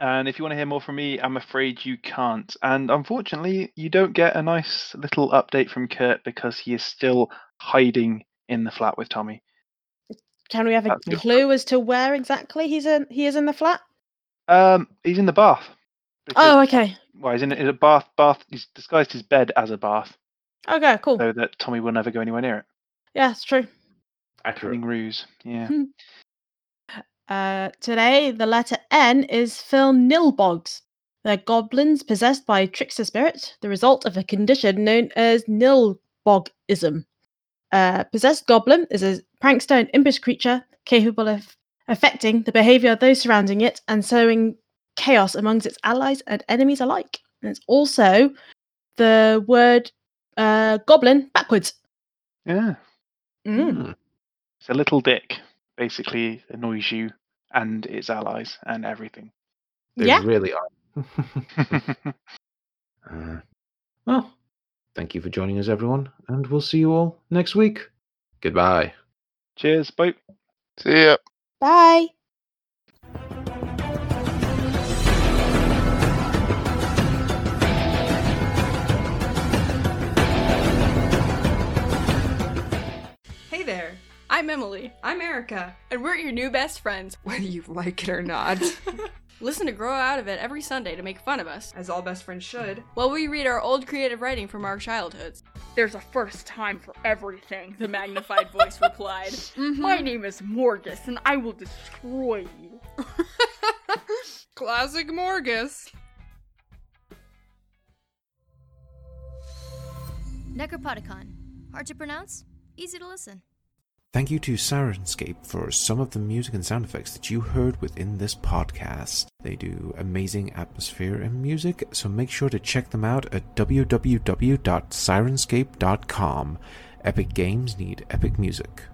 Speaker 4: And if you want to hear more from me, I'm afraid you can't. And unfortunately, you don't get a nice little update from Kurt because he is still hiding in the flat with Tommy.
Speaker 3: Can we have a
Speaker 4: That's good.
Speaker 3: clue as to where exactly he's in? He is in the flat.
Speaker 4: Um, he's in the bath. because-
Speaker 3: Oh, okay.
Speaker 4: well, he's in a, in a bath. Bath. He's disguised his bed as a bath,
Speaker 3: Okay, cool.
Speaker 4: so that Tommy will never go anywhere near it.
Speaker 3: Yeah, it's true.
Speaker 1: Accurate.
Speaker 4: Cunning ruse. Yeah.
Speaker 3: Hmm. Uh, today, the letter N is Phil Nilbogs. They're goblins possessed by a trickster spirit, the result of a condition known as Nilbogism. Uh, possessed goblin is a prankster and impish creature capable of affecting the behavior of those surrounding it and sowing chaos amongst its allies and enemies alike. And it's also the word uh, goblin backwards.
Speaker 4: Yeah.
Speaker 3: Mm.
Speaker 1: Hmm,
Speaker 4: It's a little dick. Basically, annoys you and its allies and everything.
Speaker 1: They
Speaker 3: Yeah.
Speaker 1: really are. Uh, well, thank you for joining us, everyone, and we'll see you all next week. Goodbye.
Speaker 4: Cheers. Bye.
Speaker 2: See ya.
Speaker 3: Bye.
Speaker 7: Hey there. I'm Emily. I'm Erica. And we're your new best friends,
Speaker 8: whether you like it or not,
Speaker 7: Listen to Grow Out of It every Sunday to make fun of us
Speaker 8: as all best friends should.
Speaker 7: while we read our old creative writing from our childhoods.
Speaker 9: There's a first time for everything, the magnified voice replied.
Speaker 7: Mm-hmm.
Speaker 9: My name is Morgus, and I will destroy you.
Speaker 8: Classic Morgus.
Speaker 10: Necropodicon. Hard to pronounce, easy to listen.
Speaker 11: Thank you to Sirenscape for some of the music and sound effects that you heard within this podcast. They do amazing atmosphere and music, so make sure to check them out at www.sirenscape.com. Epic games need epic music.